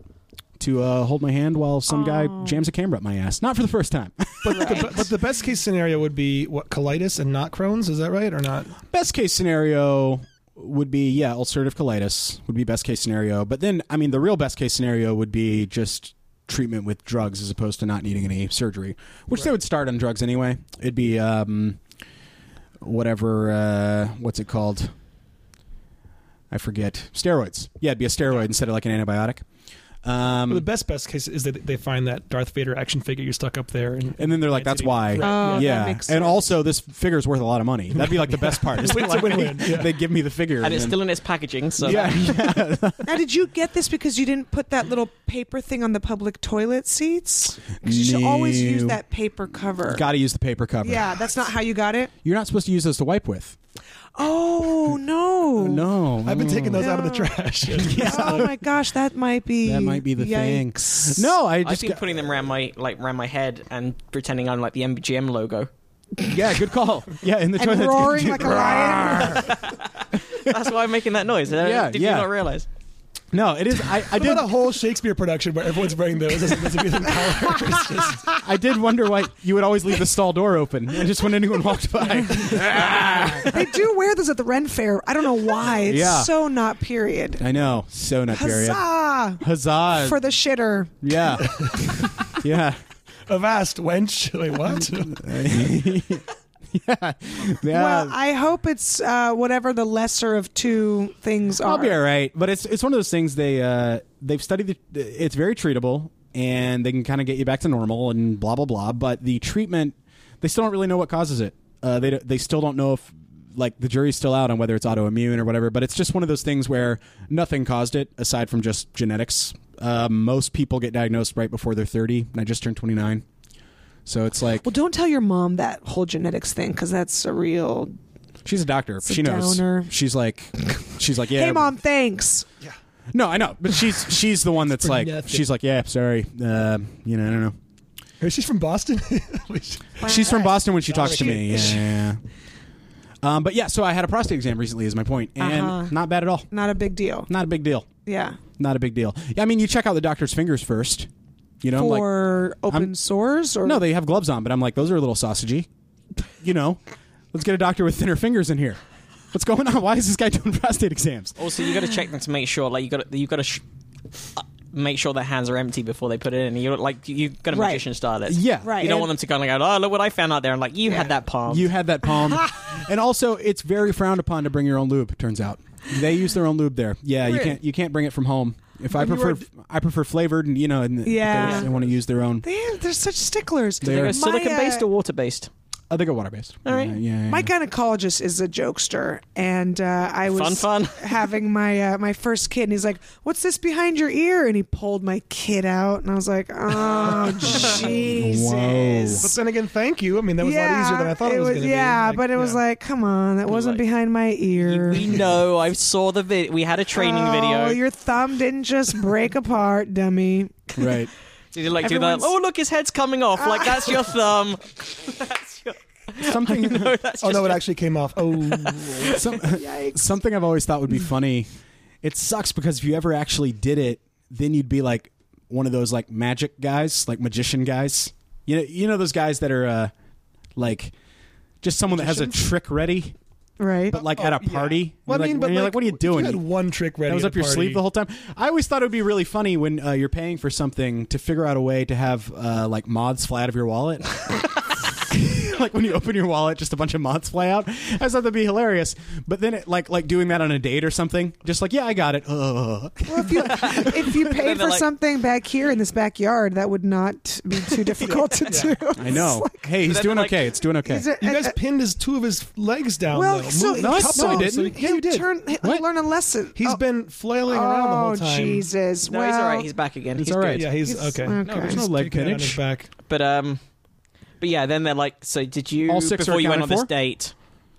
Speaker 4: to uh, hold my hand while some guy jams a camera up my ass. Not for the first time.
Speaker 3: But, the, but- but the best case scenario would be what colitis and not Crohn's. Is that right or not?
Speaker 4: best case scenario would be yeah, ulcerative colitis would be best case scenario. But then I mean, the real best case scenario would be just treatment with drugs as opposed to not needing any surgery, which they would start on drugs anyway. It'd be um, whatever. Uh, what's it called? I forget. Steroids. Yeah, it'd be a steroid instead of like an antibiotic. Um,
Speaker 3: But the best best case is that they find that Darth Vader action figure you stuck up there, and
Speaker 4: and then they're like, "That's why."
Speaker 5: Oh,
Speaker 4: yeah,
Speaker 5: that makes
Speaker 4: and
Speaker 5: sense.
Speaker 4: also this figure's worth a lot of money. That'd be like the best part. Is like,
Speaker 3: win-win, yeah.
Speaker 4: They give me the figure,
Speaker 2: and it's
Speaker 4: then-
Speaker 2: still in its packaging. So
Speaker 4: yeah,
Speaker 5: Now, did you get this because you didn't put that little paper thing on the public toilet seats? 'Cause you should always
Speaker 4: No.
Speaker 5: use that paper cover.
Speaker 4: Got to use the paper cover.
Speaker 5: yeah, that's not how you got it.
Speaker 4: You're not supposed to use those to wipe with.
Speaker 5: Oh no!
Speaker 4: No.
Speaker 3: I've been taking those out of the
Speaker 5: No.
Speaker 3: trash.
Speaker 5: Oh my gosh, that might be
Speaker 4: That might be the
Speaker 5: yikes.
Speaker 4: thing. No, I
Speaker 2: I've
Speaker 4: just
Speaker 2: been
Speaker 4: got-
Speaker 2: putting them around my like around my head and pretending I'm like the MGM logo.
Speaker 4: yeah, good call. Yeah, in the
Speaker 5: and
Speaker 4: toilet.
Speaker 5: roaring like a lion.
Speaker 2: That's why I'm making that noise.
Speaker 4: Yeah,
Speaker 2: Did
Speaker 4: yeah.
Speaker 2: you not realize?
Speaker 4: No, it is. I, I
Speaker 3: I did
Speaker 4: did.
Speaker 3: a whole Shakespeare production where everyone's wearing those as as if it's in color. It's just-
Speaker 4: I did wonder why you would always leave the stall door open, and just when anyone walked by.
Speaker 5: they do wear those at the Ren Fair. I don't know why. It's
Speaker 4: Yeah.
Speaker 5: so not period.
Speaker 4: I know. So not period. Uh,
Speaker 5: Huzzah
Speaker 4: Huzzah!
Speaker 5: for the shitter.
Speaker 4: yeah, yeah,
Speaker 3: Avast, wench. Wait, what?
Speaker 4: yeah,
Speaker 5: Well, I hope it's uh, whatever the lesser of two things are.
Speaker 4: I'll be all right. But it's it's one of those things they uh, they've studied. The, it's very treatable, and they can kind of get you back to normal and blah blah blah. But the treatment, they still don't really know what causes it. Uh, they don't- they still don't know if like the jury's still out on whether it's autoimmune or whatever. But it's just one of those things where nothing caused it aside from just genetics. Uh, most people get diagnosed right before they're thirty, and I just turned twenty nine. So it's like
Speaker 5: Well, don't tell your mom that whole genetics thing because that's a real.
Speaker 4: she's a doctor.
Speaker 5: a
Speaker 4: She knows.
Speaker 5: downer.
Speaker 4: She's like, she's like, yeah.
Speaker 5: hey, mom, thanks.
Speaker 4: No, I know, but she's she's the one that's
Speaker 3: for
Speaker 4: like,
Speaker 3: nothing.
Speaker 4: she's like, yeah, sorry, uh, you know, I don't know.
Speaker 3: She's from Boston. We should-
Speaker 4: She's from Boston when she talks to
Speaker 5: She-
Speaker 4: me. Yeah. Um, but yeah, so I had a prostate exam recently, is my point, and
Speaker 5: Uh-huh.
Speaker 4: not bad at all.
Speaker 5: Not a big deal.
Speaker 4: Not a big deal.
Speaker 5: Yeah.
Speaker 4: Not a big deal. Yeah, I mean, you check out the doctor's fingers first. You know, I'm like,
Speaker 5: For open
Speaker 4: I'm-
Speaker 5: sores or
Speaker 4: no, they have gloves on, but I'm like, those are a little sausagey. You know, let's get a doctor with thinner fingers in here. What's going on? Why is this guy doing prostate exams?
Speaker 2: Also, you got to check them to make sure. Like you got to you got to sh- uh, make sure their hands are empty before they put it in. You're like you got a
Speaker 5: Right.
Speaker 2: magician style. This.
Speaker 4: Yeah,
Speaker 5: Right.
Speaker 2: You don't
Speaker 5: and-
Speaker 2: want them to kind of go, oh, look what I found out there. And like, you had that palm.
Speaker 4: You had that palm. and also, it's very frowned upon to bring your own lube. it Turns out, they use their own lube there. Yeah, you
Speaker 3: Really?
Speaker 4: can't you can't bring it from home. If I
Speaker 3: When you
Speaker 4: prefer,
Speaker 3: were d-
Speaker 4: I prefer flavored, and you know, and
Speaker 5: Yeah.
Speaker 4: they, they want to use their own.
Speaker 5: They, they're such sticklers.
Speaker 4: They
Speaker 2: They
Speaker 4: are-
Speaker 2: go
Speaker 5: My,
Speaker 2: silicon based
Speaker 5: uh,
Speaker 2: or water based?
Speaker 4: I think a water based.
Speaker 2: All right.
Speaker 4: Yeah, yeah, yeah.
Speaker 5: My
Speaker 3: Mm.
Speaker 5: gynecologist is a jokester, and uh, I was
Speaker 2: Fun, fun.
Speaker 5: having my uh, my first kid, and he's like, "What's this behind your ear?" And he pulled my kid out, and I was like, "Oh,
Speaker 3: But
Speaker 5: Jesus!"
Speaker 3: then again, thank you. I mean, that was a lot easier than I thought it was, going to be.
Speaker 5: Yeah,
Speaker 3: Like,
Speaker 5: but it was
Speaker 3: yeah.
Speaker 5: like, come on, that wasn't
Speaker 2: like-
Speaker 5: behind my ear.
Speaker 2: We know. I saw the vid. We had a training
Speaker 5: oh,
Speaker 2: video.
Speaker 5: your thumb didn't just break apart, dummy.
Speaker 4: right.
Speaker 2: Did you like do that?
Speaker 5: Everyone's-
Speaker 2: Oh, look, his head's coming off. Like that's your thumb. that's your.
Speaker 4: Something.
Speaker 2: No, that's
Speaker 3: Oh
Speaker 2: just
Speaker 3: no! It actually came off. Oh,
Speaker 4: some,
Speaker 5: Yikes.
Speaker 4: something I've always thought would be funny. It sucks because if you ever actually did it, then you'd be like one of those like magic guys, like magician guys. You know, you know those guys that are uh, like just someone that has a trick ready,
Speaker 5: Right?
Speaker 4: but like at a party.
Speaker 3: Well,
Speaker 4: You're
Speaker 3: I mean,
Speaker 4: like,
Speaker 3: but
Speaker 4: you're like, what are you doing?
Speaker 3: Oh, You had one trick ready.
Speaker 4: that was
Speaker 3: at
Speaker 4: up
Speaker 3: a
Speaker 4: your
Speaker 3: party.
Speaker 4: sleeve the whole time. I always thought it would be really funny when uh, you're paying for something to figure out a way to have uh, like moths fly out of your wallet. like when you open your wallet, just a bunch of moths fly out. I just thought that'd be hilarious. But then, it, like like doing that on a date or something, just like yeah, I got it. Ugh.
Speaker 5: Well, if you if you paid for
Speaker 2: they're like-
Speaker 5: something back here in this backyard, that would not be too difficult to do.
Speaker 4: I know. hey, he's
Speaker 2: then,
Speaker 4: doing
Speaker 2: like-
Speaker 4: okay. It's doing okay.
Speaker 5: Is it-
Speaker 3: You
Speaker 5: uh,
Speaker 3: guys
Speaker 5: uh,
Speaker 3: pinned his two of his legs down.
Speaker 5: well,
Speaker 3: though.
Speaker 5: so,
Speaker 3: Moved-
Speaker 5: he-
Speaker 3: couple
Speaker 5: so
Speaker 3: he didn't. Yeah,
Speaker 5: he'll
Speaker 3: you did.
Speaker 5: Turn, he'll
Speaker 4: What?
Speaker 5: learn a lesson.
Speaker 3: He's
Speaker 5: oh,
Speaker 3: been flailing around the whole
Speaker 5: oh,
Speaker 3: time.
Speaker 5: Jesus.
Speaker 2: No,
Speaker 5: well,
Speaker 2: he's all right. He's back again.
Speaker 4: It's
Speaker 2: he's
Speaker 4: all right.
Speaker 2: good.
Speaker 3: Yeah, he's,
Speaker 5: He's-
Speaker 3: okay.
Speaker 5: okay. No, there's
Speaker 4: no leg
Speaker 3: Taking it on
Speaker 4: pinnage.
Speaker 3: his back.
Speaker 2: But um, but yeah. Then they're like, so did you
Speaker 4: All six are
Speaker 2: before you went on
Speaker 4: accounted
Speaker 2: this
Speaker 4: for?
Speaker 2: date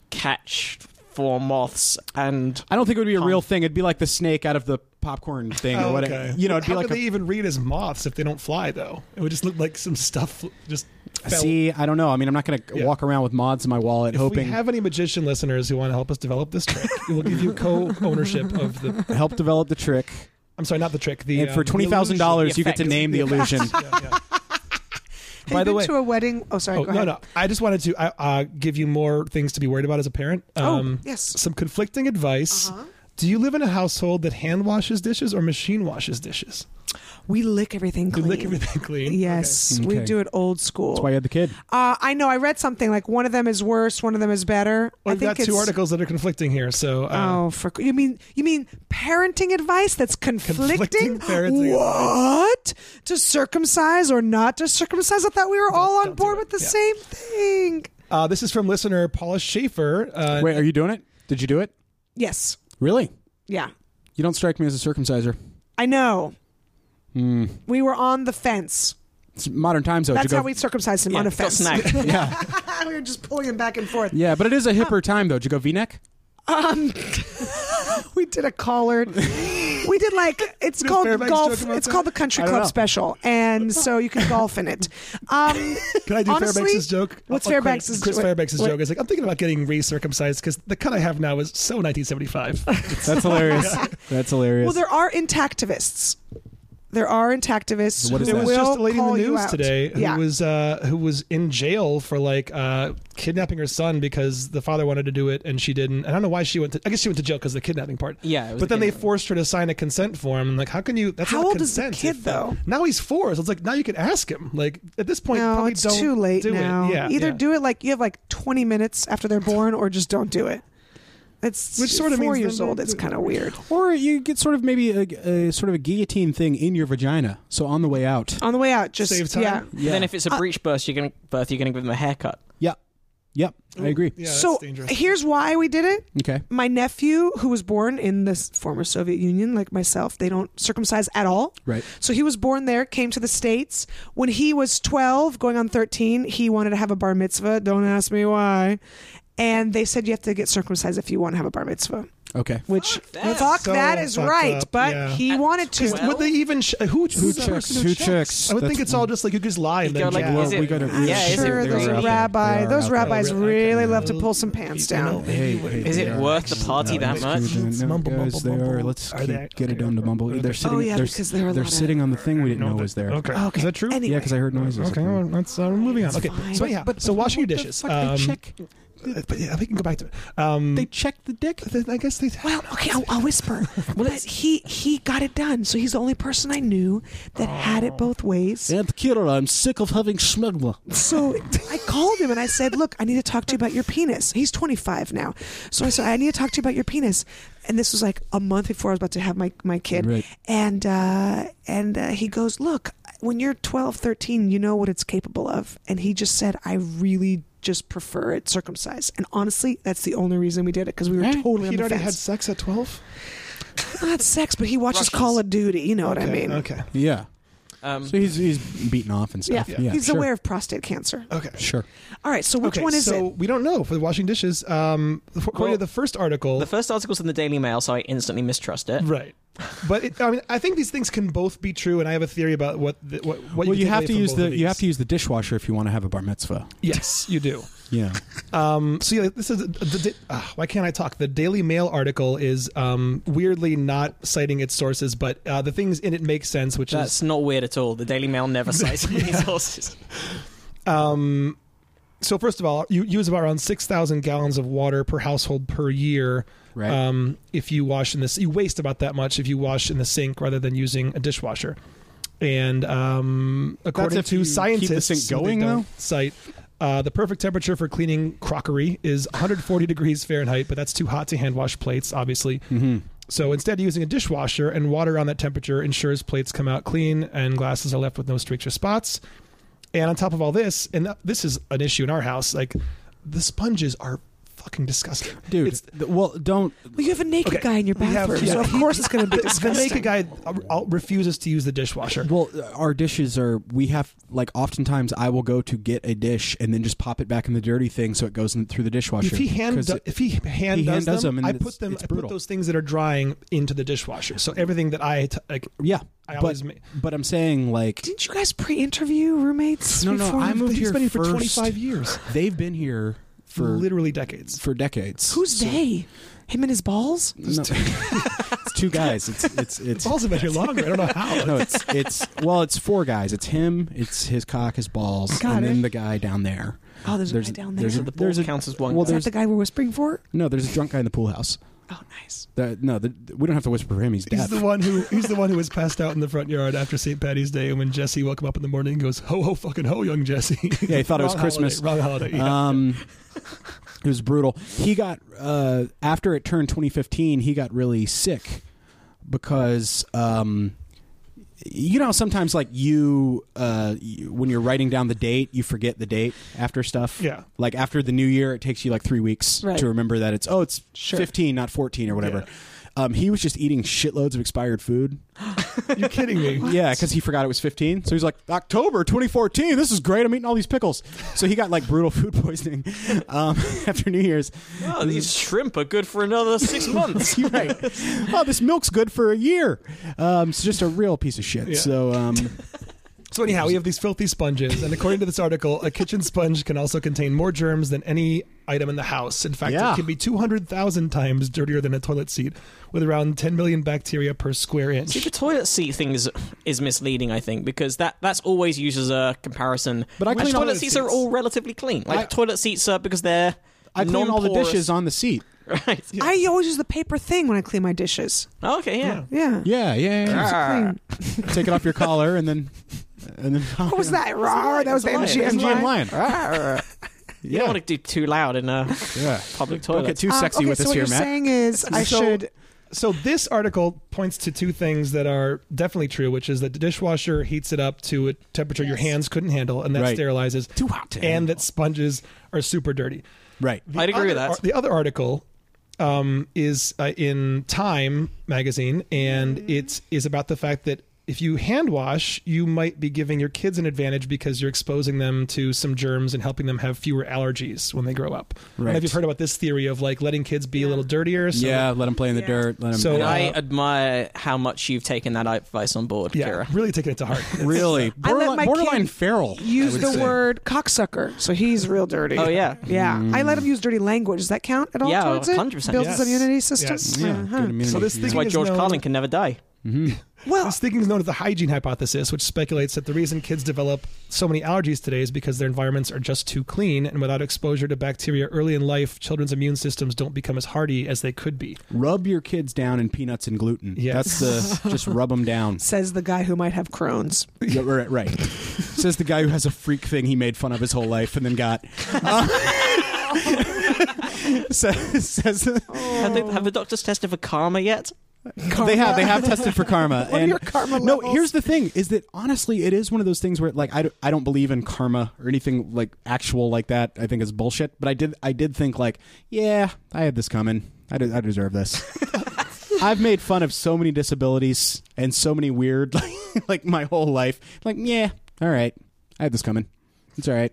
Speaker 2: catch four moths and
Speaker 4: I don't think it would be a real thing. It'd be like the snake out of the popcorn thing or
Speaker 3: Oh,
Speaker 4: whatever.
Speaker 3: okay.
Speaker 4: You know, it'd be
Speaker 3: How
Speaker 4: like
Speaker 3: could
Speaker 4: a
Speaker 3: they even read as moths if they don't fly though? It would just look like some stuff just. Fell.
Speaker 4: See, I don't know. I mean, I'm not going to
Speaker 3: Yeah.
Speaker 4: walk around with mods in my wallet
Speaker 3: if
Speaker 4: hoping
Speaker 3: we have any magician listeners who want to help us develop this trick, we'll give you co-ownership of the.
Speaker 4: help develop the trick.
Speaker 3: I'm sorry, not the trick. The
Speaker 4: and for
Speaker 3: um, the
Speaker 4: twenty thousand dollars,
Speaker 2: illusion,
Speaker 4: you get to
Speaker 2: the
Speaker 4: name the
Speaker 3: effect.
Speaker 4: illusion.
Speaker 3: illusion. Yeah, yeah.
Speaker 5: Have
Speaker 3: By
Speaker 5: you
Speaker 3: the
Speaker 5: been
Speaker 3: way-
Speaker 5: to a wedding? Oh, sorry.
Speaker 3: Oh
Speaker 5: go
Speaker 3: no,
Speaker 5: ahead.
Speaker 3: no! I just wanted to uh, uh, give you more things to be worried about as a parent. Um,
Speaker 5: Oh, yes.
Speaker 3: Some conflicting advice.
Speaker 5: Uh-huh.
Speaker 3: Do you live in a household that hand washes dishes or machine washes dishes?
Speaker 5: We lick everything
Speaker 3: You
Speaker 5: clean.
Speaker 3: lick everything clean.
Speaker 5: Yes,
Speaker 4: Okay.
Speaker 5: we
Speaker 4: Okay.
Speaker 5: do it old school.
Speaker 4: That's why you had the kid.
Speaker 5: uh, I know. I read something like one of them is worse, one of them is better.
Speaker 3: Well,
Speaker 5: I
Speaker 3: we've
Speaker 5: think
Speaker 3: Oh, got
Speaker 5: it's,
Speaker 3: two articles that are conflicting here. So, uh,
Speaker 5: Oh, for you mean you mean parenting advice that's conflicting?
Speaker 3: Conflicting parenting
Speaker 5: what to circumcise or not to circumcise? I thought we were all on
Speaker 3: don't do
Speaker 5: board
Speaker 3: it.
Speaker 5: with the
Speaker 3: Yeah.
Speaker 5: same thing.
Speaker 3: uh, this is from listener Paula Schaefer. Uh,
Speaker 4: Wait, are you doing it? Did you do it?
Speaker 5: Yes.
Speaker 4: Really?
Speaker 5: Yeah.
Speaker 4: You don't strike me as a circumciser.
Speaker 5: I know.
Speaker 3: Hmm.
Speaker 5: We were on the fence.
Speaker 4: It's modern times, though. to
Speaker 5: That's
Speaker 4: go-
Speaker 5: how we circumcised him
Speaker 2: Yeah,
Speaker 5: on a
Speaker 2: got
Speaker 5: fence.
Speaker 2: snagged.
Speaker 4: Yeah,
Speaker 5: we were just pulling him back and forth.
Speaker 4: yeah, but it is a hipper time, though. Did you go V-neck?
Speaker 5: Um, we did a collared. We did like it's
Speaker 3: Did
Speaker 5: called
Speaker 3: Fairbanks
Speaker 5: golf.
Speaker 3: joke about
Speaker 5: It's
Speaker 3: that?
Speaker 5: called the Country
Speaker 4: I don't
Speaker 5: Club
Speaker 4: know.
Speaker 5: Special, and so you can golf in it. Um,
Speaker 3: Can I do
Speaker 5: honestly,
Speaker 3: Fairbanks' joke?
Speaker 5: What's
Speaker 3: Oh, Chris-
Speaker 5: Fairbanks's
Speaker 3: Chris
Speaker 5: wait,
Speaker 3: Fairbanks'
Speaker 5: wait.
Speaker 3: joke is like, I'm thinking about getting recircumcised because the cut I have now is so 1975.
Speaker 4: That's hilarious. That's hilarious.
Speaker 5: Well, there are intactivists. There are intactivists.
Speaker 4: What is
Speaker 5: who
Speaker 3: there
Speaker 4: that?
Speaker 3: was
Speaker 5: will
Speaker 3: just a lady in the
Speaker 5: call you
Speaker 3: news
Speaker 5: out.
Speaker 3: today who
Speaker 5: Yeah.
Speaker 3: was uh, who was in jail for like uh, kidnapping her son because the father wanted to do it and she didn't. And I don't know why she went. to I guess she went to jail because of the kidnapping part.
Speaker 2: Yeah, it was
Speaker 3: but
Speaker 2: the
Speaker 3: then they
Speaker 2: kidnapping.
Speaker 3: forced her to sign a consent form. And like, how can you? That's
Speaker 5: How
Speaker 3: not
Speaker 5: old is the
Speaker 3: consent
Speaker 5: kid,
Speaker 3: if-
Speaker 5: though?
Speaker 3: Now he's four. So it's like now you can ask him. Like at this point,
Speaker 5: no,
Speaker 3: probably
Speaker 5: it's
Speaker 3: don't
Speaker 5: too late
Speaker 3: do
Speaker 5: now.
Speaker 3: It. Yeah,
Speaker 5: Either
Speaker 3: yeah.
Speaker 5: do it like you have like 20 minutes after they're born, or just don't do it. It's
Speaker 3: Which sorta
Speaker 5: four
Speaker 3: means
Speaker 5: years
Speaker 3: then-
Speaker 5: old. It's kind of weird.
Speaker 4: or you get sort of maybe a, a sort of a guillotine thing in your vagina. So on the way out.
Speaker 5: On the way out, just
Speaker 3: Save time.
Speaker 5: yeah.
Speaker 2: But Then if it's a
Speaker 4: Uh,
Speaker 2: breech burst, you're gonna birth, you're gonna give them a haircut.
Speaker 4: Yep. Yep. I agree.
Speaker 3: Yeah, that's
Speaker 5: so
Speaker 3: dangerous.
Speaker 5: here's why we did it.
Speaker 4: Okay.
Speaker 5: My nephew, who was born in the s- former Soviet Union, like myself, they don't circumcise at all.
Speaker 4: Right.
Speaker 5: So he was born there, came to the States. When he was 12, going on 13, he wanted to have a bar mitzvah. Don't ask me why. And they said you have to get circumcised if you want to have a bar mitzvah,
Speaker 4: Okay.
Speaker 5: which
Speaker 2: Fuck that.
Speaker 5: fuck
Speaker 3: So
Speaker 5: that is
Speaker 3: fucked
Speaker 5: right.
Speaker 3: up,
Speaker 5: But
Speaker 3: yeah.
Speaker 5: he wanted to.
Speaker 2: Well-
Speaker 3: Would they even ch- who
Speaker 4: Who
Speaker 3: who's the
Speaker 4: checks?
Speaker 3: person
Speaker 4: Who
Speaker 3: checks?
Speaker 4: checks?
Speaker 3: I would
Speaker 4: That's
Speaker 3: think it's
Speaker 4: one.
Speaker 3: all just like you just lie and
Speaker 2: You
Speaker 3: then
Speaker 2: go like,
Speaker 3: yeah.
Speaker 2: is it-
Speaker 4: we gotta-
Speaker 2: I'm
Speaker 4: yeah, is it-
Speaker 5: sure
Speaker 4: they
Speaker 5: there's
Speaker 4: are out
Speaker 5: a
Speaker 4: there. They
Speaker 5: rabbi.
Speaker 4: are
Speaker 5: Those
Speaker 4: out there.
Speaker 5: rabbis
Speaker 3: Okay,
Speaker 5: really
Speaker 3: no.
Speaker 5: love to pull some pants
Speaker 3: You know,
Speaker 5: down.
Speaker 4: Hey, hey,
Speaker 2: Is
Speaker 4: they
Speaker 2: it
Speaker 4: are.
Speaker 2: worth the party that
Speaker 4: Let's keep
Speaker 2: much?
Speaker 4: it down.
Speaker 3: It's
Speaker 4: No,
Speaker 3: mumble,
Speaker 4: guys,
Speaker 3: mumble,
Speaker 4: they
Speaker 3: mumble.
Speaker 4: are. Let's
Speaker 3: Are
Speaker 4: keep-
Speaker 3: they- oh,
Speaker 4: get it down to mumble. They're sitting.
Speaker 5: yeah,
Speaker 4: they're,
Speaker 5: because there are a
Speaker 4: they're
Speaker 5: lot of-
Speaker 4: sitting on the thing we didn't know
Speaker 3: that-
Speaker 4: was there.
Speaker 3: Okay,
Speaker 5: Okay.
Speaker 3: is that true?
Speaker 5: Anyway.
Speaker 4: Yeah, because I heard noises.
Speaker 3: Okay, well, that's uh, moving on. Okay,
Speaker 5: fine.
Speaker 3: so yeah,
Speaker 4: But-
Speaker 3: so washing your
Speaker 4: what the
Speaker 3: dishes.
Speaker 4: fuck, they
Speaker 3: um,
Speaker 4: check-
Speaker 3: But yeah, we can go back to it. Um,
Speaker 4: They checked the dick.
Speaker 3: then I guess they.
Speaker 5: Well, okay, I'll, I'll whisper. but he he got it done, so he's the only person I knew that had
Speaker 3: Oh.
Speaker 5: it both ways.
Speaker 4: And Kira, I'm sick of having schmegma.
Speaker 5: So I called him and I said, "Look, I need to talk to you about your penis." He's 25 now, so I said, "I need to talk to you about your penis." And this was like a month before I was about to have my my kid.
Speaker 4: Right.
Speaker 5: And uh, and uh, he goes, "Look, when you're 12, 13, you know what it's capable of." And he just said, "I really." Just prefer it circumcised, and honestly, that's the only reason we did it because we were totally. on
Speaker 3: He'd
Speaker 5: the
Speaker 3: already
Speaker 5: fence.
Speaker 3: had sex at twelve.
Speaker 5: not sex, but he watches Call of Duty. You know what I mean?
Speaker 3: Okay.
Speaker 4: Yeah.
Speaker 2: Um,
Speaker 4: So he's he's beaten off and
Speaker 5: Yeah.
Speaker 4: stuff. Yeah.
Speaker 5: he's
Speaker 4: sure.
Speaker 5: aware of prostate cancer.
Speaker 3: Okay.
Speaker 4: Sure.
Speaker 5: All right, so which
Speaker 3: okay,
Speaker 5: one is
Speaker 3: so
Speaker 5: it?
Speaker 3: we don't know for the washing dishes. Um, f- according
Speaker 2: Well,
Speaker 3: to the first article,
Speaker 2: the first article's in the Daily Mail, so I instantly mistrust it.
Speaker 3: right? But it, I mean, I think these things can both be true, and I have a theory about what the, what, what
Speaker 4: well,
Speaker 3: you,
Speaker 4: you
Speaker 3: can
Speaker 4: have
Speaker 3: take
Speaker 4: to
Speaker 3: from
Speaker 4: use
Speaker 3: both of
Speaker 4: the you have
Speaker 3: these.
Speaker 4: to use the dishwasher if you want to have a bar mitzvah.
Speaker 3: Yes, you do.
Speaker 4: Yeah.
Speaker 3: Um, so yeah, this is the, uh, why can't I talk? The Daily Mail article is um, weirdly not citing its sources, but uh, the things in it make sense, which
Speaker 2: That's
Speaker 3: is
Speaker 2: not weird at all. The Daily Mail never cites these horses.
Speaker 3: um, so. First of all, you use about around six thousand gallons of water per household per year.
Speaker 4: Right.
Speaker 3: Um, if you wash in this, you waste about that much if you wash in the sink rather than using a dishwasher. And um, according
Speaker 4: if
Speaker 3: to
Speaker 4: you keep the
Speaker 3: scientists,
Speaker 4: sink
Speaker 3: who they
Speaker 4: going,
Speaker 3: don't
Speaker 4: though?
Speaker 3: cite uh, the perfect temperature for cleaning crockery is 140 degrees Fahrenheit, but that's too hot to hand wash plates, obviously.
Speaker 4: Mm-hmm.
Speaker 3: So instead, using a dishwasher and water on that temperature ensures plates come out clean and glasses are left with no streaks or spots. And on top of all this, and th- this is an issue in our house, like the sponges are fucking disgusting,
Speaker 4: Dude.
Speaker 3: It's,
Speaker 4: th- well, don't.
Speaker 5: Well, you have a naked
Speaker 3: Okay,
Speaker 5: guy in your
Speaker 3: we have-
Speaker 5: bathroom,
Speaker 3: yeah,
Speaker 5: so of
Speaker 3: he-
Speaker 5: course it's going to be
Speaker 3: the
Speaker 5: disgusting.
Speaker 3: naked guy uh, uh, refuses to use the dishwasher.
Speaker 4: Well, our dishes are we have like oftentimes I will go to get a dish and then just pop it back in the dirty thing so it goes in, through the dishwasher.
Speaker 3: If he hand
Speaker 4: 'Cause
Speaker 3: do,
Speaker 4: it-
Speaker 3: if he hand
Speaker 4: he
Speaker 3: does
Speaker 4: hand does
Speaker 3: them,
Speaker 4: them and
Speaker 3: I
Speaker 4: it's-
Speaker 3: put them
Speaker 4: it's
Speaker 3: I put
Speaker 4: brutal.
Speaker 3: those things that are drying into the dishwasher. So everything that I t- like,
Speaker 4: yeah,
Speaker 3: I
Speaker 4: but,
Speaker 3: always ma-
Speaker 4: but I'm saying like
Speaker 5: Didn't you guys pre-interview roommates?
Speaker 4: No, no,
Speaker 5: before?
Speaker 4: I moved
Speaker 3: he's
Speaker 4: here
Speaker 3: been here for
Speaker 4: first.
Speaker 3: 25 years,
Speaker 4: they've been here for
Speaker 3: literally decades.
Speaker 4: for decades.
Speaker 5: Who's they? Him and his balls?
Speaker 4: No. two guys. It's it's it's.
Speaker 3: It's also been here longer. I don't know how.
Speaker 4: no, it's it's well, it's four guys. It's him, it's his cock, his balls,
Speaker 5: Got
Speaker 4: and
Speaker 5: it.
Speaker 4: then the guy down there.
Speaker 5: Oh, there's a
Speaker 4: There's-
Speaker 5: guy down there.
Speaker 4: there's
Speaker 2: So
Speaker 5: Is
Speaker 2: the ball
Speaker 4: There's a-
Speaker 2: counts as one.
Speaker 4: well,
Speaker 2: guy.
Speaker 4: there's-
Speaker 5: that the guy we're whispering for?
Speaker 4: No, there's a drunk guy in the pool house.
Speaker 5: Oh, nice.
Speaker 4: That, no, the, we don't have to whisper for him. He's
Speaker 3: He's
Speaker 4: dead.
Speaker 3: the one who he's the one who was passed out in the front yard after St. Patty's Day when Jesse woke him up in the morning and goes, Ho ho fucking ho, young Jesse.
Speaker 4: Yeah, he thought it was
Speaker 3: Wrong
Speaker 4: Christmas.
Speaker 3: Holiday, wrong holiday. yeah.
Speaker 4: Um, it was brutal. He got uh, after it turned 2015. He got really sick because um, you know sometimes like you, uh, you when you're writing down the date, you forget the date after stuff.
Speaker 3: Yeah.
Speaker 4: like after the new year, it takes you like three weeks
Speaker 5: Right.
Speaker 4: to remember that it's oh it's
Speaker 5: Sure.
Speaker 4: 15, not 14 or whatever. Um, he was just eating shitloads of expired food.
Speaker 3: You're kidding me.
Speaker 4: Yeah, because he forgot it was 15. So he's like, October 2014. This is great. I'm eating all these pickles. So he got like brutal food poisoning um, after New Year's.
Speaker 2: Oh, these shrimp are good for another six months.
Speaker 4: You're right. oh, this milk's good for a year. Um, it's just a real piece of shit.
Speaker 3: Yeah.
Speaker 4: So um,
Speaker 3: So anyhow, we have these filthy sponges, and according to this article, a kitchen sponge can also contain more germs than any item in the house. In fact,
Speaker 4: Yeah.
Speaker 3: it can be two hundred thousand times dirtier than a toilet seat, with around ten million bacteria per square
Speaker 2: See,
Speaker 3: inch.
Speaker 2: the toilet seat thing is, is misleading, I think, because that, that's always used as a comparison.
Speaker 4: But I
Speaker 2: And
Speaker 4: clean
Speaker 2: toilet
Speaker 4: all the
Speaker 2: seats,
Speaker 3: seats.
Speaker 2: are all relatively clean. Like
Speaker 4: I-
Speaker 2: toilet seats are because they're
Speaker 4: I clean all the
Speaker 2: non-porous.
Speaker 4: dishes on the seat.
Speaker 2: Right.
Speaker 5: I always use the paper thing when I clean my dishes.
Speaker 2: Okay. Yeah.
Speaker 5: Yeah.
Speaker 4: Yeah, yeah. yeah.
Speaker 2: Ah.
Speaker 5: Clean.
Speaker 4: Take it off your collar and then and then.
Speaker 5: What was that? Rawr, that was the
Speaker 2: It's a lion.
Speaker 5: MGM
Speaker 2: It's
Speaker 4: MGM
Speaker 5: line.
Speaker 4: lion.
Speaker 2: You don't
Speaker 4: Yeah,
Speaker 2: want to do too loud in a
Speaker 4: yeah.
Speaker 2: public
Speaker 4: Don't
Speaker 2: toilet.
Speaker 4: get too
Speaker 5: Um,
Speaker 4: sexy
Speaker 5: okay,
Speaker 4: with
Speaker 5: so
Speaker 4: this
Speaker 5: what
Speaker 4: here,
Speaker 5: you're
Speaker 4: Matt.
Speaker 5: saying is I
Speaker 3: So-
Speaker 5: should
Speaker 3: So this article points to two things that are definitely true, which is that the dishwasher heats it up to a temperature your hands couldn't handle, and that
Speaker 4: Right.
Speaker 3: sterilizes.
Speaker 4: Too hot to
Speaker 3: and
Speaker 4: handle.
Speaker 3: that sponges are super dirty.
Speaker 4: right.
Speaker 2: I'd agree with
Speaker 3: other-
Speaker 2: that.
Speaker 3: The other article um, is uh, in Time magazine,
Speaker 2: Mm-hmm.
Speaker 3: and it is about the fact that if you hand wash, you might be giving your kids an advantage because you're exposing them to some germs and helping them have fewer allergies when they grow up. I don't know
Speaker 4: Right.
Speaker 3: if you've heard about this theory of like letting kids be a little dirtier. So
Speaker 4: yeah, let him play in the
Speaker 5: Yeah.
Speaker 4: dirt. Let him.
Speaker 3: So,
Speaker 2: And
Speaker 3: uh,
Speaker 2: I admire how much you've taken that advice on board,
Speaker 3: yeah,
Speaker 2: Kira.
Speaker 3: really taking it to heart.
Speaker 4: really,
Speaker 5: I let
Speaker 4: borderline,
Speaker 5: my
Speaker 4: borderline
Speaker 5: kid
Speaker 4: feral. I
Speaker 5: use
Speaker 4: would
Speaker 5: the
Speaker 4: say.
Speaker 5: word cocksucker, so he's real dirty.
Speaker 2: Oh yeah.
Speaker 5: Yeah, I
Speaker 4: Mm.
Speaker 5: let him use dirty language. Does that count at all?
Speaker 2: Yeah,
Speaker 5: towards it?
Speaker 2: 100%.
Speaker 5: Builds
Speaker 3: Yes.
Speaker 5: his immunity system.
Speaker 3: Yes.
Speaker 4: Yeah,
Speaker 5: Uh-huh.
Speaker 4: good immunity.
Speaker 3: So this
Speaker 4: Yeah.
Speaker 3: thing
Speaker 2: That's why
Speaker 3: is
Speaker 2: George
Speaker 3: known-
Speaker 2: Carlin can never die.
Speaker 5: Well,
Speaker 3: This thinking is known as the hygiene hypothesis, which speculates that the reason kids develop so many allergies today is because their environments are just too clean, and without exposure to bacteria early in life, children's immune systems don't become as hardy as they could be.
Speaker 4: Rub your kids down in peanuts and gluten.
Speaker 3: Yes.
Speaker 4: That's the just rub them down.
Speaker 5: says the guy who might have Crohn's.
Speaker 4: Yeah, right, right. Says the guy who has a freak thing he made fun of his whole life and then got. Uh, says, says
Speaker 2: Have, they, have the doctors tested for karma yet?
Speaker 4: they have they have tested for karma.
Speaker 5: are
Speaker 4: and
Speaker 5: your karma
Speaker 4: no,
Speaker 5: levels?
Speaker 4: here's the thing: is that honestly, it is one of those things where like I, don't- I don't believe in karma or anything like actual like that. I think is bullshit. But I did I did think like yeah, I had this coming. I de- I deserve this. I've made fun of so many disabilities and so many weird like, like my whole life. Like yeah, all right, I had this coming. It's all right.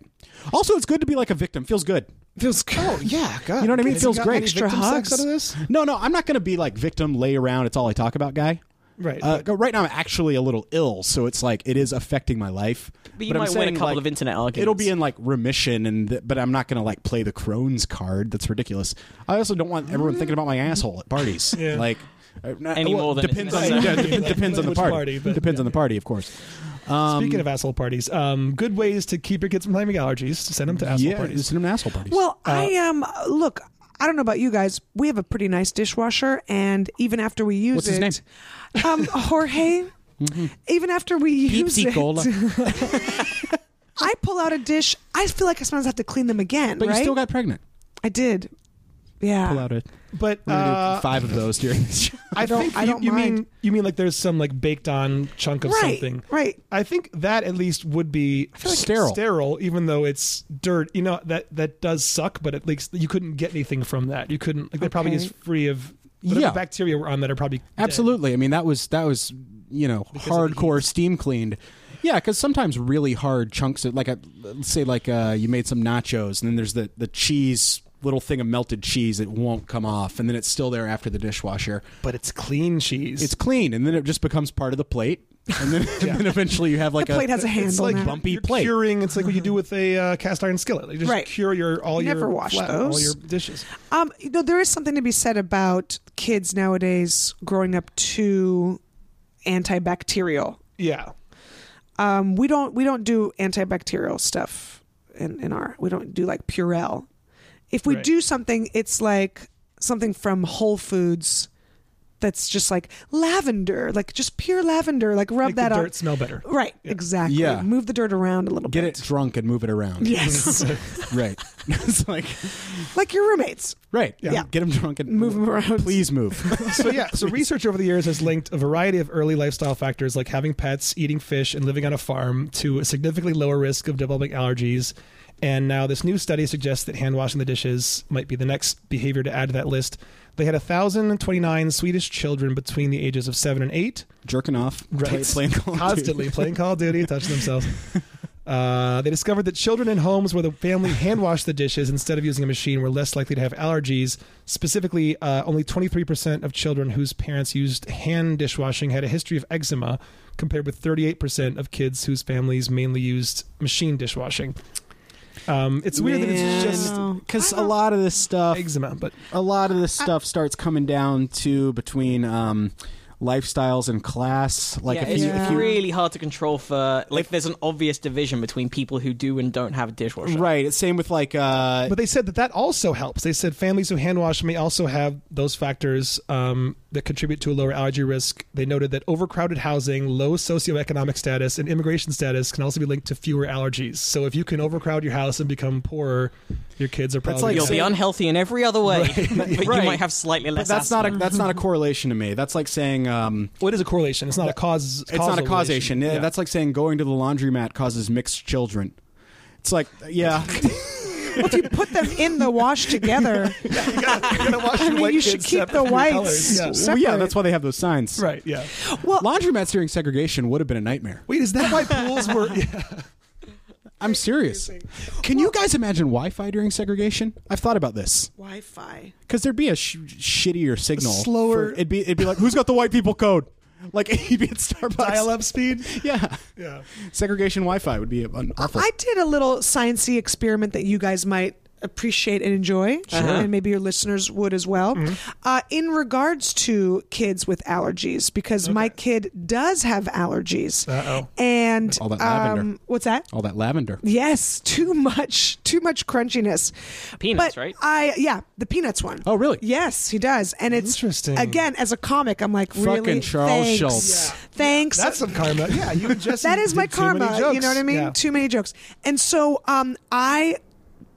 Speaker 4: Also, it's good to be like a victim. Feels good.
Speaker 3: Feels oh yeah, God.
Speaker 4: You know what I mean? Feels great.
Speaker 5: Extra hugs.
Speaker 3: out of this,
Speaker 4: No, no, I'm not going to be like victim lay around. It's all I talk about, guy.
Speaker 3: right?
Speaker 4: Uh, go- right now, I'm actually a little ill, so it's like it is affecting my life.
Speaker 2: But you
Speaker 4: I'm
Speaker 2: might win a
Speaker 4: saying,
Speaker 2: couple
Speaker 4: like,
Speaker 2: of internet arguments.
Speaker 4: It'll be in like remission, and th- but I'm not gonna like play the Crohn's card. That's ridiculous. I also don't want everyone thinking about my asshole at parties.
Speaker 3: Yeah.
Speaker 4: Like uh, not-
Speaker 2: Any
Speaker 4: well,
Speaker 2: more than it's
Speaker 4: depends on
Speaker 2: necessary.
Speaker 4: yeah, dep- depends on the
Speaker 3: Which
Speaker 4: party.
Speaker 3: party, but-
Speaker 4: depends on the party, of course.
Speaker 3: Speaking of asshole parties, um, good ways to keep your kids from having allergies: send them to asshole
Speaker 4: yeah,
Speaker 3: parties.
Speaker 4: it's an asshole parties.
Speaker 5: Well, I
Speaker 4: Uh,
Speaker 5: um look. I don't know about you guys. We have a pretty nice dishwasher, and even after we use
Speaker 4: What's his
Speaker 5: it,
Speaker 4: name? Mm-hmm.
Speaker 5: um, Jorge. Even after we use
Speaker 4: Pepsi
Speaker 5: it,
Speaker 4: Cola.
Speaker 5: I pull out a dish. I feel like I sometimes have to clean them again,
Speaker 4: but
Speaker 5: right?
Speaker 4: you still got pregnant.
Speaker 5: I did. Yeah.
Speaker 4: Pull out a
Speaker 3: But
Speaker 4: we're gonna do
Speaker 3: uh,
Speaker 4: five of those during this show.
Speaker 3: I,
Speaker 5: don't-
Speaker 3: think
Speaker 5: I
Speaker 3: you-
Speaker 5: don't
Speaker 3: you, mean
Speaker 5: mind.
Speaker 3: you mean like there's some like baked on chunk of
Speaker 5: right.
Speaker 3: something,
Speaker 5: Right.
Speaker 3: I think that at least would be
Speaker 4: like Sterile.
Speaker 3: Sterile, even though it's dirt. You know that that does suck, but at least you couldn't get anything from that. You couldn't. Like, That probably
Speaker 5: Okay.
Speaker 3: is free of whatever
Speaker 4: Yeah.
Speaker 3: bacteria were on that are probably dead.
Speaker 4: Absolutely. I mean, that was that was you know
Speaker 3: of the
Speaker 4: hardcore steam cleaned. Yeah, because sometimes really hard chunks of like a let's say like uh, you made some nachos and then there's the the cheese little thing of melted cheese that won't come off and then it's still there after the dishwasher.
Speaker 3: But it's clean cheese.
Speaker 4: It's clean and then it just becomes part of the plate and then, and then eventually you have like
Speaker 5: The plate
Speaker 4: a
Speaker 5: has a handle
Speaker 3: It's like
Speaker 5: now.
Speaker 4: bumpy
Speaker 3: you're
Speaker 4: plate.
Speaker 3: curing. It's like what you do with a uh, cast iron skillet. You just
Speaker 5: Mm-hmm. Right.
Speaker 3: cure your all your
Speaker 5: Never wash
Speaker 3: flat- all
Speaker 5: those.
Speaker 3: your dishes.
Speaker 5: Um, you know, there is something to be said about kids nowadays growing up too antibacterial.
Speaker 3: Yeah,
Speaker 5: Um, we don't we don't do antibacterial stuff in, in our we don't do like Purell. If we
Speaker 3: Right.
Speaker 5: do something, it's like something from Whole Foods that's just like lavender, like just pure lavender, like rub
Speaker 3: make
Speaker 5: that
Speaker 3: the
Speaker 5: on.
Speaker 3: dirt smell better.
Speaker 5: Right, exactly.
Speaker 4: Yeah.
Speaker 5: Move the dirt around a little
Speaker 4: Get it
Speaker 5: bit.
Speaker 4: drunk and move it around.
Speaker 5: Yes.
Speaker 4: Right. it's like
Speaker 5: like your roommates.
Speaker 4: right.
Speaker 5: Yeah.
Speaker 4: Get them drunk and
Speaker 5: Move 'em around.
Speaker 4: Please move.
Speaker 3: So yeah, so research over the years has linked a variety of early lifestyle factors like having pets, eating fish, and living on a farm to a significantly lower risk of developing allergies. And now this new study suggests that hand washing the dishes might be the next behavior to add to that list. They had 1,029 Swedish children between the ages of seven and eight
Speaker 4: Jerking off.
Speaker 3: Right.
Speaker 4: Play, playing Call of Duty.
Speaker 3: constantly playing Call of Duty, touching themselves. Uh, they discovered that children in homes where the family hand washed the dishes instead of using a machine were less likely to have allergies. Specifically, uh, only 23% of children whose parents used hand dishwashing had a history of eczema, compared with 38% of kids whose families mainly used machine dishwashing. Um, it's weird that it's just
Speaker 5: Man.
Speaker 4: because a lot of this stuff
Speaker 3: eczema, but
Speaker 4: a lot of this stuff starts coming down to between um, lifestyles and class. Like
Speaker 2: yeah,
Speaker 4: if
Speaker 2: it's
Speaker 4: you, if you
Speaker 2: really hard to control for like. There's an obvious division between people who do and don't have a dishwasher.
Speaker 4: right, it's same with like uh,
Speaker 3: But they said that that also helps. They said families who hand wash may also have those factors um, that contribute to a lower allergy risk. They noted that overcrowded housing, low socioeconomic status, and immigration status can also be linked to fewer allergies. So if you can overcrowd your house and become poorer, your kids are probably
Speaker 4: like
Speaker 2: You'll
Speaker 3: gonna-
Speaker 2: be
Speaker 4: Same.
Speaker 2: unhealthy in every other way, but you
Speaker 4: Right.
Speaker 2: might have slightly
Speaker 4: but
Speaker 2: less.
Speaker 4: that's not a
Speaker 2: asthma.
Speaker 4: that's not a correlation to me. That's like saying um,
Speaker 3: Well, it is a correlation. It's not a cause.
Speaker 4: it's not a
Speaker 3: causal
Speaker 4: causation.
Speaker 3: relation.
Speaker 4: Yeah, That's like saying going to the laundromat causes mixed children. It's like uh, yeah,
Speaker 5: Well, if you put them in the wash together,
Speaker 3: You're gonna wash
Speaker 5: I
Speaker 3: your
Speaker 5: mean,
Speaker 3: white
Speaker 5: you should
Speaker 3: kids
Speaker 5: keep
Speaker 3: separate
Speaker 5: the
Speaker 3: from your colors.
Speaker 5: whites
Speaker 3: Yeah.
Speaker 4: well, yeah.
Speaker 5: separate.
Speaker 4: That's why they have those signs.
Speaker 3: Right. Yeah.
Speaker 5: Well,
Speaker 4: Laundromats during segregation would have been a nightmare.
Speaker 3: Wait, is that why pools were?
Speaker 4: I'm serious. Can you guys imagine Wi-Fi during segregation? I've thought about this.
Speaker 5: Wi-Fi.
Speaker 4: Because there'd be a sh- shittier signal.
Speaker 3: slower-
Speaker 4: for- it'd be. It'd be like, who's got the white people code? Like you'd be at Starbucks.
Speaker 3: Dial-up speed.
Speaker 4: Yeah.
Speaker 3: Yeah.
Speaker 4: Segregation Wi-Fi would be an awful.
Speaker 5: I did a little sciency experiment that you guys might appreciate and enjoy,
Speaker 4: Uh-huh.
Speaker 5: and maybe your listeners would as well.
Speaker 4: Mm-hmm.
Speaker 5: Uh, in regards to kids with allergies, because my kid does have allergies,
Speaker 3: Uh-oh.
Speaker 5: and
Speaker 4: All that lavender.
Speaker 5: um, what's that?
Speaker 4: all that lavender.
Speaker 5: Yes, too much, too much crunchiness.
Speaker 2: Peanuts,
Speaker 5: But
Speaker 2: right?
Speaker 5: I yeah, the peanuts one.
Speaker 4: Oh, really?
Speaker 5: Yes, he does, and it's
Speaker 3: Interesting.
Speaker 5: Again, as a comic, I'm like,
Speaker 4: Fucking
Speaker 5: really?
Speaker 4: Charles
Speaker 5: Thanks.
Speaker 4: Schultz.
Speaker 5: Thanks.
Speaker 3: That's some karma. Yeah. You and Jesse
Speaker 5: That is
Speaker 3: did
Speaker 5: my
Speaker 3: too many
Speaker 5: karma. You
Speaker 3: jokes.
Speaker 5: know what I mean?
Speaker 3: Yeah.
Speaker 5: Too many jokes. And so um, I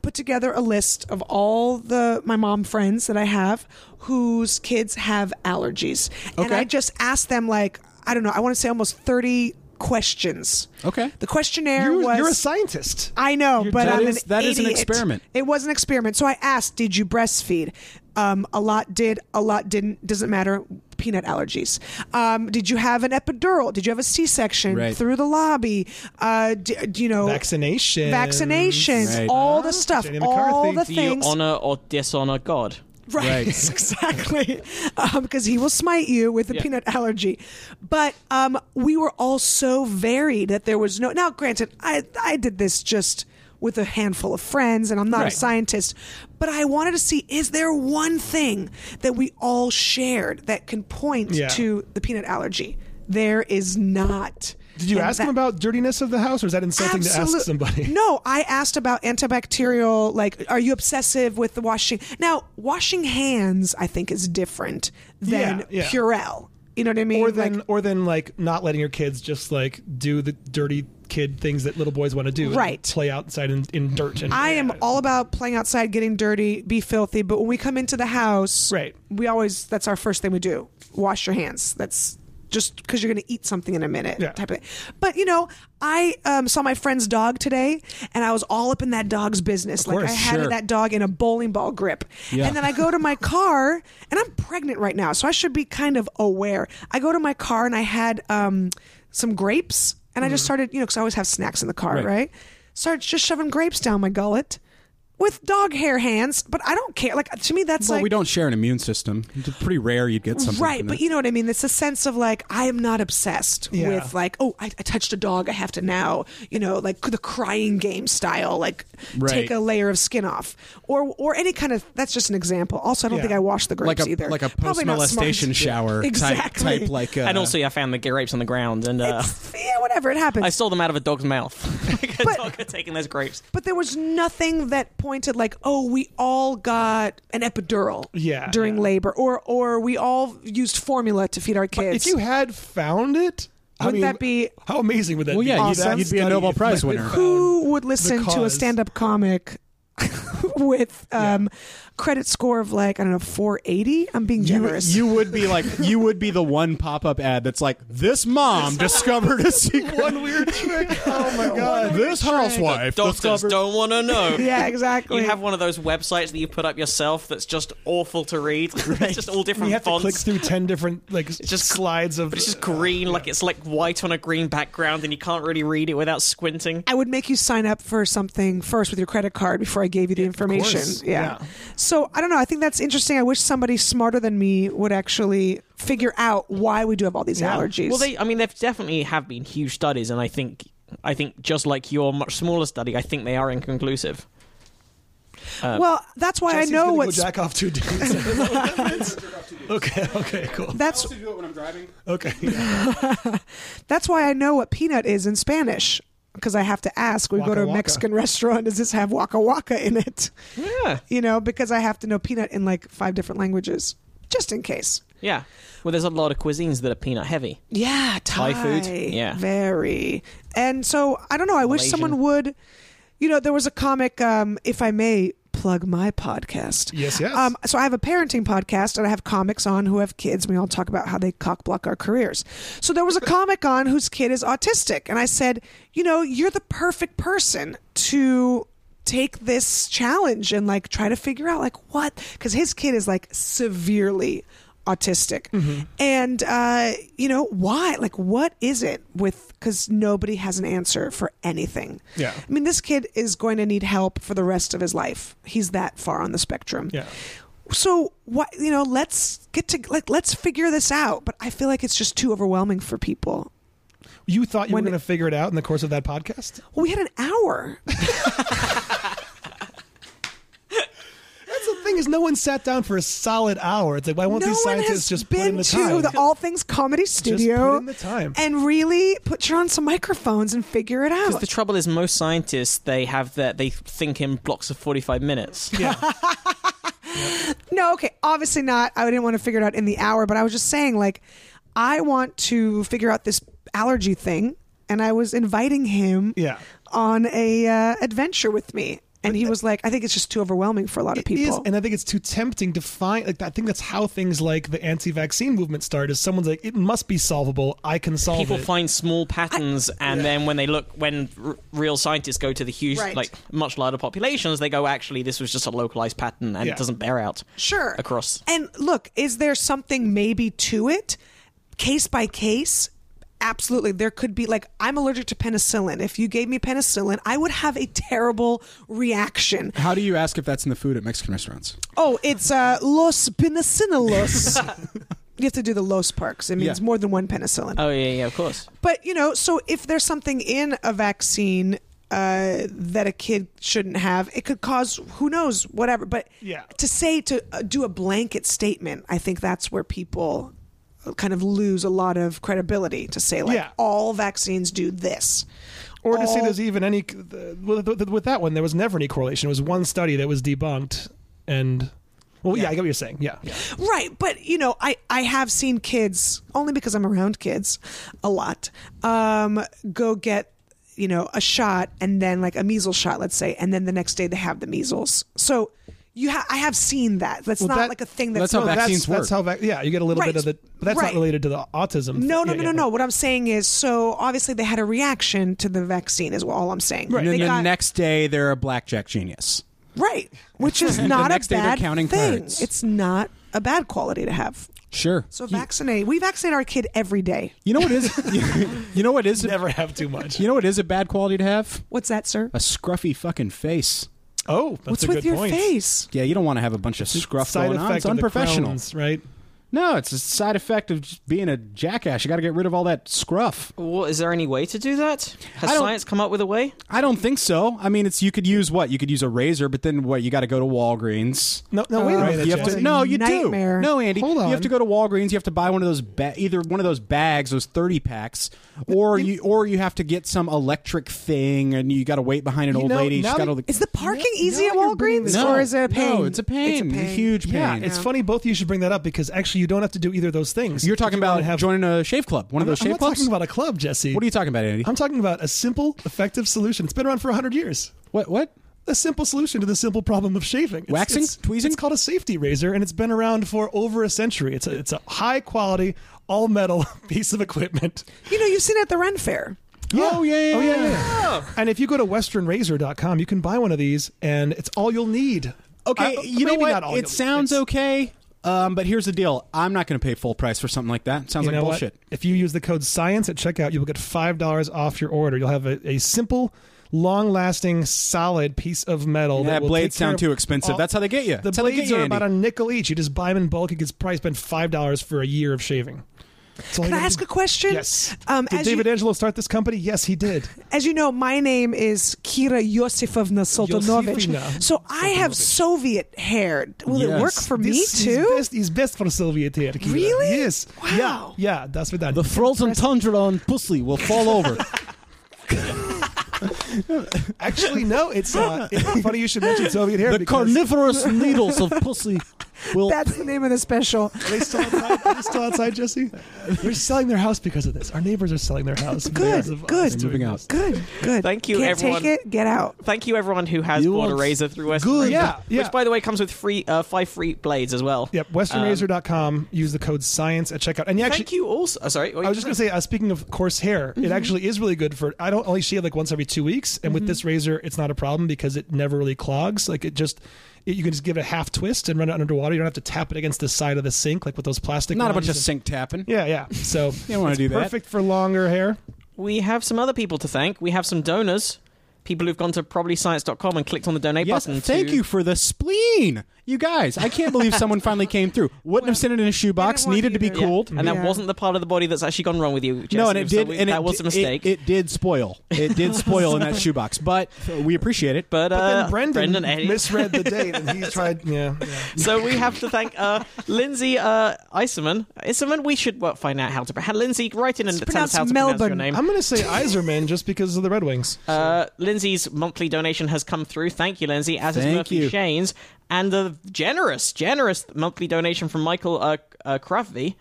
Speaker 5: put together a list of all the my mom friends that I have whose kids have allergies. And
Speaker 4: Okay.
Speaker 5: I just asked them like, I don't know, I want to say almost 30 questions.
Speaker 4: Okay.
Speaker 5: The questionnaire
Speaker 3: You're,
Speaker 5: was
Speaker 3: you're a scientist.
Speaker 5: I know, but
Speaker 4: that
Speaker 5: I'm
Speaker 4: is-
Speaker 5: an
Speaker 4: that is an
Speaker 5: idiot.
Speaker 4: experiment.
Speaker 5: It was an experiment. So I asked, "Did you breastfeed?" Um, a lot did, a lot didn't. Doesn't matter. Peanut allergies. Um, did you have an epidural? Did you have a C-section
Speaker 4: Right.
Speaker 5: through the lobby? Uh, d- do you know
Speaker 3: Vaccination.
Speaker 5: vaccinations,
Speaker 4: Right.
Speaker 5: all the stuff,
Speaker 3: Jenny
Speaker 5: all
Speaker 3: McCarthy.
Speaker 5: the
Speaker 2: Do you
Speaker 5: things.
Speaker 2: honor or dishonor God?
Speaker 5: Right,
Speaker 4: Right.
Speaker 5: exactly. Because he will smite you with a
Speaker 2: Yeah.
Speaker 5: peanut allergy. But um, we were all so varied that there was no. Now, granted, I I did this just with a handful of friends, and I'm not a
Speaker 4: Right.
Speaker 5: scientist. But I wanted to see: is there one thing that we all shared that can point
Speaker 3: Yeah.
Speaker 5: to the peanut allergy? There is not.
Speaker 3: Did you
Speaker 5: And
Speaker 3: ask
Speaker 5: that-
Speaker 3: him about dirtiness of the house, or is that insulting to
Speaker 5: Absolute-
Speaker 3: ask somebody?
Speaker 5: No, I asked about antibacterial. Like, are you obsessive with the washing? Now, washing hands, I think, is different than
Speaker 3: Yeah, yeah.
Speaker 5: Purell. You know what I mean?
Speaker 3: Or then,
Speaker 5: Like,
Speaker 3: or then, like not letting your kids just like do the dirty kid things that little boys want to do. and
Speaker 5: Right.
Speaker 3: Play outside in, in dirt. And
Speaker 5: I am all about playing outside, getting dirty, be filthy. But when we come into the house,
Speaker 3: Right.
Speaker 5: We always that's our first thing we do: wash your hands. That's just because you're going to eat something in a minute,
Speaker 3: Yeah.
Speaker 5: type of thing. But you know, I um, saw my friend's dog today, and I was all up in that dog's business. like
Speaker 3: course,
Speaker 5: I had
Speaker 4: sure.
Speaker 5: that dog in a bowling ball grip,
Speaker 4: Yeah.
Speaker 5: and then I go to my car, and I'm pregnant right now, so I should be kind of aware. I go to my car, and I had um, some grapes,
Speaker 4: Mm-hmm.
Speaker 5: and I just started, you know, because I always have snacks in the car, right? Started just shoving grapes down my gullet. with dog hair hands, but I don't care. Like to me, that's
Speaker 4: well,
Speaker 5: like
Speaker 4: we don't share an immune system. It's pretty rare you'd get something.
Speaker 5: right
Speaker 4: from
Speaker 5: but
Speaker 4: that.
Speaker 5: you know what i mean it's a sense of like i am not obsessed
Speaker 3: Yeah.
Speaker 5: with like oh I, I touched a dog i have to now you know like the crying game style like
Speaker 4: Right.
Speaker 5: take a layer of skin off or or any kind of that's just an example also i don't
Speaker 3: Yeah.
Speaker 5: think i washed the grapes
Speaker 1: like a
Speaker 5: either
Speaker 1: like a post
Speaker 5: Probably not smart.
Speaker 1: molestation shower
Speaker 5: exactly
Speaker 1: type type like uh,
Speaker 2: and also, yeah, I found the grapes on the ground, and uh,
Speaker 5: It's- yeah whatever it happens
Speaker 2: I stole them out of a dog's mouth. like a
Speaker 5: But-
Speaker 2: dog had taken those grapes.
Speaker 5: but there was nothing that pointed like oh we all got an epidural
Speaker 3: Yeah,
Speaker 5: during
Speaker 3: yeah.
Speaker 5: labor or or we all used formula to feed our
Speaker 3: If
Speaker 5: kids
Speaker 3: you had found it, I
Speaker 5: Wouldn't
Speaker 3: mean,
Speaker 5: that be-
Speaker 3: how amazing would that
Speaker 1: Well,
Speaker 3: be?
Speaker 1: yeah, you'd-
Speaker 5: Awesome.
Speaker 1: you'd be a Nobel
Speaker 3: If
Speaker 1: Prize
Speaker 3: you had
Speaker 1: winner.
Speaker 3: found-
Speaker 5: who would listen to a
Speaker 3: cause.
Speaker 5: stand-up comic with um, credit score of like I don't know 480? I'm being
Speaker 4: You,
Speaker 5: generous.
Speaker 4: you would be like you would be the one pop up ad that's like this mom discovered a secret.
Speaker 3: One weird trick. Oh my god.
Speaker 4: this housewife
Speaker 2: Doctors
Speaker 4: discovered.
Speaker 2: don't want to know.
Speaker 5: yeah, exactly.
Speaker 2: You have one of those websites that you put up yourself that's just awful to read. it's just all different
Speaker 3: You have to
Speaker 2: fonts.
Speaker 3: click through ten different like just
Speaker 2: just-
Speaker 3: slides of.
Speaker 2: but it's just green, like it's like white on a green background, and you can't really read it without squinting.
Speaker 5: I would make you sign up for something first with your credit card before I gave you the information.
Speaker 3: course.
Speaker 5: Yeah.
Speaker 3: Yeah.
Speaker 5: So I don't know. I think that's interesting. I wish somebody smarter than me would actually figure out why we do have all these allergies.
Speaker 2: Well, they, I mean, there definitely have been huge studies, and I think, I think just like your much smaller study, I think they are inconclusive.
Speaker 5: Well, that's why
Speaker 3: Uh, Jesse's
Speaker 5: I know
Speaker 3: gonna
Speaker 5: what's
Speaker 3: go jack off two dudes. okay. Okay. Cool.
Speaker 5: that's
Speaker 4: do it when I'm driving.
Speaker 3: Okay. yeah.
Speaker 5: That's why I know what peanut is in Spanish because I have to ask. We
Speaker 3: Waka
Speaker 5: go to a
Speaker 3: waka.
Speaker 5: Mexican restaurant. Does this have waka waka in it?
Speaker 2: Yeah,
Speaker 5: You know, because I have to know peanut in like five different languages just in case.
Speaker 2: yeah. Well, there's a lot of cuisines that are peanut heavy.
Speaker 5: Yeah, Thai,
Speaker 2: food? Yeah.
Speaker 5: very. And so I don't know. I wish
Speaker 2: Malaysian.
Speaker 5: someone would. You know, there was a comic. Um, if I may plug my podcast.
Speaker 3: Yes, yes.
Speaker 5: Um, so I have a parenting podcast, and I have comics on who have kids. We all talk about how they cock block our careers. So there was a comic on whose kid is autistic, and I said, you know, you're the perfect person to take this challenge and like try to figure out like what because his kid is like severely autistic
Speaker 3: Mm-hmm.
Speaker 5: and uh you know why like what is it with because nobody has an answer for anything
Speaker 3: Yeah.
Speaker 5: i mean this kid is going to need help for the rest of his life he's that far on the spectrum
Speaker 3: Yeah.
Speaker 5: so what you know let's get to like let's figure this out but i feel like it's just too overwhelming for people
Speaker 3: You thought you
Speaker 5: When-
Speaker 3: were going to figure it out in the course of that podcast?
Speaker 5: well, we had an hour
Speaker 3: That's the thing is, no one sat down for a solid hour. It's like why won't
Speaker 5: no
Speaker 3: these
Speaker 5: one
Speaker 3: scientists
Speaker 5: has
Speaker 3: just
Speaker 5: been
Speaker 3: put in the
Speaker 5: to
Speaker 3: time?
Speaker 5: the all things comedy studio
Speaker 3: put in the time.
Speaker 5: and really put you on some microphones and figure it out
Speaker 2: Because the trouble is, most scientists they have that they think in blocks of forty-five minutes.
Speaker 5: No, okay. Obviously not. I didn't want to figure it out in the hour, but I was just saying, like, I want to figure out this allergy thing, and I was inviting him
Speaker 3: Yeah.
Speaker 5: on a uh, adventure with me, and he was like, "I think it's just too overwhelming for a lot of
Speaker 3: It
Speaker 5: people."
Speaker 3: is, and I think it's too tempting to find. Like I think that's how things like the anti-vaccine movement start. Is someone's like, it must be solvable. I can solve
Speaker 2: People
Speaker 3: it.
Speaker 2: find small patterns, and then when they look, when r- real scientists go to the huge,
Speaker 5: Right.
Speaker 2: like much larger populations, they go, actually, this was just a localized pattern, and
Speaker 3: Yeah.
Speaker 2: it doesn't bear out.
Speaker 5: sure
Speaker 2: across.
Speaker 5: And look, is there something maybe to it, case by case? Absolutely. There could be, like, I'm allergic to penicillin. If you gave me penicillin, I would have a terrible reaction.
Speaker 4: How do you ask if that's in the food at Mexican restaurants?
Speaker 5: Oh, it's uh, los penicillinos. you have to do the los parks. It means
Speaker 4: Yeah.
Speaker 5: more than one penicillin.
Speaker 2: Oh yeah, yeah, of course.
Speaker 5: But you know, so if there's something in a vaccine uh, that a kid shouldn't have, it could cause who knows whatever. But
Speaker 3: Yeah.
Speaker 5: to say to uh, do a blanket statement, I think that's where people kind of lose a lot of credibility to say like
Speaker 3: Yeah.
Speaker 5: all vaccines do this.
Speaker 3: or to see
Speaker 5: all-
Speaker 3: there's even any the- with, with- with that one there was never any correlation it was one study that was debunked and well yeah, i get what you're saying yeah, yeah.
Speaker 5: Right, but you know, I I have seen kids only because I'm around kids a lot. Um, go get you know a shot and then like a measles shot, let's say, and then the next day they have the measles. So you ha- I have seen that. That's
Speaker 3: Well,
Speaker 5: not
Speaker 3: that-
Speaker 5: like a thing
Speaker 4: that's
Speaker 5: that's,
Speaker 4: how
Speaker 5: not-
Speaker 4: vac-
Speaker 3: that's,
Speaker 4: Vaccines work.
Speaker 3: that's how vac- yeah you get a little
Speaker 5: Right.
Speaker 3: bit of the but that's
Speaker 5: Right.
Speaker 3: not related to the autism
Speaker 5: no,
Speaker 3: Yeah,
Speaker 5: no, no,
Speaker 3: yeah,
Speaker 5: no, no. What I'm saying is, so obviously they had a reaction to the vaccine, is all I'm saying.
Speaker 4: And then
Speaker 5: They
Speaker 4: the
Speaker 5: got-
Speaker 4: next day they're a blackjack genius.
Speaker 5: right, which is not
Speaker 4: next
Speaker 5: a
Speaker 4: day they're
Speaker 5: bad
Speaker 4: counting
Speaker 5: thing.
Speaker 4: cards.
Speaker 5: It's not a bad quality to have.
Speaker 4: Sure.
Speaker 5: So vaccinate. We vaccinate our kid every day.
Speaker 4: You know what is? you know what is?
Speaker 3: never have too much
Speaker 4: You know what is a bad quality to have?
Speaker 5: What's that, sir?
Speaker 4: A scruffy fucking face.
Speaker 3: Oh, that's
Speaker 5: What's
Speaker 3: a
Speaker 5: with
Speaker 3: good
Speaker 5: your
Speaker 3: point.
Speaker 5: face?
Speaker 4: Yeah, you don't want to have a bunch of scruff
Speaker 3: Side
Speaker 4: going on.
Speaker 3: effect
Speaker 4: It's
Speaker 3: of the
Speaker 4: unprofessional.
Speaker 3: Crohn's, right?
Speaker 4: No, it's a side effect of just being a jackass. You got to get rid of all that scruff.
Speaker 2: Well, is there any way to do that? Has
Speaker 4: I don't-
Speaker 2: science come up with a way?
Speaker 4: I don't think so. I mean, it's you could use what you could use a razor, but then what you got to go to Walgreens.
Speaker 3: No, no, wait a
Speaker 5: Uh,
Speaker 3: minute.
Speaker 4: You have
Speaker 3: Jesse.
Speaker 4: to, no, you
Speaker 5: nightmare.
Speaker 4: do. No, Andy,
Speaker 3: Hold
Speaker 4: you
Speaker 3: on.
Speaker 4: have to go to Walgreens. You have to buy one of those ba- either one of those bags, those thirty packs, or you or you have to get some electric thing, and you got to wait behind an
Speaker 3: You
Speaker 4: old
Speaker 3: know,
Speaker 4: lady.
Speaker 3: now
Speaker 4: She's got
Speaker 3: that-
Speaker 4: all the
Speaker 5: Is the parking
Speaker 3: No,
Speaker 5: easy at
Speaker 3: now you're bringing
Speaker 5: Walgreens,
Speaker 3: this
Speaker 4: no,
Speaker 5: or is it a pain?
Speaker 4: No, it's a pain,
Speaker 5: It's a pain.
Speaker 4: huge pain.
Speaker 3: Yeah, it's funny both of you should bring that up because actually you don't have to do either of those things.
Speaker 4: You're talking
Speaker 3: If you wanna
Speaker 4: about
Speaker 3: have,
Speaker 4: joining a shave club, one of
Speaker 3: I'm
Speaker 4: those
Speaker 3: not- I'm
Speaker 4: shave
Speaker 3: not
Speaker 4: clubs.
Speaker 3: talking about a club, Jesse.
Speaker 4: what are you talking about, Andy?
Speaker 3: I'm talking about a simple, effective solution. It's been around for 100 years.
Speaker 4: what? What?
Speaker 3: A simple solution to the simple problem of shaving. It's-
Speaker 4: Waxing?
Speaker 3: it's-
Speaker 4: Tweezing?
Speaker 3: It's called a safety razor, and it's been around for over a century. It's a, it's a high quality, all metal piece of equipment.
Speaker 5: You know, you've seen it at the Ren Fair.
Speaker 4: Oh yeah, yeah,
Speaker 3: Oh, yeah,
Speaker 4: yeah.
Speaker 3: yeah. And if you go to westernrazor.com, you can buy one of these, and it's all you'll need.
Speaker 4: Okay,
Speaker 3: Uh,
Speaker 4: you know
Speaker 3: maybe not all you'll
Speaker 4: what?
Speaker 3: need.
Speaker 4: It sounds
Speaker 3: It's-
Speaker 4: okay, um, but here's the deal: I'm not going to pay full price for something like that. Sounds
Speaker 3: You
Speaker 4: like
Speaker 3: know
Speaker 4: bullshit.
Speaker 3: What? If you use the code science at checkout, you'll get five dollars off your order. You'll have a, a simple, long-lasting, solid piece of metal.
Speaker 4: Yeah,
Speaker 3: that will take
Speaker 4: blades
Speaker 3: care
Speaker 4: sound
Speaker 3: of
Speaker 4: too expensive.
Speaker 3: all-
Speaker 4: That's how they get you.
Speaker 3: The
Speaker 4: That's how they get
Speaker 3: blades
Speaker 4: you,
Speaker 3: are
Speaker 4: Andy.
Speaker 3: about a nickel each. You just buy them in bulk. It gets probably spend five dollars for a year of shaving. That's all
Speaker 5: Can
Speaker 3: you
Speaker 5: I
Speaker 3: gotta
Speaker 5: ask
Speaker 3: do.
Speaker 5: a question?
Speaker 3: Yes.
Speaker 5: Um,
Speaker 3: did
Speaker 5: as,
Speaker 3: David
Speaker 5: you,
Speaker 3: Angelo start this company? Yes, he did.
Speaker 5: as you know, my name is Kira Yosifovna Soltanovich.
Speaker 3: Yosifina
Speaker 5: So I have Soviet hair. Will it
Speaker 4: Yes.
Speaker 5: work for
Speaker 3: This
Speaker 5: me too?
Speaker 3: Is best, is best for Soviet here. Kira.
Speaker 5: Really?
Speaker 3: Yes.
Speaker 5: Wow.
Speaker 3: Yeah. Yeah. That's what that.
Speaker 4: frozen tundra on pussy will fall over.
Speaker 3: Actually, no. It's, uh, it's funny you should mention Soviet hair. because-
Speaker 4: carnivorous needles of pussy will.
Speaker 5: That's the name of the special.
Speaker 3: Are they still outside? Are they still outside, Jesse? They're selling their house because of this. Our neighbors are selling their house. because of us
Speaker 5: good.
Speaker 3: doing
Speaker 4: Moving out.
Speaker 3: this.
Speaker 5: Good, good.
Speaker 2: Thank you,
Speaker 5: Can't
Speaker 2: everyone.
Speaker 5: take it. Get out.
Speaker 2: Thank you, everyone who has
Speaker 4: You
Speaker 2: bought a
Speaker 4: want-
Speaker 2: razor through Western
Speaker 4: Good.
Speaker 2: Razor,
Speaker 3: Yeah, yeah.
Speaker 2: which by the way comes with free uh, five free blades as well.
Speaker 3: Yep. Westernrazor.com. Use the code science at checkout. And you actually,
Speaker 2: Thank you also. oh, sorry,
Speaker 3: I was just gonna say, uh, speaking of coarse hair, it actually is really good for. I don't only shave like once every two weeks, and with this razor, it's not a problem because it never really clogs. Like it just, it, you can just give it a half twist and run it underwater. You don't have to tap it against the side of the sink like with those plastic.
Speaker 4: Not a
Speaker 3: ones
Speaker 4: bunch of
Speaker 3: and-
Speaker 4: sink tapping.
Speaker 3: Yeah, yeah. So
Speaker 4: You don't wanna
Speaker 3: it's
Speaker 4: do that.
Speaker 3: Perfect for longer hair.
Speaker 2: we have some other people to thank. We have some donors, people who've gone to probablyscience.com and clicked on the donate
Speaker 4: Yes,
Speaker 2: button.
Speaker 4: thank
Speaker 2: to-
Speaker 4: you for the spleen. You guys, I can't believe someone finally came through. Wouldn't have sent it in a shoebox.
Speaker 5: I didn't want
Speaker 4: Needed to be
Speaker 5: either.
Speaker 2: Yeah,
Speaker 4: cooled.
Speaker 2: and that
Speaker 5: Yeah.
Speaker 2: wasn't the part of the body that's actually gone wrong with you. Jesse,
Speaker 4: No, and it
Speaker 2: so
Speaker 4: did.
Speaker 2: we-
Speaker 4: and
Speaker 2: that
Speaker 4: it
Speaker 2: was a
Speaker 4: di-
Speaker 2: mistake.
Speaker 4: It, it did spoil. It did spoil in that shoebox, but we appreciate it.
Speaker 2: but,
Speaker 3: But
Speaker 2: uh,
Speaker 3: then Brendan,
Speaker 2: Eddie-
Speaker 3: misread the date, and he tried. Yeah, yeah.
Speaker 2: So we have to thank uh, Lindsay uh, Iserman. Iserman, we should well, find out how to. How, Lindsay, write in and tell us
Speaker 5: pronounced
Speaker 2: how to pronounce your
Speaker 5: Melbourne.
Speaker 2: name.
Speaker 3: I'm going to say Iserman just because of the Red Wings.
Speaker 2: Uh, Lindsay's monthly donation has come through. Thank you, Lindsay. As is
Speaker 4: Thank
Speaker 2: Murphy
Speaker 4: you.
Speaker 2: Shane's, and the generous, generous monthly donation from Michael uh, uh, Kravvy.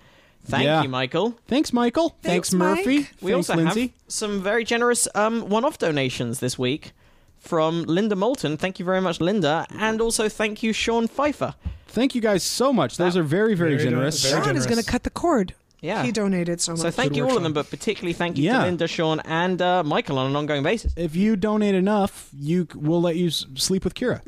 Speaker 2: Thank
Speaker 4: Yeah.
Speaker 2: you, Michael.
Speaker 4: Thanks, Michael.
Speaker 5: Thanks,
Speaker 4: Thanks,
Speaker 5: Mike.
Speaker 4: Murphy.
Speaker 2: We
Speaker 4: Thanks,
Speaker 2: also
Speaker 4: Lindsay.
Speaker 2: have some very generous um, one-off donations this week from Linda Moulton. Thank you very much, Linda, and also thank you, Sean Pfeiffer.
Speaker 4: Thank you guys so much. Those are very, very,
Speaker 3: Very
Speaker 4: generous.
Speaker 3: generous. Very
Speaker 5: Sean is going to cut the cord.
Speaker 2: Yeah.
Speaker 5: He donated so much.
Speaker 2: So thank you all of them, but particularly thank you
Speaker 4: Yeah.
Speaker 2: to Linda, Sean, and uh, Michael on an ongoing basis.
Speaker 4: If you donate enough, you c- we'll let you s- sleep with Kira.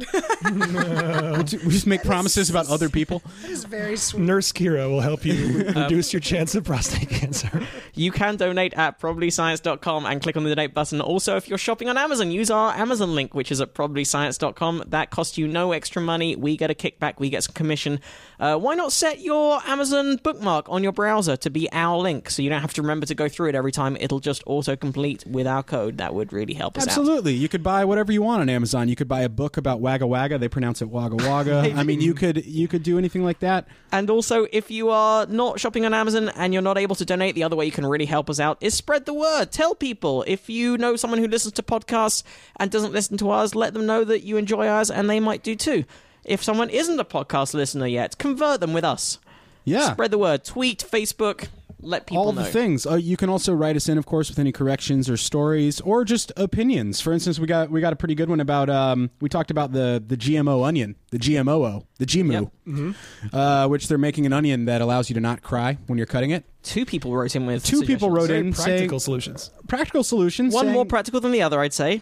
Speaker 4: we ju- we just make promises about other people. Um,
Speaker 5: That is very sweet.
Speaker 3: Nurse Kira will help you re- reduce your chance of prostate cancer.
Speaker 2: You can donate at probablyscience.com and click on the donate button. Also, if you're shopping on Amazon, use our Amazon link, which is at probablyscience.com. That costs you no extra money. We get a kickback, we get some commission. Uh, why not set your Amazon bookmark on your browser to be our link so you don't have to remember to go through it every time? It'll just autocomplete with our code. That would really help us out.
Speaker 4: Absolutely. You could buy whatever you want on Amazon. You could buy a book about Wagga Wagga. They pronounce it Wagga Wagga. I mean, you could you could do anything like that.
Speaker 2: And also, if you are not shopping on Amazon and you're not able to donate, the other way you can really help us out is spread the word. Tell people. If you know someone who listens to podcasts and doesn't listen to ours, let them know that you enjoy ours and they might do too. If someone isn't a podcast listener yet, convert them with us.
Speaker 4: Yeah.
Speaker 2: Spread the word. Tweet, Facebook, let people
Speaker 4: all
Speaker 2: know.
Speaker 4: the things. Uh, you can also write us in, of course, with any corrections or stories or just opinions. For instance, we got we got a pretty good one about um, we talked about the the GMO onion, the GMOO, the GMO,
Speaker 2: Yep.
Speaker 4: uh, which they're making an onion that allows you to not cry when you're cutting it.
Speaker 2: Two people wrote in with
Speaker 4: Two people
Speaker 2: suggestions.
Speaker 4: wrote
Speaker 3: Very
Speaker 4: in
Speaker 3: practical
Speaker 4: saying
Speaker 3: solutions.
Speaker 4: practical solutions.
Speaker 2: One
Speaker 4: saying-
Speaker 2: more practical than the other, I'd say.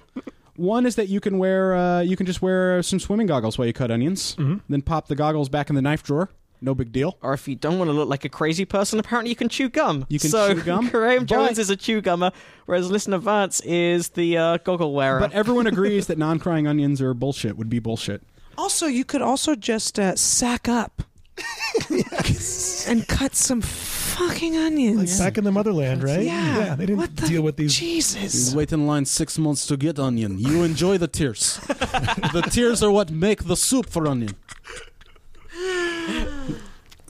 Speaker 4: one is that you can wear uh, you can just wear some swimming goggles while you cut onions, then pop the goggles back in the knife drawer. no big deal.
Speaker 2: Or if you don't want to look like a crazy person, apparently you can chew gum.
Speaker 4: You can
Speaker 2: so,
Speaker 4: chew gum?
Speaker 2: Graham Jones
Speaker 4: But-
Speaker 2: is a chew gummer, whereas Listener Vance is the uh, goggle wearer.
Speaker 4: But everyone agrees that non-crying onions are bullshit. Would be bullshit.
Speaker 5: Also, you could also just uh, sack up and cut some fucking onions.
Speaker 3: Back in the motherland, right?
Speaker 5: Yeah.
Speaker 3: they didn't
Speaker 5: What the-
Speaker 3: deal with these.
Speaker 5: Jesus.
Speaker 1: Wait in line six months to get onion. You enjoy the tears. the tears are what make the soup for onion.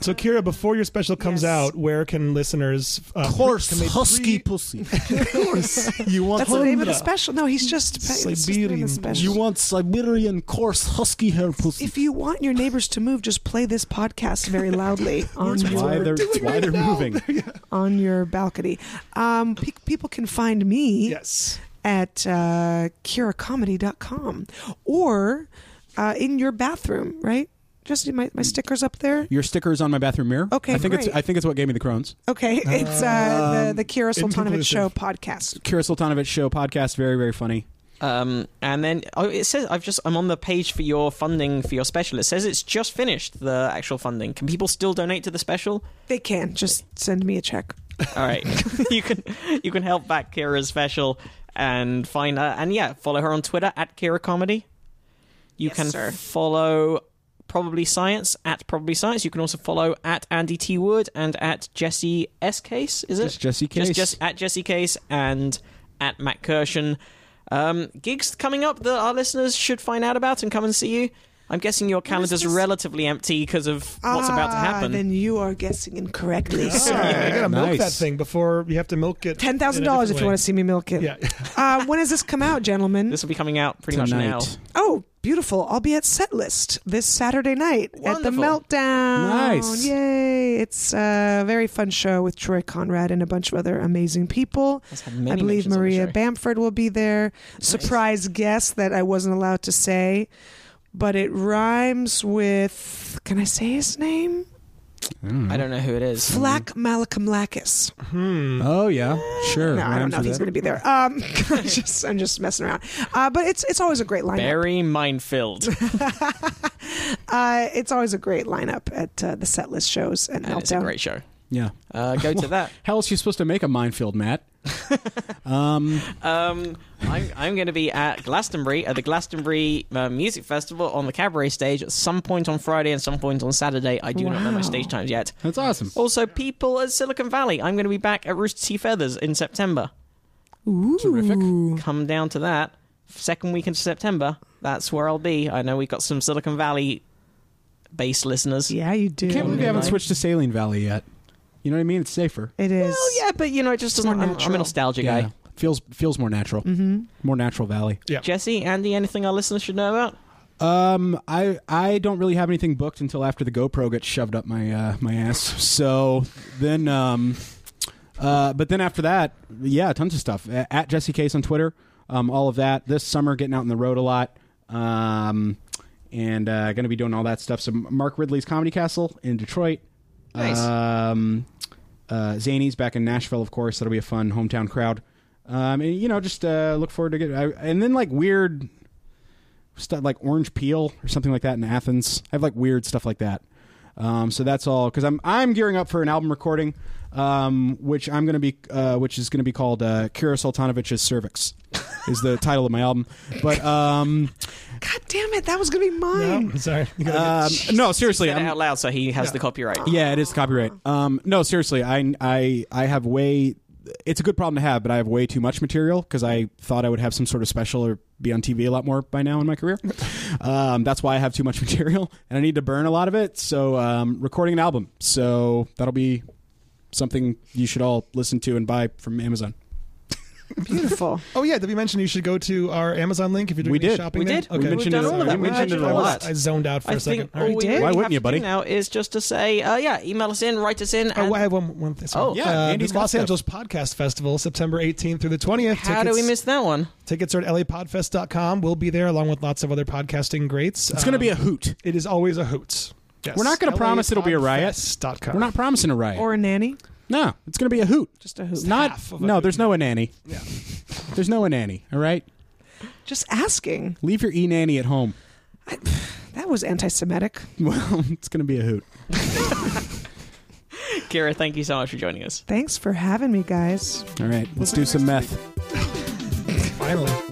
Speaker 3: So, Kira, before your special comes
Speaker 5: Yes.
Speaker 3: out, where can listeners? Uh, can they pre-
Speaker 1: pussy. course. You want
Speaker 5: That's the name of the special. No, he's just, it's just the name of the
Speaker 3: Siberian.
Speaker 5: special.
Speaker 1: You want Siberian coarse husky hair pussy.
Speaker 5: if you want your neighbors to move, just play this podcast very loudly on
Speaker 4: That's why
Speaker 5: your
Speaker 4: they're, that's why they're moving.
Speaker 5: on your balcony. Um, pe- people can find me
Speaker 3: Yes.
Speaker 5: at uh, kiracomedy.com or uh, in your bathroom, right? Just my, my stickers up there.
Speaker 4: Your sticker is on my bathroom mirror.
Speaker 5: Okay,
Speaker 4: I think it's
Speaker 5: great.
Speaker 4: I think it's what gave me the crones.
Speaker 5: Okay, it's uh, the, the Kira Sultanovich
Speaker 3: Um, inconclusive.
Speaker 5: Show podcast.
Speaker 4: Kira Sultanovich show podcast, very very funny.
Speaker 2: Um, and then oh, it says I've just I'm on the page for your funding for your special. It says it's just finished the actual funding. Can people still donate to the special?
Speaker 5: They can just send me a check.
Speaker 2: All right, you can you can help back Kira's special and find her and yeah, follow her on Twitter at Kira Comedy. You
Speaker 5: Yes,
Speaker 2: can
Speaker 5: sir.
Speaker 2: follow Probably Science at Probably Science. You can also follow at Andy T Wood and at Jesse S Case. Is it
Speaker 4: Just Jesse Case.
Speaker 2: Just, just at Jesse Case and at Matt Kirshen. Um, gigs coming up that our listeners should find out about and come and see you. I'm guessing your calendar's
Speaker 5: this?
Speaker 2: relatively empty because of what's about to
Speaker 5: Ah,
Speaker 2: happen.
Speaker 5: Then you are guessing incorrectly.
Speaker 3: Oh,
Speaker 5: sir.
Speaker 3: I gotta milk
Speaker 4: Nice.
Speaker 3: that thing before you have to milk it.
Speaker 5: Ten thousand dollars if you want to see me milk it.
Speaker 3: Yeah.
Speaker 5: Uh, when does this come out, gentlemen?
Speaker 2: This will be coming out pretty much now.
Speaker 4: Tonight.
Speaker 5: Oh, beautiful. I'll be at Setlist this Saturday night at the
Speaker 2: Wonderful.
Speaker 5: Meltdown.
Speaker 4: Nice.
Speaker 5: Yay. It's a very fun show with Troy Conrad and a bunch of other amazing people.
Speaker 2: Let's have many
Speaker 5: I believe
Speaker 2: mentions on the
Speaker 5: Maria
Speaker 2: show.
Speaker 5: Bamford will be there. Surprise guest that I wasn't allowed to say, but it rhymes with can I say his name?
Speaker 4: Hmm.
Speaker 2: I don't know who it is.
Speaker 5: Flack Malcolmlakis.
Speaker 4: Oh yeah, sure.
Speaker 5: Hmm. No, I
Speaker 4: Rhymes
Speaker 5: don't know if
Speaker 4: with
Speaker 5: he's
Speaker 4: that.
Speaker 5: going to be there. Um, I'm just I'm just messing around. Uh, but it's it's always a great lineup.
Speaker 2: Very minefield.
Speaker 5: Uh, it's always a great lineup at uh, the setlist shows and
Speaker 2: and
Speaker 5: meltdown.
Speaker 2: it's a great show.
Speaker 4: Yeah.
Speaker 2: Uh, go to that.
Speaker 4: How else are you supposed to make a minefield, Matt?
Speaker 2: Um, I'm, I'm going to be at Glastonbury at the Glastonbury uh, Music Festival on the Cabaret stage at some point on Friday and some point on Saturday. I do not know
Speaker 5: Wow.
Speaker 2: my stage times yet.
Speaker 4: That's awesome.
Speaker 2: Also, people at Silicon Valley. I'm going to be back at Rooster Teeth Feathers in September.
Speaker 5: Oh,
Speaker 4: Terrific.
Speaker 2: Come down to that second week in September. That's where I'll be. I know we've got some Silicon Valley based listeners.
Speaker 5: Yeah, you do.
Speaker 4: Can't believe they haven't switched to Saline Valley yet. You know what I mean? It's safer.
Speaker 5: It is.
Speaker 2: Well, Oh, yeah, but you know, it just
Speaker 5: more
Speaker 2: doesn't. I'm, I'm a
Speaker 5: natural.
Speaker 2: nostalgia guy.
Speaker 4: Feels feels more natural. More natural valley.
Speaker 2: Jesse, Andy, anything our listeners should know about?
Speaker 4: Um, I I don't really have anything booked until after the GoPro gets shoved up my uh, my ass. So then, um, uh, but then after that, yeah, tons of stuff A- at Jesse Case on Twitter. Um, all of that this summer, getting out on the road a lot. Um, and uh, going to be doing all that stuff. So Mark Ridley's Comedy Castle in Detroit.
Speaker 2: Nice.
Speaker 4: Um, uh, Zany's back in Nashville, of course. That'll be a fun hometown crowd. Um, and you know, just uh, look forward to get. I, and then like weird stuff like orange peel or something like that in Athens. I have like weird stuff like that. Um, so that's all because I'm I'm gearing up for an album recording, um, which I'm gonna be uh, which is gonna be called uh, Kira Sultanovich's Cervix, is the title of my album. But um,
Speaker 5: God damn it, that was gonna be mine.
Speaker 3: No, sorry. You
Speaker 2: Uh,
Speaker 3: gotta
Speaker 4: um, no, seriously,
Speaker 2: Said it
Speaker 4: I'm-
Speaker 2: out loud so he has the copyright.
Speaker 4: yeah, it is copyright. Um, no, seriously, I I I have way. It's a good problem to have, but I have way too much material because I thought I would have some sort of special or be on TV a lot more by now in my career. um, that's why I have too much material, and I need to burn a lot of it. So, um, recording an album, so that'll be something you should all listen to and buy from Amazon.
Speaker 5: Beautiful.
Speaker 3: Oh yeah, did we mention you should go to our Amazon link if you're doing
Speaker 4: We
Speaker 3: any
Speaker 4: did.
Speaker 3: shopping?
Speaker 2: We
Speaker 3: there?
Speaker 2: did. We mentioned
Speaker 3: I
Speaker 2: it
Speaker 3: was-
Speaker 2: on the-
Speaker 3: I
Speaker 2: we mentioned it a
Speaker 3: was-
Speaker 2: lot.
Speaker 3: I zoned out for
Speaker 2: I
Speaker 3: a second.
Speaker 2: think
Speaker 3: All
Speaker 2: all
Speaker 3: right.
Speaker 2: we
Speaker 5: did?
Speaker 2: really
Speaker 5: Why
Speaker 2: have
Speaker 4: wouldn't you,
Speaker 2: to
Speaker 4: buddy?
Speaker 2: do now is just to say, uh, yeah, email us in, write us in.
Speaker 3: Oh,
Speaker 2: and
Speaker 3: I have one, one thing. sorry.
Speaker 2: Oh.
Speaker 4: Yeah,
Speaker 3: Uh,
Speaker 4: Andy's
Speaker 3: the
Speaker 4: got
Speaker 3: Los
Speaker 4: stuff.
Speaker 3: Angeles Podcast Festival, September 18th through the 20th.
Speaker 2: how
Speaker 3: tickets,
Speaker 2: do we miss that one?
Speaker 3: tickets are at lapodfest.com. We'll be there along with lots of other podcasting greats.
Speaker 4: It's going to be a hoot.
Speaker 3: It is always a hoot. Yes.
Speaker 4: We're not gonna promise it'll be a riot.
Speaker 3: LAPodfest.com.
Speaker 4: We're not promising a riot.
Speaker 5: Or a nanny.
Speaker 4: no, it's going to be a hoot.
Speaker 5: Just a hoot.
Speaker 4: Not
Speaker 3: half of a
Speaker 4: no.
Speaker 3: hoot.
Speaker 4: There's no nanny.
Speaker 3: Yeah.
Speaker 4: There's no nanny. All right.
Speaker 5: Just asking.
Speaker 4: Leave your e nanny at home.
Speaker 5: I, that That was anti-Semitic.
Speaker 4: Well, it's going to be a hoot.
Speaker 2: Kira, thank you so much for joining us.
Speaker 5: Thanks for having me, guys.
Speaker 4: All right, let's do some meth.
Speaker 3: Finally.